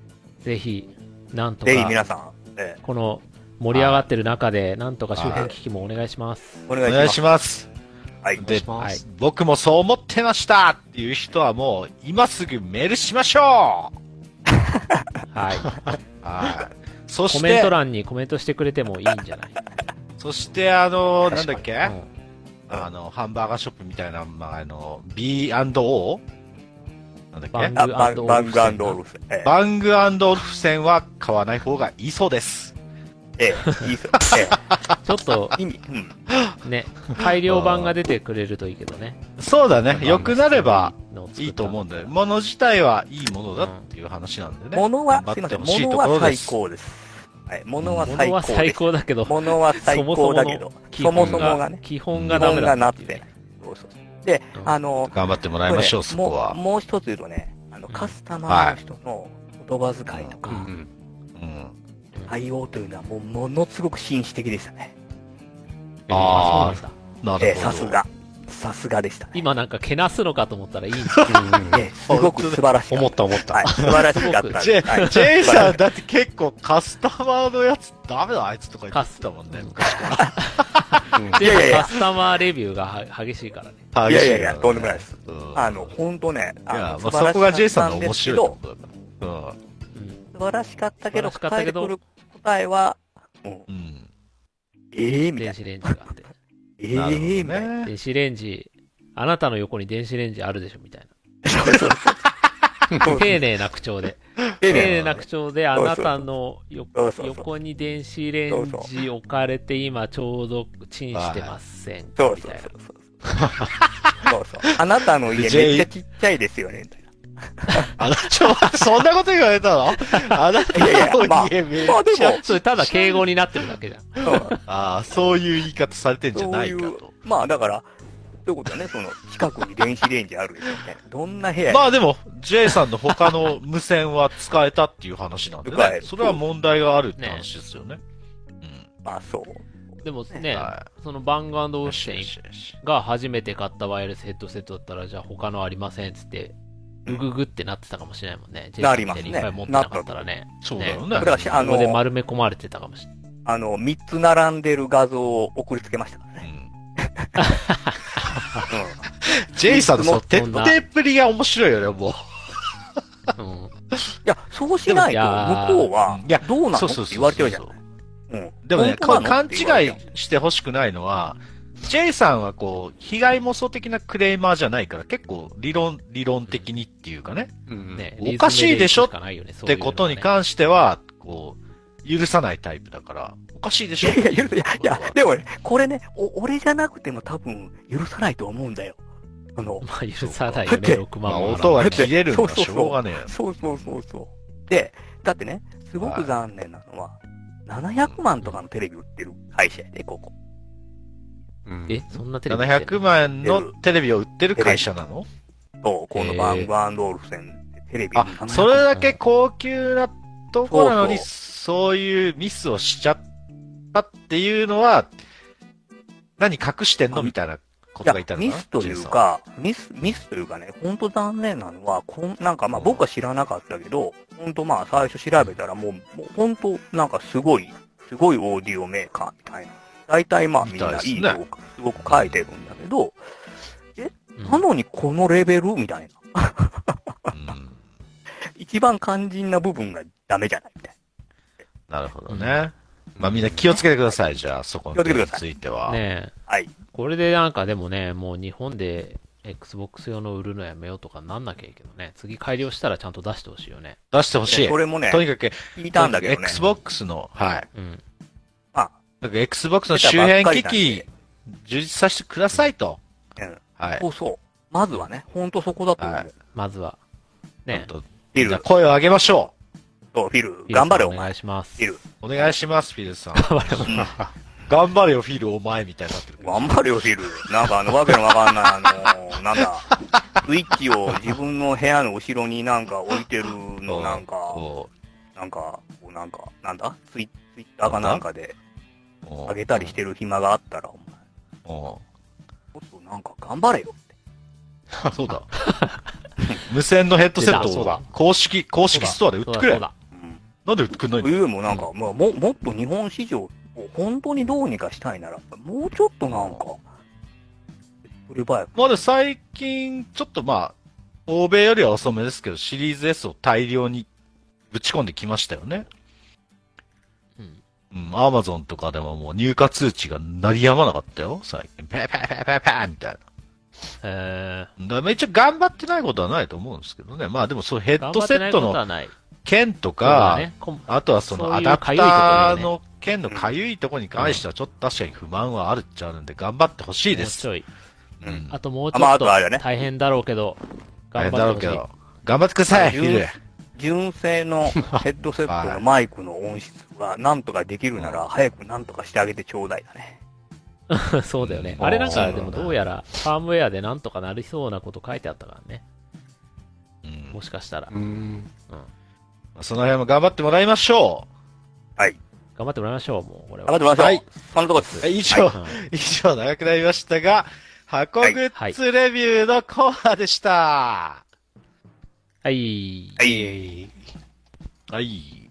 [SPEAKER 2] ぜひ、なんと
[SPEAKER 3] ぜひ
[SPEAKER 2] か、
[SPEAKER 3] 皆さん、ええ
[SPEAKER 2] この盛り上がってる中で、なんとか周辺機器もお願いします。
[SPEAKER 3] お
[SPEAKER 1] お
[SPEAKER 3] 願
[SPEAKER 1] 願
[SPEAKER 3] い
[SPEAKER 1] い
[SPEAKER 3] し
[SPEAKER 1] し
[SPEAKER 3] ま
[SPEAKER 1] ます。
[SPEAKER 3] す。はい。
[SPEAKER 1] で、
[SPEAKER 2] はい
[SPEAKER 1] 僕もそう思ってましたっていう人はもう、今すぐメールしましょ
[SPEAKER 2] はい。
[SPEAKER 1] うはい。そ
[SPEAKER 2] コ
[SPEAKER 1] し
[SPEAKER 2] メン
[SPEAKER 1] て
[SPEAKER 2] ト、欄にコメントしてくれてもいいんじゃない
[SPEAKER 1] そして、あの、なん
[SPEAKER 4] 確か
[SPEAKER 1] だ
[SPEAKER 4] に
[SPEAKER 1] っけ、
[SPEAKER 2] うん
[SPEAKER 1] あの、ハンバーガーショップみたいな、まあ、あの、B&O? なんだっ
[SPEAKER 2] バ
[SPEAKER 1] け
[SPEAKER 2] ン
[SPEAKER 3] あバン
[SPEAKER 2] オルフセン
[SPEAKER 3] バングアンドオルフセ
[SPEAKER 1] バングオルフセ
[SPEAKER 3] ン。ええ
[SPEAKER 1] ンは買わない方がいいそうです。
[SPEAKER 3] ええ、いいっすえ
[SPEAKER 2] ちょっと
[SPEAKER 3] え、意味、 うん。
[SPEAKER 2] ね、改良版が出てくれるといいけどね。
[SPEAKER 1] そうだね。良くなればいいと思うんだよ。
[SPEAKER 2] ね。
[SPEAKER 1] もの自体はいいものだっていう話なんだよね。
[SPEAKER 3] 物は、
[SPEAKER 1] 頑
[SPEAKER 3] すい
[SPEAKER 1] 張っ
[SPEAKER 3] ま
[SPEAKER 1] て
[SPEAKER 3] せん、
[SPEAKER 1] ほしいと
[SPEAKER 3] 物
[SPEAKER 1] ころ
[SPEAKER 3] は
[SPEAKER 1] で
[SPEAKER 3] 最
[SPEAKER 1] す
[SPEAKER 3] 高です。はい、物は
[SPEAKER 2] 物
[SPEAKER 3] 最
[SPEAKER 2] は
[SPEAKER 3] 高で
[SPEAKER 2] 最
[SPEAKER 3] す。
[SPEAKER 2] 高だけど、
[SPEAKER 3] 物は最高だけど、
[SPEAKER 2] 基本
[SPEAKER 3] そもそもがね
[SPEAKER 2] 基本
[SPEAKER 1] そ
[SPEAKER 2] が
[SPEAKER 1] もそ
[SPEAKER 2] ダ
[SPEAKER 1] も
[SPEAKER 2] メ
[SPEAKER 3] 本
[SPEAKER 2] だ
[SPEAKER 3] がな
[SPEAKER 2] っ
[SPEAKER 3] く
[SPEAKER 2] て
[SPEAKER 3] て。そうそうそうで
[SPEAKER 2] う、ん
[SPEAKER 3] あの、
[SPEAKER 1] 頑張ってもらいましょう、
[SPEAKER 3] こ
[SPEAKER 1] そ
[SPEAKER 3] れね
[SPEAKER 1] こは。
[SPEAKER 3] もうもう一つ言うとね、あの、
[SPEAKER 2] うん
[SPEAKER 3] カスタマーの人の言葉遣いとか、
[SPEAKER 2] うん
[SPEAKER 1] うん。
[SPEAKER 3] 対応というのはもうものすごく紳士的でしたね。
[SPEAKER 1] あ
[SPEAKER 2] そうなんだ
[SPEAKER 1] な
[SPEAKER 3] え
[SPEAKER 1] る
[SPEAKER 3] え、
[SPEAKER 1] ほど。
[SPEAKER 3] さすが。さすがでしたね。
[SPEAKER 2] 今なんかけなすのかと思ったらいいんだ
[SPEAKER 3] ええ、すごく素晴らしか
[SPEAKER 4] 思
[SPEAKER 3] っ。
[SPEAKER 4] った思ったた。
[SPEAKER 3] はい、素晴らしかった。
[SPEAKER 1] ジェ、
[SPEAKER 3] はい
[SPEAKER 1] ジェイさんだって結構カスタマーのやつダメだあいつとか言ってたもんね、昔から。
[SPEAKER 3] いやいやい
[SPEAKER 2] で
[SPEAKER 3] や
[SPEAKER 2] カスタマーレビューがは激しいからね。
[SPEAKER 1] い
[SPEAKER 3] いやいやいや、とんでもないです。
[SPEAKER 1] うん
[SPEAKER 3] あの、ほんとね、
[SPEAKER 1] いや
[SPEAKER 3] あの、
[SPEAKER 1] まあ、
[SPEAKER 3] 素晴ら
[SPEAKER 1] そこがジェイ
[SPEAKER 3] しか
[SPEAKER 1] さん
[SPEAKER 3] った
[SPEAKER 1] の
[SPEAKER 3] んで
[SPEAKER 1] 面
[SPEAKER 3] すけ
[SPEAKER 1] 白いと
[SPEAKER 3] ど
[SPEAKER 1] こ、ろだから。
[SPEAKER 2] うん
[SPEAKER 3] 素晴らしかったけど、
[SPEAKER 2] 素晴らしかった
[SPEAKER 3] 返っ
[SPEAKER 2] け
[SPEAKER 3] て
[SPEAKER 2] ど
[SPEAKER 3] くる答えは、うん
[SPEAKER 1] うん。うん。
[SPEAKER 3] ええみたい
[SPEAKER 2] 電子レンジ
[SPEAKER 3] な。
[SPEAKER 2] があって。
[SPEAKER 3] え
[SPEAKER 1] なるほど
[SPEAKER 3] えみたいな。
[SPEAKER 1] ね。
[SPEAKER 2] 電子レンジ、あなたの横に電子レンジあるでしょみたい
[SPEAKER 3] そうそう
[SPEAKER 2] な。丁寧な口調で。丁
[SPEAKER 3] 丁寧
[SPEAKER 2] 寧な口調で、あなたのよ
[SPEAKER 3] そうそうそう
[SPEAKER 2] 横に電子レンジ置かれて、今ちょうどチンしてません
[SPEAKER 3] そ
[SPEAKER 2] か
[SPEAKER 3] う
[SPEAKER 2] み
[SPEAKER 3] そう
[SPEAKER 2] たい
[SPEAKER 3] そ
[SPEAKER 2] な
[SPEAKER 3] う。そう。そうそう。あなたの家めっちゃちっちゃいですよね、みたいな。
[SPEAKER 1] あなちょっと待って、そんなこと言われたのあなた
[SPEAKER 3] いやいやま
[SPEAKER 1] の
[SPEAKER 3] あ
[SPEAKER 1] 家めっ
[SPEAKER 3] まあで
[SPEAKER 1] ちゃ
[SPEAKER 3] も、
[SPEAKER 2] それただ敬語になってるだけじゃん。
[SPEAKER 3] そう
[SPEAKER 1] ああ、そういう言い方されてんじゃ
[SPEAKER 3] そう
[SPEAKER 1] ない
[SPEAKER 3] い
[SPEAKER 1] か
[SPEAKER 3] う
[SPEAKER 1] と。、
[SPEAKER 3] まあだから、そういうことはね、その、近くに電子レンジあるでしょ、みたいな。どんな部屋
[SPEAKER 1] まあでも、J さんの他の無線は使えたっていう話なんで
[SPEAKER 3] 使え
[SPEAKER 1] ね。
[SPEAKER 3] る
[SPEAKER 1] それは問題があるって話ですよね。
[SPEAKER 3] まあそう。
[SPEAKER 2] でも
[SPEAKER 1] う
[SPEAKER 2] ね
[SPEAKER 1] ん。、は
[SPEAKER 2] そのバング
[SPEAKER 1] い。
[SPEAKER 2] オルシェン
[SPEAKER 1] よし
[SPEAKER 2] が初めて買ったワイヤレスヘッドセットだったら、じゃあ他のありませんっつって、
[SPEAKER 3] うん
[SPEAKER 2] うぐぐってなってたかもしれないもんね。
[SPEAKER 3] なりますね
[SPEAKER 2] いっぱい持ってなかったらね。
[SPEAKER 1] そうだよ
[SPEAKER 2] ね
[SPEAKER 1] ね
[SPEAKER 3] だか。らし、あ
[SPEAKER 2] ここで
[SPEAKER 3] の、
[SPEAKER 2] 丸め込まれてたかもしれない。
[SPEAKER 3] あの、三つ並んでる画像を送りつけましたから
[SPEAKER 1] う
[SPEAKER 3] ね。
[SPEAKER 1] ん
[SPEAKER 3] う
[SPEAKER 1] J さんのその徹
[SPEAKER 2] そんな
[SPEAKER 1] 底っぷりが面白いよね、もう。
[SPEAKER 2] うん。
[SPEAKER 3] ん。いや、そうしないと、向こうは、
[SPEAKER 1] いや
[SPEAKER 3] どうなのっ
[SPEAKER 1] そう
[SPEAKER 3] て
[SPEAKER 1] そうそうそう
[SPEAKER 3] 言われてるじゃない。うん。
[SPEAKER 1] でもね、
[SPEAKER 3] 本当
[SPEAKER 1] か
[SPEAKER 3] なの
[SPEAKER 1] 勘
[SPEAKER 3] って
[SPEAKER 1] 違
[SPEAKER 3] 言われ
[SPEAKER 1] い
[SPEAKER 3] てる
[SPEAKER 1] してほしくないのは、J さんはこう、被害妄想的なクレーマーじゃないから、結構理論、理論的にっていうかね、
[SPEAKER 4] うん
[SPEAKER 2] ね
[SPEAKER 1] おかしいでしょ
[SPEAKER 2] リズム行くかないよねそ
[SPEAKER 1] っ
[SPEAKER 2] うい
[SPEAKER 1] て
[SPEAKER 2] うのはね
[SPEAKER 1] ことに関しては、こう、許さないタイプだから、おかしいでしょ
[SPEAKER 3] いや、許せいや、いや、でもね、これね、お俺じゃなくても多分許さないと思うんだよ。あの、
[SPEAKER 2] まあ許さない
[SPEAKER 3] だ
[SPEAKER 2] よね、
[SPEAKER 3] って
[SPEAKER 2] 6
[SPEAKER 1] ま
[SPEAKER 2] 万
[SPEAKER 1] あ、
[SPEAKER 2] も払う
[SPEAKER 1] 音が切れるのは
[SPEAKER 3] そうそう
[SPEAKER 1] し
[SPEAKER 3] そ
[SPEAKER 1] ょ
[SPEAKER 3] う
[SPEAKER 1] うがねえよ。
[SPEAKER 3] そうそうそうそう。で、だってね、すごく残念なのは、700万とかのテレビ売ってる会社やで、ここ。
[SPEAKER 4] うん
[SPEAKER 2] え、そんなテレビ見てんの
[SPEAKER 1] 700万のテレビを売ってる会社なの
[SPEAKER 3] そう、この
[SPEAKER 2] へー
[SPEAKER 3] バンバンドールセンでテレビ
[SPEAKER 1] あ
[SPEAKER 3] に700、万
[SPEAKER 1] それだけ高級なとこなのに、
[SPEAKER 3] そう
[SPEAKER 1] そういうミスをしちゃったっていうのは、何隠してんのみたいなことがいたのか
[SPEAKER 3] や
[SPEAKER 1] な
[SPEAKER 3] ミスという、か、ミス、ミスというかね、ほんと残念なのは、こん、なんかまあ
[SPEAKER 1] うん
[SPEAKER 3] 僕は知らなかったけど、ほんとまあ最初調べたらもう、もうほんとなんかすごい、すごいオーディオメーカーみたいな。大体まあみんないい
[SPEAKER 1] み
[SPEAKER 3] と
[SPEAKER 1] たいですね
[SPEAKER 3] こすごく書いてるんだけど、
[SPEAKER 2] うん
[SPEAKER 3] なのにこのレベルみたいな。
[SPEAKER 1] ジェイさんうん
[SPEAKER 3] 一番肝心な部分がダメじゃないみたい
[SPEAKER 1] なるほどね。まあみんな気をつけてください、じゃあ、そこの
[SPEAKER 3] 気をつけ
[SPEAKER 1] 点
[SPEAKER 3] てく
[SPEAKER 1] に
[SPEAKER 3] ださい
[SPEAKER 1] ついては。
[SPEAKER 2] ねえ
[SPEAKER 3] な。はい。
[SPEAKER 2] これでなんかでもね、もう日本で Xbox 用の売るのやめようとかなんなきゃいいけどね。次改良したらちゃんと出してほしいよね。
[SPEAKER 1] 出してほしい。
[SPEAKER 3] それもね
[SPEAKER 1] と、にかく、
[SPEAKER 3] 聞いたんだけどね。
[SPEAKER 1] Xbox の、はい。
[SPEAKER 2] うん。
[SPEAKER 3] まあ、
[SPEAKER 1] なんか Xbox の周辺機器、充実させてくださいと。
[SPEAKER 3] うん
[SPEAKER 1] はい。
[SPEAKER 3] そうそう。まずはね、ほんとそこだと思う。
[SPEAKER 1] はい
[SPEAKER 2] まずは。ね。
[SPEAKER 1] ちょっと
[SPEAKER 3] フィ
[SPEAKER 1] じゃあ
[SPEAKER 3] ル、
[SPEAKER 1] 声を上げましょ
[SPEAKER 3] そうフィル、頑張れ、お
[SPEAKER 2] お願
[SPEAKER 3] 前。
[SPEAKER 2] いします。
[SPEAKER 3] フィル、
[SPEAKER 1] う。お願いします、フィルさん。
[SPEAKER 2] 頑張れお前
[SPEAKER 1] 頑張れよ、フィル、お前、みたいになってる。
[SPEAKER 3] 頑張れよ、フィル。なんかあの、わけのわかんない、あの、なんだ、スイッチを自分の部屋の後ろになんか置いてるの、なんか、
[SPEAKER 1] お
[SPEAKER 3] なんか、こうなんか、なんだツイツイッターかなんかで
[SPEAKER 1] うおう
[SPEAKER 3] 上げたりしてる暇があったら、お前、
[SPEAKER 1] お
[SPEAKER 3] もっとなんか頑張れよって。
[SPEAKER 1] うそうだ。無線のヘッドセット
[SPEAKER 4] そうだ
[SPEAKER 1] を公式、公式ストアで売って
[SPEAKER 2] そうだ
[SPEAKER 1] くれ
[SPEAKER 2] そう。だ。
[SPEAKER 3] うん。
[SPEAKER 1] なんで売ってくんない
[SPEAKER 3] と
[SPEAKER 1] の
[SPEAKER 3] いうのもなんか、まあ、も、もっと日本市場を本当にどうにかしたいなら、もうちょっとなんか、売ればや
[SPEAKER 1] まあでも最近、ちょっとまあ、欧米よりは遅めですけど、シリーズ S を大量にぶち込んできましたよね。
[SPEAKER 2] うん
[SPEAKER 1] うん、アマゾンとかでももう入荷通知が鳴りやまなかったよ、最近。ペーペーペーペーペーみたいな。
[SPEAKER 2] え
[SPEAKER 1] だからめっちゃ頑張ってないことはないと思うんですけどね。まあでもそうヘ
[SPEAKER 2] ー、頑
[SPEAKER 1] ッ
[SPEAKER 2] 張
[SPEAKER 1] ド
[SPEAKER 2] っ
[SPEAKER 1] セ
[SPEAKER 2] てな
[SPEAKER 1] ッ
[SPEAKER 2] い
[SPEAKER 1] ト
[SPEAKER 2] ことは
[SPEAKER 1] の
[SPEAKER 2] ない。
[SPEAKER 1] 件と
[SPEAKER 2] そうだ
[SPEAKER 1] か、
[SPEAKER 2] ねこん
[SPEAKER 1] あとはそ
[SPEAKER 2] そう
[SPEAKER 1] の
[SPEAKER 2] いう
[SPEAKER 1] アダプターの件の
[SPEAKER 3] か
[SPEAKER 1] かゆいところに関してはちょっと確かに不満はあるっちゃあるんで頑張ってほしいです。
[SPEAKER 2] もうちょい。
[SPEAKER 3] うん
[SPEAKER 1] うん
[SPEAKER 2] あともうち
[SPEAKER 3] あまあ
[SPEAKER 2] ょっ
[SPEAKER 3] あ
[SPEAKER 2] と
[SPEAKER 3] とあれだね
[SPEAKER 2] 大変だろうけど、
[SPEAKER 1] 大変
[SPEAKER 2] 頑
[SPEAKER 1] だ
[SPEAKER 2] 張
[SPEAKER 1] ろう
[SPEAKER 2] って
[SPEAKER 1] け
[SPEAKER 2] ほしい
[SPEAKER 1] ど。頑張ってください、
[SPEAKER 3] はい
[SPEAKER 1] フィル。
[SPEAKER 3] 純正のヘッドセットのマイクの音質がなんとかできるなら、早くなんとかしてあげてちょうだいだね。
[SPEAKER 2] そうだよね。
[SPEAKER 1] もう
[SPEAKER 2] あれなんか、でもどうやら、ファームウェアでなんとかなりそうなこと書いてあったからね。
[SPEAKER 1] うん
[SPEAKER 2] もしかしたら。
[SPEAKER 4] うん。
[SPEAKER 1] その辺も頑張ってもらいましょ
[SPEAKER 2] 頑張ってもらいましょう、もう、これは。
[SPEAKER 3] 頑張ってもらいましょう。
[SPEAKER 1] はい
[SPEAKER 3] そのとこです。
[SPEAKER 1] う。以上、
[SPEAKER 2] うん
[SPEAKER 1] 以上長くなりましたが、箱グッズレビューのコーナーでした。は
[SPEAKER 2] はい。
[SPEAKER 3] はい
[SPEAKER 4] い。
[SPEAKER 1] い。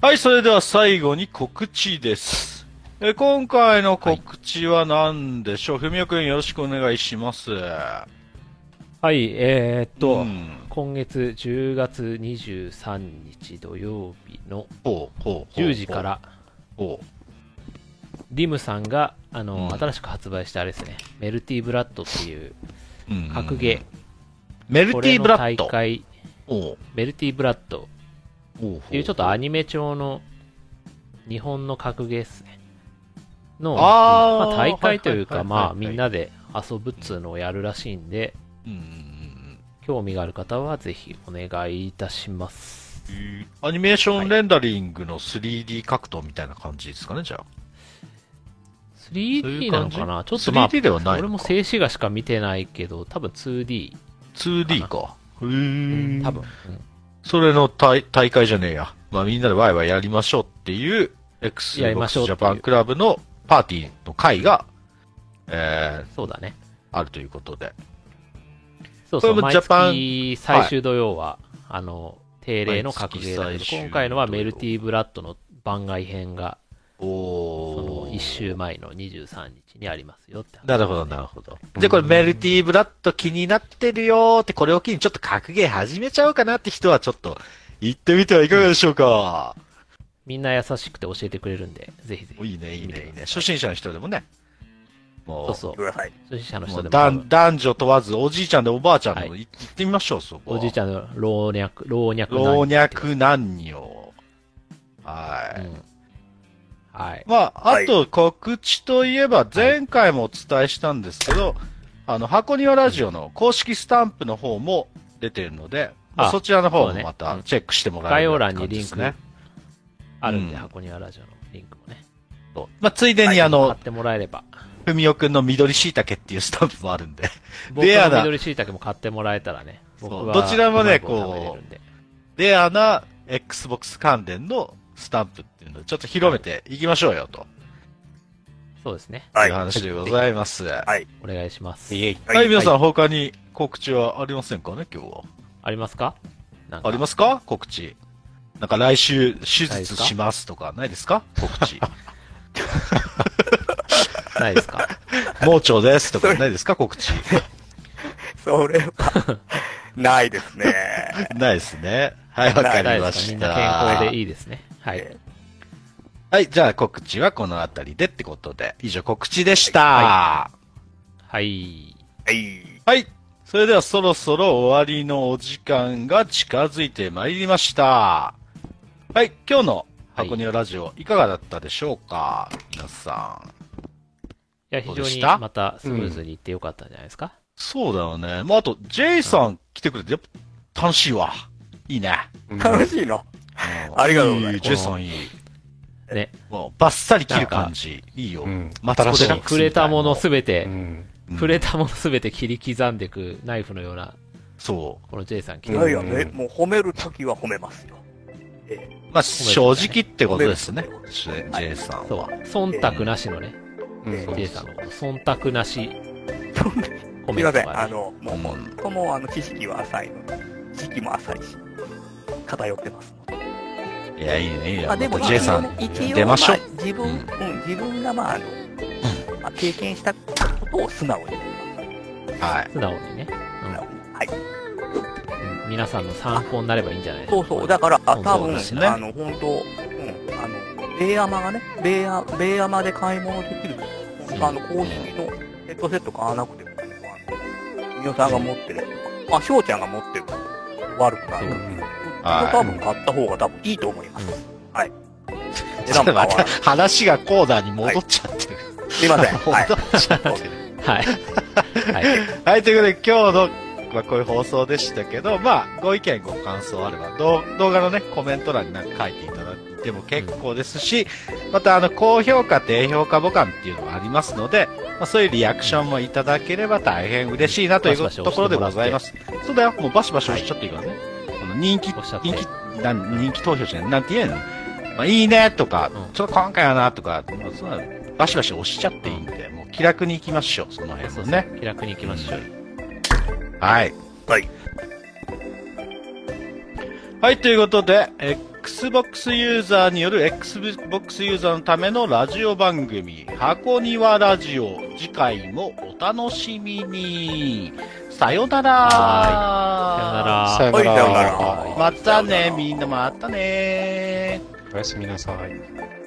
[SPEAKER 1] はい、それでは最後に告知です。え今回の告知は何でしょうふみおくんよろしくお願いします。
[SPEAKER 2] はい、えーっと、
[SPEAKER 1] ん、
[SPEAKER 2] 今月10月23日土曜日の
[SPEAKER 1] ほうほうほう
[SPEAKER 2] 10時か。ら、
[SPEAKER 1] ほう
[SPEAKER 2] リムさんが、あの、
[SPEAKER 1] うん
[SPEAKER 2] 新しく発売したあれですね、メルティーブラッドっていう
[SPEAKER 1] うん
[SPEAKER 2] 格ゲ
[SPEAKER 1] メ
[SPEAKER 2] ー、
[SPEAKER 1] ル
[SPEAKER 2] こ
[SPEAKER 1] ティー
[SPEAKER 2] れの
[SPEAKER 1] ブラッ
[SPEAKER 2] 大
[SPEAKER 1] ド。
[SPEAKER 2] 会、
[SPEAKER 1] おう
[SPEAKER 2] メルティーブラッド
[SPEAKER 1] お
[SPEAKER 2] っていうちょっとア
[SPEAKER 1] ニ
[SPEAKER 2] ニメ調の日本の格ゲーですね。の、
[SPEAKER 1] あー
[SPEAKER 2] まあ、大会という
[SPEAKER 1] は
[SPEAKER 2] か、
[SPEAKER 1] いはいはいはい
[SPEAKER 2] まあみんなで遊ぶっつうのをやるらしいんで、興味がある方はぜひお願いいたします。
[SPEAKER 1] アニメーションレンダリングの 3D 格闘みたいな感じですかね、じゃあ。そうい
[SPEAKER 2] 3D
[SPEAKER 1] う
[SPEAKER 2] な
[SPEAKER 1] 感
[SPEAKER 2] の
[SPEAKER 1] じ
[SPEAKER 2] かなちょっとまあ、
[SPEAKER 1] 3D ではない
[SPEAKER 2] 俺
[SPEAKER 1] の
[SPEAKER 2] も
[SPEAKER 1] か。
[SPEAKER 2] 静止画しか見てないけど、多分 2D。
[SPEAKER 1] 2D か。へ
[SPEAKER 2] 多
[SPEAKER 1] ー
[SPEAKER 2] 分。
[SPEAKER 1] それの大大会じゃねえや。まあみんなでワイワイやりましょうっていう、
[SPEAKER 2] やりま
[SPEAKER 1] Xbox
[SPEAKER 2] しょうっ
[SPEAKER 1] ジ
[SPEAKER 2] て
[SPEAKER 1] ャ
[SPEAKER 2] いう
[SPEAKER 1] パンクラブのパーティーの会が、えー、
[SPEAKER 2] そうだね。
[SPEAKER 1] あるということで。
[SPEAKER 2] そうそ
[SPEAKER 1] これ
[SPEAKER 2] う。
[SPEAKER 1] も
[SPEAKER 2] 毎
[SPEAKER 1] ジャパン
[SPEAKER 2] 月最終土曜は、あの、定例の格ゲーだけ
[SPEAKER 1] 毎月最終土曜
[SPEAKER 2] ど、今回のはメルティーブラッドの番外編が、そ
[SPEAKER 1] お
[SPEAKER 2] の1周前の23日にありますよって話。
[SPEAKER 1] なるほど、なるほど。で、これメルティーブラッド気になってるよーって、これを機にちょっと格ゲー始めちゃおうかなって人はちょっと、行ってみてはいかがでしょうか、
[SPEAKER 2] みんな優しくて教えてくれるんで、ぜひぜひ。
[SPEAKER 1] いいね、いい
[SPEAKER 2] 見て
[SPEAKER 1] ね、いい
[SPEAKER 2] く
[SPEAKER 1] ね。
[SPEAKER 2] ださ
[SPEAKER 1] 初心者の人でもね。もう、
[SPEAKER 2] そうそう
[SPEAKER 3] く。ださい。
[SPEAKER 2] 初心者
[SPEAKER 1] も
[SPEAKER 2] の人
[SPEAKER 1] う
[SPEAKER 2] でも多
[SPEAKER 1] 男
[SPEAKER 2] 分。
[SPEAKER 1] 男女問わず、おじいちゃんでおばあちゃんでも
[SPEAKER 2] はい
[SPEAKER 1] 行ってみましょう、そこ。
[SPEAKER 2] おじいちゃんの老若、老若男
[SPEAKER 1] 老
[SPEAKER 2] 女っていう
[SPEAKER 1] 若男女。はい。
[SPEAKER 2] うんはい。
[SPEAKER 1] まあ、
[SPEAKER 3] はい
[SPEAKER 1] あと告知といえば、前回もお伝えしたんですけど、あの、箱庭ラジオの公式スタンプの方も出てるので、まあ
[SPEAKER 2] あ
[SPEAKER 1] そちらの方
[SPEAKER 2] そう
[SPEAKER 1] も
[SPEAKER 2] ね
[SPEAKER 1] ま
[SPEAKER 2] う
[SPEAKER 1] た
[SPEAKER 2] ん
[SPEAKER 1] チェックしてもらえ
[SPEAKER 2] 概
[SPEAKER 1] る
[SPEAKER 2] 要
[SPEAKER 1] よう
[SPEAKER 2] 欄
[SPEAKER 1] な感
[SPEAKER 2] に
[SPEAKER 1] じ
[SPEAKER 2] リ
[SPEAKER 1] で
[SPEAKER 2] ン
[SPEAKER 1] す
[SPEAKER 2] ク
[SPEAKER 1] ね。
[SPEAKER 2] あるんで、
[SPEAKER 1] うん
[SPEAKER 2] 箱庭ラジオのリンクもね。
[SPEAKER 1] まあ、ついで
[SPEAKER 3] は
[SPEAKER 1] に
[SPEAKER 3] い
[SPEAKER 1] あ
[SPEAKER 2] 買っ
[SPEAKER 1] の、
[SPEAKER 2] てもらえれば。
[SPEAKER 1] ふみおくんの緑椎茸っていうスタンプもあるんで。
[SPEAKER 2] 僕
[SPEAKER 1] レア
[SPEAKER 2] の
[SPEAKER 1] な
[SPEAKER 2] 緑椎茸も買ってもらえたらね。
[SPEAKER 1] そう
[SPEAKER 2] 僕は
[SPEAKER 1] どちらもね
[SPEAKER 2] うまい棒食べれるんで
[SPEAKER 1] レアな Xbox 関連のスタンプっていうのをちょっと広めていきましょうよ、と。
[SPEAKER 2] そうですね。
[SPEAKER 3] はいいう
[SPEAKER 1] 話でございます。はい
[SPEAKER 3] い、
[SPEAKER 2] お願いします。
[SPEAKER 4] イエイ。
[SPEAKER 1] はい皆さん他に告知はありませんかね、今日は。
[SPEAKER 2] ありますかなんか
[SPEAKER 1] ありますか告知。なんか来週手術しますとかないですか告知。
[SPEAKER 2] ないで すか
[SPEAKER 1] 盲腸ですとかないですか告知。
[SPEAKER 3] それは、ないですね。
[SPEAKER 1] ないですね。はい、わか
[SPEAKER 2] ない
[SPEAKER 1] り
[SPEAKER 2] で
[SPEAKER 1] ます
[SPEAKER 2] かみ
[SPEAKER 1] し
[SPEAKER 2] んな健
[SPEAKER 1] た
[SPEAKER 2] 康で。いいですね。はい。
[SPEAKER 1] はい、じゃあ告知はこのあたりでってことで。以上告知でした。は
[SPEAKER 2] ははい。
[SPEAKER 3] はい。
[SPEAKER 1] い。それではそろそろ終わりのお時間が近づいてまいりました。はい、今日の
[SPEAKER 2] はい
[SPEAKER 1] 箱庭ラジオ、いかがだったでしょうか皆さん。
[SPEAKER 2] いや、非
[SPEAKER 1] どうで
[SPEAKER 2] 常
[SPEAKER 1] し
[SPEAKER 2] に
[SPEAKER 1] た
[SPEAKER 2] またスムーズにいってよかったんじゃないですか。
[SPEAKER 1] そうだよね。まあ、あと、J さん来てくれて、やっぱ楽しいわ。いいね。
[SPEAKER 3] 楽しいの。
[SPEAKER 1] うん
[SPEAKER 3] ありがとうございます
[SPEAKER 1] いい J さんいい。
[SPEAKER 2] ね。
[SPEAKER 1] もう、バッサリ切る感じ。いいよ。
[SPEAKER 4] うん。
[SPEAKER 1] マツコ
[SPEAKER 4] 新し
[SPEAKER 1] デ
[SPEAKER 4] い
[SPEAKER 1] ラックス
[SPEAKER 2] 触れたものすべ
[SPEAKER 4] う
[SPEAKER 2] て、
[SPEAKER 4] ん。
[SPEAKER 1] うん
[SPEAKER 2] 触れたものすべて切り刻んでいくナイフのような、
[SPEAKER 1] そ
[SPEAKER 2] この J さん来
[SPEAKER 3] い
[SPEAKER 2] て
[SPEAKER 3] やいや、
[SPEAKER 4] うん
[SPEAKER 3] ね、もう褒めるときは褒めますよ。え
[SPEAKER 1] う。まあ、正直ってことですね
[SPEAKER 3] 褒める。
[SPEAKER 1] J J さん
[SPEAKER 2] そう
[SPEAKER 1] は。、
[SPEAKER 2] 忖度なしのね、
[SPEAKER 4] うん
[SPEAKER 3] そう
[SPEAKER 2] J さんのこと、忖度なし
[SPEAKER 3] えそんなす
[SPEAKER 2] コメ
[SPEAKER 3] み
[SPEAKER 2] ントが、
[SPEAKER 3] ま
[SPEAKER 2] ね。
[SPEAKER 3] せん、あの、もう
[SPEAKER 1] もう
[SPEAKER 3] 本当もうあの、知識は浅いので、知識も浅いし、偏ってますので。
[SPEAKER 1] いや、いいね、いいね。
[SPEAKER 3] まあでも、
[SPEAKER 1] また J さん、
[SPEAKER 3] 一応
[SPEAKER 1] 出ましょう
[SPEAKER 3] あ自分、うん、自分がまあ、あの、まあ経験したことを素直に。
[SPEAKER 1] はい。
[SPEAKER 2] 素直にね、
[SPEAKER 3] はい。
[SPEAKER 2] うん皆さんの参考になればいいんじゃないです
[SPEAKER 3] そ
[SPEAKER 2] か。
[SPEAKER 3] うそう。だから、あ、多
[SPEAKER 1] そう
[SPEAKER 3] 分、
[SPEAKER 1] ですね
[SPEAKER 3] あの、本当うん、あの、ベイアマがね、ベイア、ベイアマで買い物できる。本当あの、公式のヘッドセット買わなくても、あの、みよさんが持ってるとか、まあ、しょうちゃんが持ってると悪くない。
[SPEAKER 2] そう
[SPEAKER 1] はい
[SPEAKER 3] 多分買った方が多分いいと思います。はい。
[SPEAKER 1] ちょっと ま
[SPEAKER 3] 変わ
[SPEAKER 1] た
[SPEAKER 3] らない
[SPEAKER 1] 話がコーナーに戻っちゃってる。
[SPEAKER 3] すいません。はい。
[SPEAKER 1] 戻っちゃってる。
[SPEAKER 2] はい。はい。
[SPEAKER 1] はい、ということで今日の、まあ、こういう放送でしたけど、まあ、ご意見、ご感想あれば、動動画のね、コメント欄になんか書いていただいても結構ですし、また、あの、高評価、低評価ボカンっていうのもありますので、まあ、そういうリアクションもいただければ大変嬉しいなという
[SPEAKER 2] バシバシ
[SPEAKER 1] と
[SPEAKER 2] 押
[SPEAKER 1] こ
[SPEAKER 2] しても
[SPEAKER 1] ろ
[SPEAKER 2] らっ
[SPEAKER 1] で
[SPEAKER 2] て
[SPEAKER 1] ございます。そうだよ、もうバシバシ押しちゃっていいからね。この人気
[SPEAKER 2] おっしゃって
[SPEAKER 1] 人。気、なん、人気投票じゃない、なんて言えんのまあ、いいねとか、
[SPEAKER 2] うん
[SPEAKER 1] ちょっと今回はなとか、まあ、そんなのバシバシ押しちゃっていいんで、もう気楽に行きましょう、その辺
[SPEAKER 2] そ
[SPEAKER 1] も
[SPEAKER 2] う
[SPEAKER 1] ね
[SPEAKER 2] ね。。気楽に行きましょう。
[SPEAKER 1] はい。
[SPEAKER 3] はい。
[SPEAKER 1] はい、ということで、Xbox ユーザーによる Xbox ユーザーのためのラジオ番組、箱庭ラジオ、次回もお楽しみに。さよなら
[SPEAKER 2] さよなら。
[SPEAKER 4] さよな
[SPEAKER 3] はいさよな
[SPEAKER 4] ら
[SPEAKER 3] ら。
[SPEAKER 1] またね、みんなまたね
[SPEAKER 4] おやすみなさい。